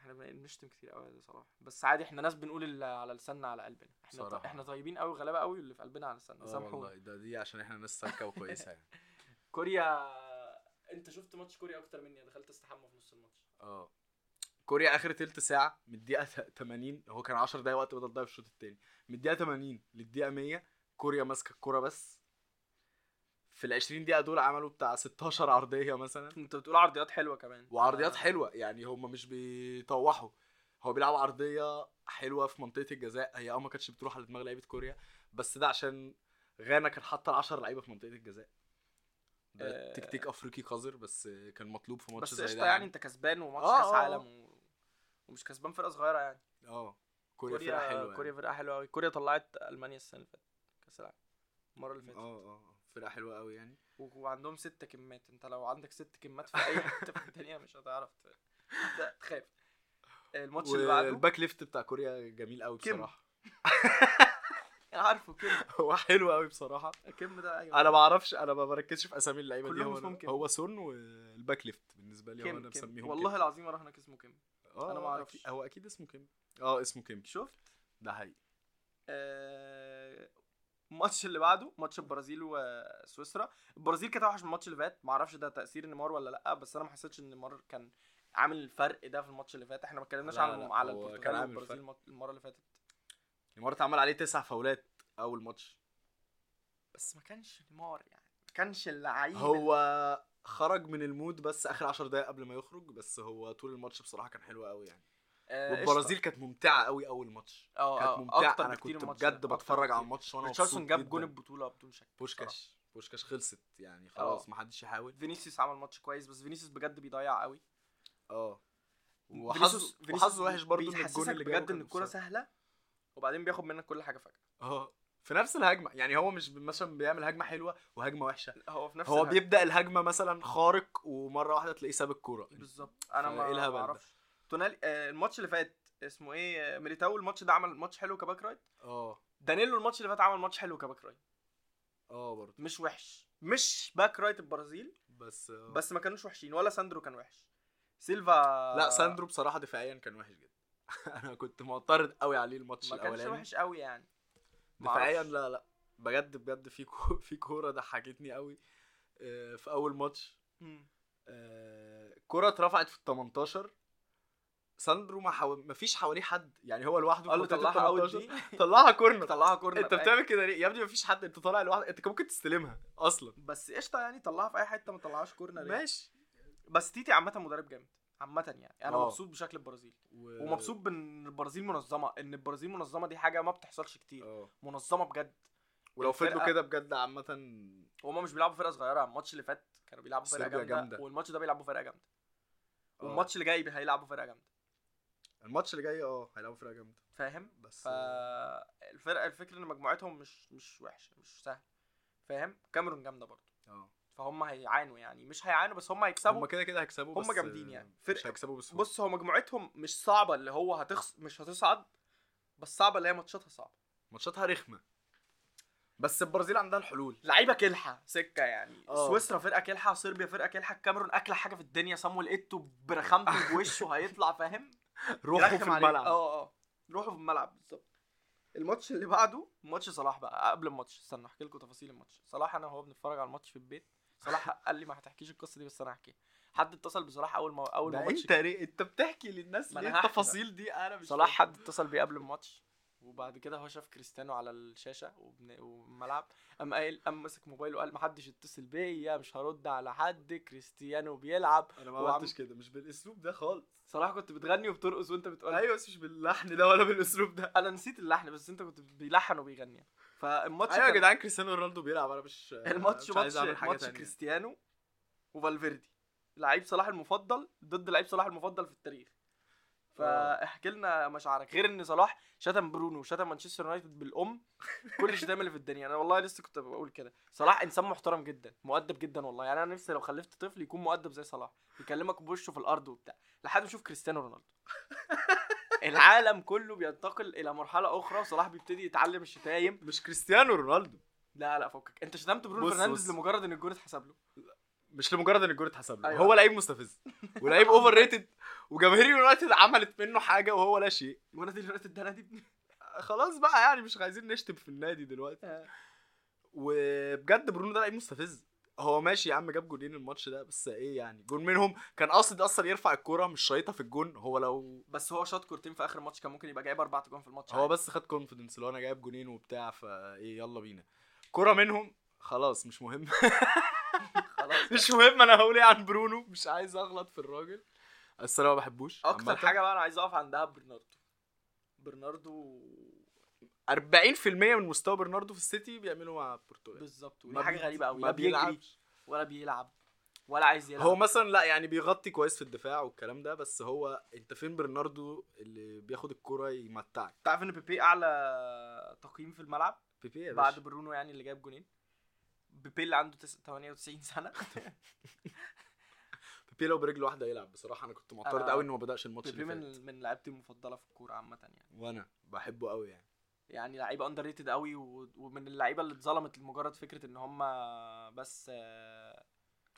[SPEAKER 1] احنا بن- بنشتم كتير قوي يا صلاح بس عادي احنا ناس بنقول اللي على لساننا على قلبنا احنا
[SPEAKER 2] صراحة.
[SPEAKER 1] احنا طيبين قوي غلابه قوي واللي في قلبنا على لساننا
[SPEAKER 2] اه
[SPEAKER 1] سامحونا
[SPEAKER 2] والله ده دي عشان احنا ناس سالكه وكويسه يعني
[SPEAKER 1] كوريا انت شفت ماتش كوريا اكتر مني أنا دخلت استحمى في نص الماتش
[SPEAKER 2] اه كوريا اخر تلت ساعه من الدقيقه 80 هو كان 10 دقايق وقت بدل ضايع في الشوط الثاني من الدقيقه 80 للدقيقه 100 كوريا ماسكه الكوره بس في ال 20 دقيقه دول عملوا بتاع 16 عرضيه مثلا
[SPEAKER 1] انت بتقول عرضيات حلوه كمان
[SPEAKER 2] وعرضيات
[SPEAKER 1] آه.
[SPEAKER 2] حلوه يعني هم مش بيطوحوا هو بيلعب عرضيه حلوه في منطقه الجزاء هي اه ما كانتش بتروح على دماغ لعيبه كوريا بس ده عشان غانا كان حاطه ال 10 لعيبه في منطقه الجزاء ده
[SPEAKER 1] آه.
[SPEAKER 2] تكتيك افريقي قذر بس كان مطلوب في ماتش
[SPEAKER 1] بس
[SPEAKER 2] زي
[SPEAKER 1] قشطه
[SPEAKER 2] ده
[SPEAKER 1] يعني انت كسبان وماتش
[SPEAKER 2] آه،
[SPEAKER 1] كاس
[SPEAKER 2] آه، آه.
[SPEAKER 1] عالم و... ومش كسبان فرقه صغيره يعني
[SPEAKER 2] اه كوريا, يعني.
[SPEAKER 1] كوريا كوريا
[SPEAKER 2] فرقه حلوه
[SPEAKER 1] فرقه حلوه قوي كوريا طلعت المانيا السنه اللي فاتت كاس العالم المره اللي
[SPEAKER 2] يعني.
[SPEAKER 1] فاتت
[SPEAKER 2] اه اه فرقه حلوه قوي يعني
[SPEAKER 1] و- وعندهم ست كمات انت لو عندك ست كمات في اي حته في الدنيا مش هتعرف ت- ت- تخاف الماتش اللي بعده
[SPEAKER 2] والباك ليفت بتاع كوريا جميل قوي
[SPEAKER 1] كيم.
[SPEAKER 2] بصراحه
[SPEAKER 1] انا عارفه كم
[SPEAKER 2] هو حلو قوي بصراحه
[SPEAKER 1] كم ده ايوه
[SPEAKER 2] انا ما اعرفش انا ما بركزش في اسامي اللعيبه دي
[SPEAKER 1] كلهم
[SPEAKER 2] هو
[SPEAKER 1] اسمهم
[SPEAKER 2] أنا-
[SPEAKER 1] كيم.
[SPEAKER 2] هو سون والباك ليفت بالنسبه لي هو انا
[SPEAKER 1] كم
[SPEAKER 2] مسميهم
[SPEAKER 1] كم
[SPEAKER 2] كيم.
[SPEAKER 1] والله العظيم انا هناك اسمه كم
[SPEAKER 2] آه،
[SPEAKER 1] أنا ما
[SPEAKER 2] آه،
[SPEAKER 1] أعرفش.
[SPEAKER 2] أكيد- هو اكيد اسمه كيم اه اسمه كيم
[SPEAKER 1] شفت
[SPEAKER 2] ده حقيقي
[SPEAKER 1] آه، الماتش اللي بعده ماتش البرازيل وسويسرا البرازيل كانت اوحش من الماتش اللي فات معرفش ده تاثير نيمار ولا لا بس انا ما حسيتش ان نيمار كان عامل الفرق ده في الماتش اللي فات احنا ما اتكلمناش
[SPEAKER 2] لا،
[SPEAKER 1] على
[SPEAKER 2] لا،
[SPEAKER 1] على
[SPEAKER 2] هو كان
[SPEAKER 1] البرتغال
[SPEAKER 2] عامل
[SPEAKER 1] والبرازيل
[SPEAKER 2] فرق.
[SPEAKER 1] المط- المره اللي فاتت
[SPEAKER 2] نيمار اتعمل عليه تسع فاولات اول ماتش
[SPEAKER 1] بس ما كانش نيمار يعني ما كانش اللعيب
[SPEAKER 2] هو خرج من المود بس اخر 10 دقايق قبل ما يخرج بس هو طول الماتش بصراحه كان حلو قوي يعني
[SPEAKER 1] آه،
[SPEAKER 2] والبرازيل كانت ممتعه قوي اول ماتش
[SPEAKER 1] قشطة. اه
[SPEAKER 2] كانت
[SPEAKER 1] آه،
[SPEAKER 2] ممتعه
[SPEAKER 1] اكتر
[SPEAKER 2] انا
[SPEAKER 1] بكتير
[SPEAKER 2] كنت
[SPEAKER 1] الماتش ده،
[SPEAKER 2] بجد
[SPEAKER 1] أكتر
[SPEAKER 2] بتفرج على
[SPEAKER 1] بكتير.
[SPEAKER 2] الماتش وانا
[SPEAKER 1] ريتشاردسون
[SPEAKER 2] مبسوط
[SPEAKER 1] جاب
[SPEAKER 2] جدا.
[SPEAKER 1] جون البطوله بدون شك بصراحة.
[SPEAKER 2] بوشكاش بوشكاش خلصت يعني خلاص
[SPEAKER 1] آه.
[SPEAKER 2] محدش يحاول
[SPEAKER 1] فينيسيوس عمل ماتش كويس بس فينيسيوس بجد بيضيع قوي آه.
[SPEAKER 2] اه
[SPEAKER 1] فينيسيوس-
[SPEAKER 2] وحظه
[SPEAKER 1] فينيسيوس
[SPEAKER 2] وحظه وحش برضه ان
[SPEAKER 1] بيحسسك
[SPEAKER 2] الجون اللي جابه
[SPEAKER 1] بجد
[SPEAKER 2] كان
[SPEAKER 1] ان الكوره
[SPEAKER 2] offside.
[SPEAKER 1] سهله وبعدين بياخد منك كل حاجه فجاه
[SPEAKER 2] اه في نفس الهجمه يعني هو مش مثلا بيعمل هجمه حلوه وهجمه وحشه
[SPEAKER 1] هو في نفس
[SPEAKER 2] هو
[SPEAKER 1] الهجمة.
[SPEAKER 2] بيبدا الهجمه مثلا خارق ومره واحده تلاقيه ساب الكوره
[SPEAKER 1] بالظبط انا ما
[SPEAKER 2] فإيه
[SPEAKER 1] ما
[SPEAKER 2] الهبل ده؟
[SPEAKER 1] اعرفش تونالي آه، الماتش اللي فات اسمه ايه آه، ميليتاو الماتش ده عمل ماتش حلو كباك رايت
[SPEAKER 2] اه
[SPEAKER 1] دانيلو الماتش اللي فات عمل ماتش حلو كباك رايت
[SPEAKER 2] اه برضه
[SPEAKER 1] مش وحش مش باك رايت البرازيل
[SPEAKER 2] بس بس
[SPEAKER 1] بس ما كانوش وحشين ولا ساندرو كان وحش سيلفا
[SPEAKER 2] لا ساندرو بصراحه دفاعيا كان وحش جدا انا كنت معترض قوي عليه الماتش
[SPEAKER 1] ما كانش
[SPEAKER 2] الاولاني
[SPEAKER 1] وحش قوي يعني
[SPEAKER 2] دفاعيا
[SPEAKER 1] معرفش.
[SPEAKER 2] لا لا بجد بجد في كو... في كوره ضحكتني قوي آه، في اول ماتش
[SPEAKER 1] مم.
[SPEAKER 2] آه، كرة اترفعت في ال 18 ساندرو ما حو... ما فيش حواليه حد يعني هو لوحده في
[SPEAKER 1] قال له
[SPEAKER 2] منطقة ال
[SPEAKER 1] طلعها اوت
[SPEAKER 2] 18.
[SPEAKER 1] دي
[SPEAKER 2] طلعها كورنر
[SPEAKER 1] طلعها كورنر
[SPEAKER 2] انت
[SPEAKER 1] بأي-
[SPEAKER 2] بتعمل كده ليه يا ابني ما فيش حد انت طالع لوحدك انت كان ممكن تستلمها اصلا
[SPEAKER 1] بس قشطه يعني طلعها في اي حته ما طلعهاش كورنر يعني.
[SPEAKER 2] ماشي
[SPEAKER 1] بس تيتي عامه مدرب جامد عامه يعني انا
[SPEAKER 2] آه.
[SPEAKER 1] مبسوط بشكل البرازيل
[SPEAKER 2] و...
[SPEAKER 1] ومبسوط بان البرازيل منظمه ان البرازيل منظمه دي حاجه ما بتحصلش كتير
[SPEAKER 2] اه
[SPEAKER 1] منظمه بجد
[SPEAKER 2] ولو فضلوا
[SPEAKER 1] الفرقة-
[SPEAKER 2] كده بجد عامة آه،
[SPEAKER 1] هما مش بيلعبوا فرقه صغيره الماتش اللي فات كانوا بيلعبوا فرقه
[SPEAKER 2] صربيا
[SPEAKER 1] جامده,
[SPEAKER 2] جامدة.
[SPEAKER 1] والماتش ده بيلعبوا فرقه جامده
[SPEAKER 2] آه.
[SPEAKER 1] والماتش اللي جاي هيلعبوا فرقه جامده
[SPEAKER 2] الماتش اللي جاي اه هيلعبوا فرقة جامدة
[SPEAKER 1] فاهم
[SPEAKER 2] بس آه،
[SPEAKER 1] فالفرقه الفكره ان مجموعتهم مش مش وحشه مش سهله فاهم كاميرون جامده برضه
[SPEAKER 2] اه
[SPEAKER 1] فهم هيعانوا يعني مش هيعانوا بس هم
[SPEAKER 2] هما
[SPEAKER 1] هيكسبوا
[SPEAKER 2] كده كده هيكسبوا
[SPEAKER 1] هما
[SPEAKER 2] بس
[SPEAKER 1] جامدين يعني.
[SPEAKER 2] مش
[SPEAKER 1] فرقة-
[SPEAKER 2] هيكسبوا بسهولة
[SPEAKER 1] بص هو مجموعتهم مش صعبه اللي هو هتخص مش هتصعد بس صعبه اللي هي ماتشاتها صعبه
[SPEAKER 2] ماتشاتها رخمة بس البرازيل عندها الحلول
[SPEAKER 1] لعيبه كلحه سكه يعني
[SPEAKER 2] آه.
[SPEAKER 1] سويسرا فرقه كلحه صربيا فرقه كلحه الكاميرون اكله حاجه في الدنيا صامويل ايتو برخامته بوشه هيطلع فاهم
[SPEAKER 2] روحوا في
[SPEAKER 1] يرخم عليك.
[SPEAKER 2] الملعب
[SPEAKER 1] اه اه روحوا في الملعب بالظبط الماتش اللي بعده ماتش صلاح بقى قبل الماتش استنى احكي لكم تفاصيل الماتش صلاح انا وهو بنتفرج على الماتش في البيت صلاح قال لي ما هتحكيش القصه دي بس انا هحكيها حد اتصل بصلاح اول ما اول
[SPEAKER 2] ده
[SPEAKER 1] ما الماتش
[SPEAKER 2] انت ليه انت بتحكي للناس
[SPEAKER 1] ما أنا
[SPEAKER 2] ليه
[SPEAKER 1] هحكي
[SPEAKER 2] التفاصيل دي انا مش
[SPEAKER 1] صلاح
[SPEAKER 2] فاهم.
[SPEAKER 1] حد اتصل بيه قبل الماتش وبعد كده هو شاف كريستيانو على الشاشه وبن- والملعب قام قايل قام مسك موبايله وقال محدش يتصل بيا مش هرد على حد كريستيانو بيلعب
[SPEAKER 2] انا ما
[SPEAKER 1] وعم-
[SPEAKER 2] عملتش كده مش بالاسلوب ده خالص
[SPEAKER 1] صلاح كنت بتغني وبترقص وانت بتقول
[SPEAKER 2] ايوه بس مش باللحن ده ولا بالاسلوب ده
[SPEAKER 1] انا نسيت اللحن بس انت كنت بيلحن وبيغني فالماتش
[SPEAKER 2] ايوه يا
[SPEAKER 1] كان-
[SPEAKER 2] جدعان كريستيانو رونالدو بيلعب انا مش
[SPEAKER 1] الماتش
[SPEAKER 2] مش عايز
[SPEAKER 1] ماتش
[SPEAKER 2] اعمل حاجه
[SPEAKER 1] ماتش
[SPEAKER 2] تانية
[SPEAKER 1] كريستيانو وفالفيردي لعيب صلاح المفضل ضد لعيب صلاح المفضل في التاريخ
[SPEAKER 2] آه.
[SPEAKER 1] فاحكي لنا مشاعرك غير ان صلاح شتم برونو وشتم مانشستر يونايتد بالام كل الشتايم اللي في الدنيا انا والله لسه كنت بقول كده صلاح انسان محترم جدا مؤدب جدا والله يعني انا نفسي لو خلفت طفل يكون مؤدب زي صلاح يكلمك بوشه في الارض وبتاع لحد ما اشوف كريستيانو رونالدو العالم كله بينتقل الى مرحله اخرى وصلاح بيبتدي يتعلم الشتايم
[SPEAKER 2] مش كريستيانو رونالدو
[SPEAKER 1] لا لا فكك انت شتمت برونو
[SPEAKER 2] بص-
[SPEAKER 1] فرنانديز
[SPEAKER 2] بص.
[SPEAKER 1] لمجرد ان الجون اتحسب له
[SPEAKER 2] مش لمجرد ان الجول اتحسب له
[SPEAKER 1] أيوة.
[SPEAKER 2] هو لعيب مستفز ولعيب اوفر ريتد وجماهير يونايتد عملت منه حاجه وهو لا شيء
[SPEAKER 1] ونادي اليونايتد ده نادي
[SPEAKER 2] خلاص بقى يعني مش عايزين نشتم في النادي دلوقتي
[SPEAKER 1] آه.
[SPEAKER 2] وبجد برونو ده لعيب مستفز هو ماشي يا عم جاب جولين الماتش ده بس ايه يعني جول منهم كان قصد اصلا يرفع الكوره مش شايطها في الجون هو لو
[SPEAKER 1] بس هو شاط كورتين في اخر الماتش كان ممكن يبقى جايب اربع جون في الماتش
[SPEAKER 2] هو
[SPEAKER 1] عادي.
[SPEAKER 2] بس خد كونفيدنس لو انا جايب جولين وبتاع فايه يلا بينا كوره منهم خلاص مش مهم
[SPEAKER 1] خلاص
[SPEAKER 2] مش مهم انا هقول ايه عن برونو مش عايز اغلط في الراجل بس انا ما بحبوش
[SPEAKER 1] اكتر
[SPEAKER 2] عامة.
[SPEAKER 1] حاجه بقى انا عايز اقف عندها برناردو برناردو
[SPEAKER 2] 40% من مستوى برناردو في السيتي بيعملوا مع البرتغال
[SPEAKER 1] بالظبط
[SPEAKER 2] ما
[SPEAKER 1] ودي حاجه
[SPEAKER 2] بي-
[SPEAKER 1] غريبه قوي
[SPEAKER 2] ما
[SPEAKER 1] لا بيجري
[SPEAKER 2] بيلعبش.
[SPEAKER 1] ولا بيلعب ولا عايز يلعب
[SPEAKER 2] هو مثلا لا يعني بيغطي كويس في الدفاع والكلام ده بس هو انت فين برناردو اللي بياخد الكرة يمتعك
[SPEAKER 1] انت عارف ان بيبي اعلى تقييم في الملعب
[SPEAKER 2] بيبي يا
[SPEAKER 1] بعد
[SPEAKER 2] باشا
[SPEAKER 1] برونو يعني اللي جاب جونين بيبي اللي عنده تس- 98 سنه
[SPEAKER 2] بيبي لو برجل واحده يلعب بصراحه انا كنت معترض
[SPEAKER 1] أنا-
[SPEAKER 2] قوي انه ما بداش الماتش
[SPEAKER 1] بيبي
[SPEAKER 2] اللي فات
[SPEAKER 1] من من لعيبتي المفضله في الكوره عامه يعني
[SPEAKER 2] وانا بحبه قوي يعني
[SPEAKER 1] يعني لعيب اندر ريتد قوي و- ومن اللعيبه اللي اتظلمت لمجرد فكره ان هم بس آه،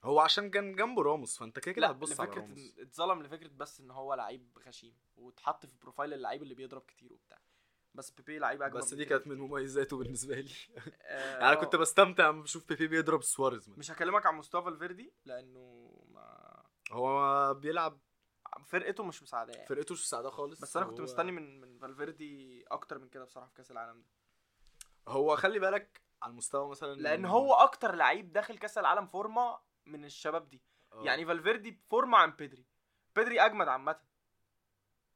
[SPEAKER 2] هو عشان كان جنبه راموس فانت كده كده
[SPEAKER 1] لا
[SPEAKER 2] هتبص على
[SPEAKER 1] لفكره
[SPEAKER 2] راموس
[SPEAKER 1] إن- اتظلم لفكره بس ان هو لعيب غشيم واتحط في بروفايل اللعيب اللي بيضرب كتير وبتاع بس بيبي لعيب اجمل
[SPEAKER 2] بس دي
[SPEAKER 1] بكتير.
[SPEAKER 2] كانت من مميزاته بالنسبه لي
[SPEAKER 1] آه
[SPEAKER 2] يعني انا
[SPEAKER 1] آه.
[SPEAKER 2] كنت بستمتع لما بشوف بيبي بيضرب سواريز مثلاً.
[SPEAKER 1] مش هكلمك عن مستوى فالفيردي لانه ما
[SPEAKER 2] هو بيلعب
[SPEAKER 1] فرقته مش مساعداه يعني.
[SPEAKER 2] فرقته مش مساعده خالص
[SPEAKER 1] بس انا كنت
[SPEAKER 2] هو-
[SPEAKER 1] مستني من من فالفيردي اكتر من كده بصراحه في كاس العالم ده
[SPEAKER 2] هو خلي بالك على المستوى مثلا
[SPEAKER 1] لان هو اكتر لعيب داخل كاس العالم فورمه من الشباب دي
[SPEAKER 2] آه.
[SPEAKER 1] يعني فالفيردي فورمه عن بيدري بيدري اجمد عامه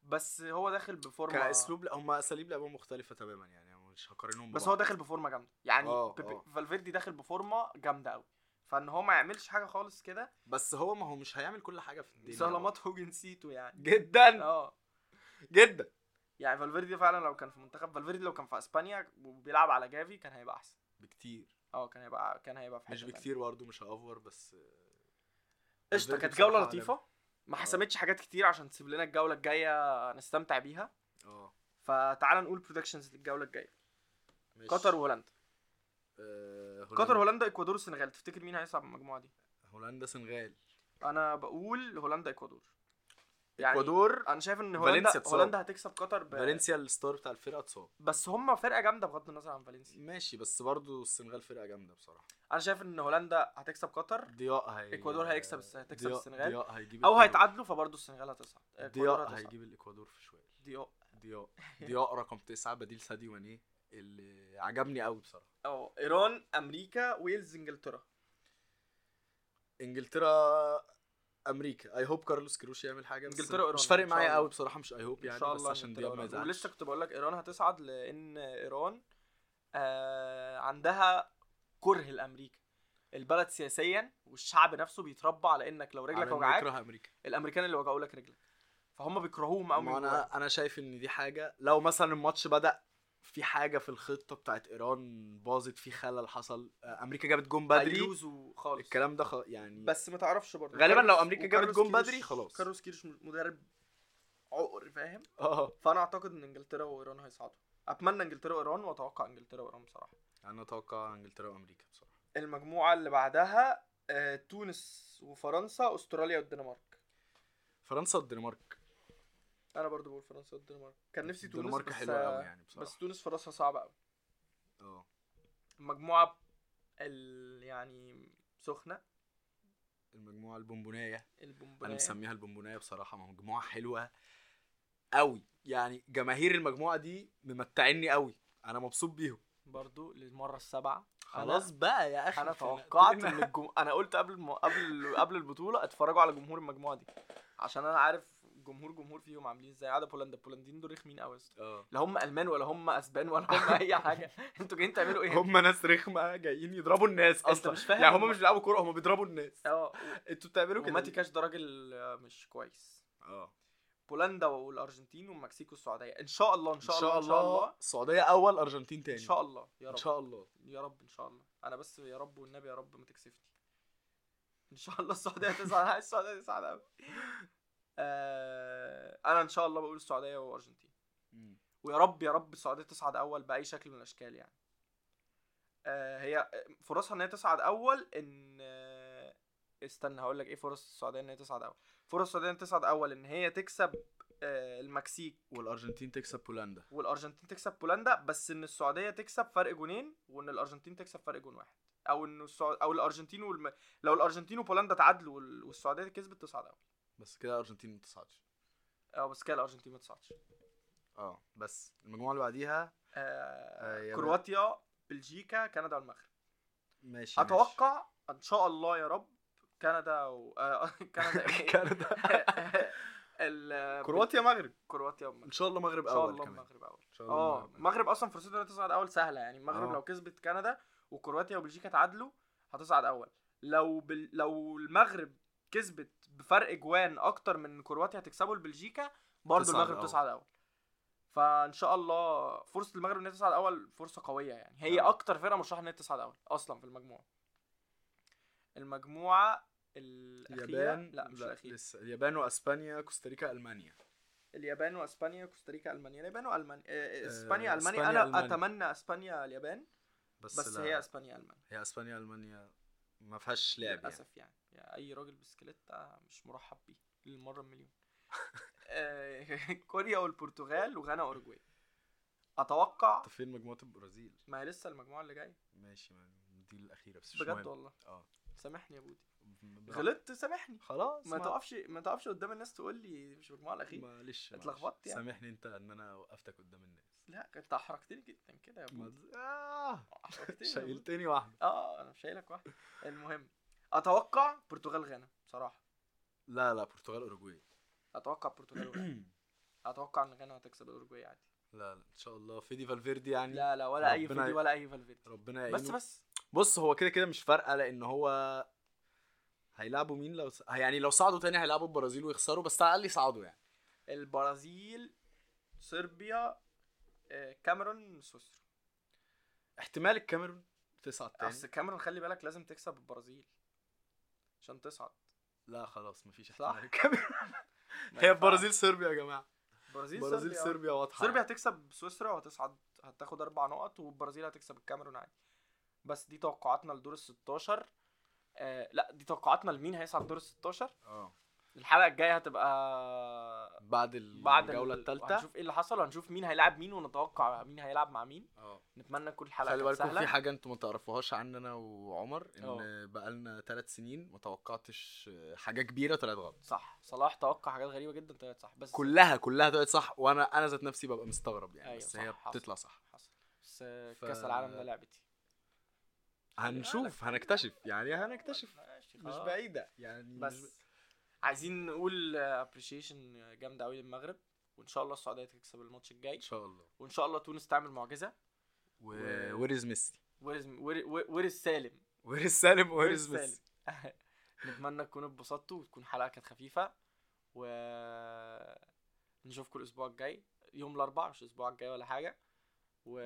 [SPEAKER 1] بس هو داخل بفورمه
[SPEAKER 2] كاسلوب لا هم اساليب لعبهم مختلفه تماما يعني أنا مش هقارنهم
[SPEAKER 1] بس
[SPEAKER 2] ببعض.
[SPEAKER 1] هو داخل بفورمه جامده يعني
[SPEAKER 2] آه،
[SPEAKER 1] بيبي-
[SPEAKER 2] آه.
[SPEAKER 1] فالفيردي داخل بفورمه جامده قوي فان هو ما يعملش حاجه خالص كده
[SPEAKER 2] بس هو ما هو مش هيعمل كل حاجه في الدنيا
[SPEAKER 1] سلامات جنسيته يعني
[SPEAKER 2] جدا
[SPEAKER 1] اه
[SPEAKER 2] جدا
[SPEAKER 1] يعني فالفيردي فعلا لو كان في منتخب فالفيردي لو كان في اسبانيا وبيلعب على جافي كان هيبقى احسن
[SPEAKER 2] بكتير
[SPEAKER 1] اه كان هيبقى كان هيبقى في حته
[SPEAKER 2] مش
[SPEAKER 1] تانية.
[SPEAKER 2] بكتير برضه مش هافور بس
[SPEAKER 1] قشطه
[SPEAKER 2] فالفيردي
[SPEAKER 1] كانت جوله
[SPEAKER 2] بصراحة آه.
[SPEAKER 1] لطيفه ما حسمتش حاجات كتير عشان تسيب لنا الجوله الجايه نستمتع بيها
[SPEAKER 2] اه
[SPEAKER 1] فتعال نقول برودكشنز للجوله الجايه
[SPEAKER 2] ماشي.
[SPEAKER 1] قطر وهولندا
[SPEAKER 2] آه،
[SPEAKER 1] قطر
[SPEAKER 2] هولندا.
[SPEAKER 1] هولندا اكوادور السنغال تفتكر مين هيصعد من المجموعه دي
[SPEAKER 2] هولندا سنغال
[SPEAKER 1] انا بقول هولندا اكوادور يعني
[SPEAKER 2] اكوادور
[SPEAKER 1] انا شايف ان
[SPEAKER 2] فالنسيا
[SPEAKER 1] هولندا
[SPEAKER 2] اتصاب.
[SPEAKER 1] هولندا هتكسب قطر ب...
[SPEAKER 2] فالنسيا الستار بتاع الفرقه اتصاب
[SPEAKER 1] بس هم فرقه جامده بغض النظر عن فالنسيا
[SPEAKER 2] ماشي بس برضه السنغال فرقه جامده بصراحه
[SPEAKER 1] انا شايف ان هولندا هتكسب قطر
[SPEAKER 2] ضياء هي
[SPEAKER 1] إكوادور هيكسب الس- هتكسب
[SPEAKER 2] ضياء-
[SPEAKER 1] السنغال.
[SPEAKER 2] ضياء هيجيب
[SPEAKER 1] او
[SPEAKER 2] الإكوادور.
[SPEAKER 1] هيتعادلوا فبرضه السنغال هتصعد آه، إكوادور
[SPEAKER 2] ضياء
[SPEAKER 1] هتصعد. آه.
[SPEAKER 2] هيجيب الاكوادور في شويه
[SPEAKER 1] ضياء
[SPEAKER 2] ضياء ضياء رقم تسعة بديل ساديو ماني اللي عجبني قوي بصراحه
[SPEAKER 1] اه ايران امريكا ويلز انجلترا
[SPEAKER 2] انجلترا امريكا اي هوب كارلوس كروش يعمل حاجه بس
[SPEAKER 1] إنجلترا وإيران.
[SPEAKER 2] مش
[SPEAKER 1] إن
[SPEAKER 2] فارق
[SPEAKER 1] شاء
[SPEAKER 2] معايا
[SPEAKER 1] الله.
[SPEAKER 2] قوي بصراحه مش اي هوب يعني
[SPEAKER 1] ان شاء
[SPEAKER 2] بس
[SPEAKER 1] الله
[SPEAKER 2] عشان
[SPEAKER 1] إنجلترا
[SPEAKER 2] دياب ما
[SPEAKER 1] وإيران.
[SPEAKER 2] يزعلش
[SPEAKER 1] ولسه كنت بقول لك ايران هتصعد لان ايران آه عندها كره لامريكا البلد سياسيا والشعب نفسه بيتربى على انك لو
[SPEAKER 2] على
[SPEAKER 1] رجلك
[SPEAKER 2] إنه
[SPEAKER 1] وجعاك
[SPEAKER 2] يكره امريكا
[SPEAKER 1] الامريكان اللي وجعوا لك رجلك فهم بيكرهوهم قوي
[SPEAKER 2] ما انا انا شايف ان دي حاجه لو مثلا الماتش بدا في حاجه في الخطه بتاعت ايران باظت في خلل حصل آه، امريكا جابت جون بدري
[SPEAKER 1] هيلوزوا خالص
[SPEAKER 2] الكلام ده خ... يعني
[SPEAKER 1] بس ما تعرفش برضه
[SPEAKER 2] غالبا لو
[SPEAKER 1] كارلوس-
[SPEAKER 2] أمريكا جابت
[SPEAKER 1] وكارلوس
[SPEAKER 2] جون
[SPEAKER 1] كيروش-
[SPEAKER 2] بدري خلاص.
[SPEAKER 1] كارلوس كيروش مدرب عقر فاهم
[SPEAKER 2] اه
[SPEAKER 1] فانا اعتقد ان انجلترا وايران هيصعدوا اتمنى انجلترا وايران واتوقع انجلترا وايران بصراحه
[SPEAKER 2] انا اتوقع انجلترا وامريكا بصراحه
[SPEAKER 1] المجموعه اللي بعدها آه، تونس وفرنسا استراليا والدنمارك
[SPEAKER 2] فرنسا والدنمارك
[SPEAKER 1] انا برضو بقول فرنسا والدنمارك كان نفسي تونس
[SPEAKER 2] الدنمارك
[SPEAKER 1] بس
[SPEAKER 2] حلوه قوي يعني
[SPEAKER 1] بس
[SPEAKER 2] بصراحه
[SPEAKER 1] تونس فرصها صعبه قوي
[SPEAKER 2] اه
[SPEAKER 1] المجموعه ال... يعني سخنه
[SPEAKER 2] المجموعه البونبونايه انا
[SPEAKER 1] البومبونيه
[SPEAKER 2] مسميها البونبونايه بصراحه ما هو مجموعه حلوه قوي يعني جماهير المجموعه دي ممتعني قوي انا مبسوط بيهم
[SPEAKER 1] برضو للمره السابعه
[SPEAKER 2] خلاص بقى يا اخي
[SPEAKER 1] انا
[SPEAKER 2] خنقتنا.
[SPEAKER 1] توقعت ان الجم... انا قلت قبل الم... قبل قبل البطوله اتفرجوا على جمهور المجموعه دي عشان انا عارف جمهور جمهور فيهم عاملين ازاي عدا بولندا البولنديين دول رخمين قوي
[SPEAKER 2] اه
[SPEAKER 1] لا هم المان ولا هم اسبان ولا هم اي حاجه انتوا جايين تعملوا ايه
[SPEAKER 2] هم ناس رخمه جايين يضربوا الناس
[SPEAKER 1] أنت
[SPEAKER 2] اصلا
[SPEAKER 1] مش فاهم
[SPEAKER 2] يعني هم
[SPEAKER 1] هم-
[SPEAKER 2] مش بيلعبوا كوره هم بيضربوا الناس
[SPEAKER 1] اه
[SPEAKER 2] انتوا بتعملوا كده
[SPEAKER 1] وماتي
[SPEAKER 2] ليه؟
[SPEAKER 1] كاش ده راجل آه، مش كويس
[SPEAKER 2] اه
[SPEAKER 1] بولندا والارجنتين والمكسيك والسعوديه ان شاء الله ان
[SPEAKER 2] ان
[SPEAKER 1] شاء الله ان شاء الله
[SPEAKER 2] السعوديه اول ارجنتين تاني
[SPEAKER 1] ان شاء الله يا
[SPEAKER 2] ان
[SPEAKER 1] رب
[SPEAKER 2] شاء الله
[SPEAKER 1] يا رب ان شاء الله انا بس يا رب والنبي يا رب ما تكسفني ان شاء الله السعوديه هتسعد عايز السعوديه تسعد قوي آه انا ان شاء الله بقول السعوديه والارجنتين ويا رب يا رب السعوديه تصعد اول باي شكل من الاشكال يعني آه هي فرصها ان هي تصعد اول ان آه استنى هقول لك ايه فرص السعوديه ان هي تصعد اول فرص السعوديه ان هي تصعد اول ان هي تكسب آه المكسيك
[SPEAKER 2] والارجنتين تكسب بولندا
[SPEAKER 1] والارجنتين تكسب بولندا بس ان السعوديه تكسب فرق جونين وان الارجنتين تكسب فرق جون واحد او انه السعود... او الارجنتين والم... لو الارجنتين وبولندا تعادلوا وال- والسعوديه كسبت تصعد اول
[SPEAKER 2] بس كده الارجنتين ما تصعدش
[SPEAKER 1] اه بس كده الارجنتين ما تصعدش
[SPEAKER 2] اه بس المجموعه اللي بعديها آه،
[SPEAKER 1] آه...
[SPEAKER 2] يا
[SPEAKER 1] كرواتيا بلجيكا كندا والمغرب
[SPEAKER 2] ماشي
[SPEAKER 1] اتوقع ان شاء الله يا رب كندا و... آه، كندا إيه؟
[SPEAKER 2] كندا.
[SPEAKER 1] ال...
[SPEAKER 2] كرواتيا مغرب
[SPEAKER 1] كرواتيا
[SPEAKER 2] ان
[SPEAKER 1] والمغرب
[SPEAKER 2] شاء الله مغرب
[SPEAKER 1] ان شاء
[SPEAKER 2] اول
[SPEAKER 1] الله
[SPEAKER 2] كمان
[SPEAKER 1] المغرب اول
[SPEAKER 2] ان شاء الله
[SPEAKER 1] اه
[SPEAKER 2] المغرب
[SPEAKER 1] المغرب اصلا فرصتها انها تصعد اول سهله يعني المغرب
[SPEAKER 2] آه.
[SPEAKER 1] لو كسبت كندا وكرواتيا وبلجيكا تعادلوا هتصعد اول لو بل... لو المغرب كسبت بفرق جوان اكتر من كرواتيا هتكسبه لبلجيكا برضه
[SPEAKER 2] تصعد
[SPEAKER 1] المغرب
[SPEAKER 2] أول.
[SPEAKER 1] تصعد اول فان شاء الله فرصه المغرب ان هي تصعد اول فرصه قويه يعني هي
[SPEAKER 2] آه.
[SPEAKER 1] اكتر فرقه مرشحه ان هي تصعد اول اصلا في المجموعه المجموعه الاخيره
[SPEAKER 2] اليابان
[SPEAKER 1] لا مش الاخيره
[SPEAKER 2] لسه اليابان واسبانيا كوستاريكا المانيا
[SPEAKER 1] اليابان واسبانيا كوستاريكا المانيا اليابان والمانيا آه،
[SPEAKER 2] آه،
[SPEAKER 1] اسبانيا المانيا
[SPEAKER 2] إسبانيا،
[SPEAKER 1] انا
[SPEAKER 2] ألمانيا.
[SPEAKER 1] اتمنى اسبانيا اليابان
[SPEAKER 2] بس,
[SPEAKER 1] بس
[SPEAKER 2] لا.
[SPEAKER 1] هي اسبانيا المانيا
[SPEAKER 2] هي اسبانيا المانيا ما فيهاش لعب يعني.
[SPEAKER 1] للاسف يعني. يعني اي راجل بسكليت آه، مش مرحب بيه للمره المليون آه، كوريا والبرتغال وغانا واوروجواي اتوقع
[SPEAKER 2] طب فين مجموعه البرازيل
[SPEAKER 1] ما هي لسه المجموعه اللي جايه
[SPEAKER 2] ماشي ما دي الاخيره بس مش
[SPEAKER 1] بجد
[SPEAKER 2] مهم.
[SPEAKER 1] والله
[SPEAKER 2] اه
[SPEAKER 1] سامحني يا بودي
[SPEAKER 2] ب-
[SPEAKER 1] غلطت سامحني
[SPEAKER 2] خلاص
[SPEAKER 1] ما تقفش ما تقفش قدام الناس تقول لي مش المجموعه الاخيره
[SPEAKER 2] معلش معلش.
[SPEAKER 1] اتلخبطت يعني.
[SPEAKER 2] سامحني انت ان انا وقفتك قدام الناس
[SPEAKER 1] لا انت احرجتني جدا كده يا
[SPEAKER 2] ما
[SPEAKER 1] بودي
[SPEAKER 2] تز- آه.
[SPEAKER 1] أحرجتني يا بودي.
[SPEAKER 2] شايلتني واحده
[SPEAKER 1] اه انا مش شايلك واحد المهم اتوقع برتغال غانا بصراحه
[SPEAKER 2] لا لا برتغال اوروجواي
[SPEAKER 1] اتوقع برتغال وغانا اتوقع ان غانا هتكسب الاوروجواي عادي
[SPEAKER 2] لا لا ان شاء الله فيدي فالفيردي يعني
[SPEAKER 1] لا لا ولا اي
[SPEAKER 2] ربنا
[SPEAKER 1] فيدي
[SPEAKER 2] ي-
[SPEAKER 1] ولا اي فالفيردي
[SPEAKER 2] ربنا يعينه
[SPEAKER 1] بس بس
[SPEAKER 2] بص هو كده كده مش فارقه لان هو هيلعبوا مين لو س... يعني لو صعدوا تاني هيلعبوا البرازيل ويخسروا بس على الاقل يصعدوا يعني
[SPEAKER 1] البرازيل صربيا آه، كاميرون سويسرا
[SPEAKER 2] احتمال الكاميرون تصعد تاني
[SPEAKER 1] اصل الكاميرون خلي بالك لازم تكسب البرازيل عشان تصعد
[SPEAKER 2] لا خلاص مفيش
[SPEAKER 1] صح
[SPEAKER 2] احتمال
[SPEAKER 1] الكاميرون
[SPEAKER 2] هي البرازيل صربيا يا جماعه
[SPEAKER 1] برازيل
[SPEAKER 2] البرازيل
[SPEAKER 1] صربيا
[SPEAKER 2] صربيا يعني. واضحه
[SPEAKER 1] صربيا هتكسب سويسرا وهتصعد هتاخد اربع نقط والبرازيل هتكسب الكاميرون عادي بس دي توقعاتنا لدور ال 16 آه لا دي توقعاتنا لمين هيصعد دور ال 16
[SPEAKER 2] اه
[SPEAKER 1] الحلقه الجايه هتبقى
[SPEAKER 2] بعد
[SPEAKER 1] بعد
[SPEAKER 2] الجوله
[SPEAKER 1] ال-
[SPEAKER 2] الثالثه
[SPEAKER 1] هنشوف ايه اللي حصل وهنشوف مين هيلاعب مين ونتوقع مين هيلعب مع مين
[SPEAKER 2] اه
[SPEAKER 1] نتمنى تكون الحلقه
[SPEAKER 2] خلي
[SPEAKER 1] كانت
[SPEAKER 2] بالكم
[SPEAKER 1] سهله
[SPEAKER 2] في حاجه انتوا ما تعرفوهاش عننا وعمر
[SPEAKER 1] اه.
[SPEAKER 2] ان بقالنا ثلاث سنين ما توقعتش حاجه كبيره طلعت غلط
[SPEAKER 1] صح صلاح توقع حاجات غريبه جدا طلعت صح بس
[SPEAKER 2] كلها كلها طلعت صح وانا انا ذات نفسي ببقى مستغرب يعني
[SPEAKER 1] ايوه
[SPEAKER 2] بس
[SPEAKER 1] صح،
[SPEAKER 2] هي
[SPEAKER 1] حصل.
[SPEAKER 2] بتطلع صح
[SPEAKER 1] حصل بس آه،
[SPEAKER 2] ف-
[SPEAKER 1] كاس العالم ده لعبتي
[SPEAKER 2] هنشوف هنكتشف يعني هنكتشف
[SPEAKER 1] ماشي،
[SPEAKER 2] مش
[SPEAKER 1] خلاص.
[SPEAKER 2] بعيده يعني مش ب-
[SPEAKER 1] بس آه. إيه. عايزين نقول ابريشيشن جامده قوي للمغرب وان شاء الله السعوديه تكسب الماتش الجاي
[SPEAKER 2] ان شاء الله
[SPEAKER 1] وان شاء الله تونس تعمل معجزه
[SPEAKER 2] و...
[SPEAKER 1] و-
[SPEAKER 2] ويرز ميسي
[SPEAKER 1] ويرز وير- وير- ويرز سالم
[SPEAKER 2] ويرز سالم
[SPEAKER 1] ويرز
[SPEAKER 2] ويرز
[SPEAKER 1] سالم
[SPEAKER 2] ميسي
[SPEAKER 1] نتمنى تكونوا اتبسطتوا وتكون حلقه كانت خفيفه و نشوفكم الاسبوع الجاي يوم الاربعاء مش الاسبوع الجاي ولا حاجه
[SPEAKER 2] إن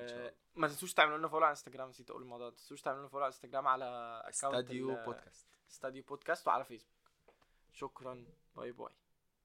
[SPEAKER 2] شاء
[SPEAKER 1] و
[SPEAKER 2] الله.
[SPEAKER 1] ما تنسوش تعملوا لنا فولو على انستجرام نسيت اقول الموضوع ده ما تنسوش تعملوا لنا فولو على انستجرام على account
[SPEAKER 2] استاديو
[SPEAKER 1] ال-
[SPEAKER 2] بودكاست
[SPEAKER 1] استاديو بودكاست وعلى فيسبوك شكرا باي باي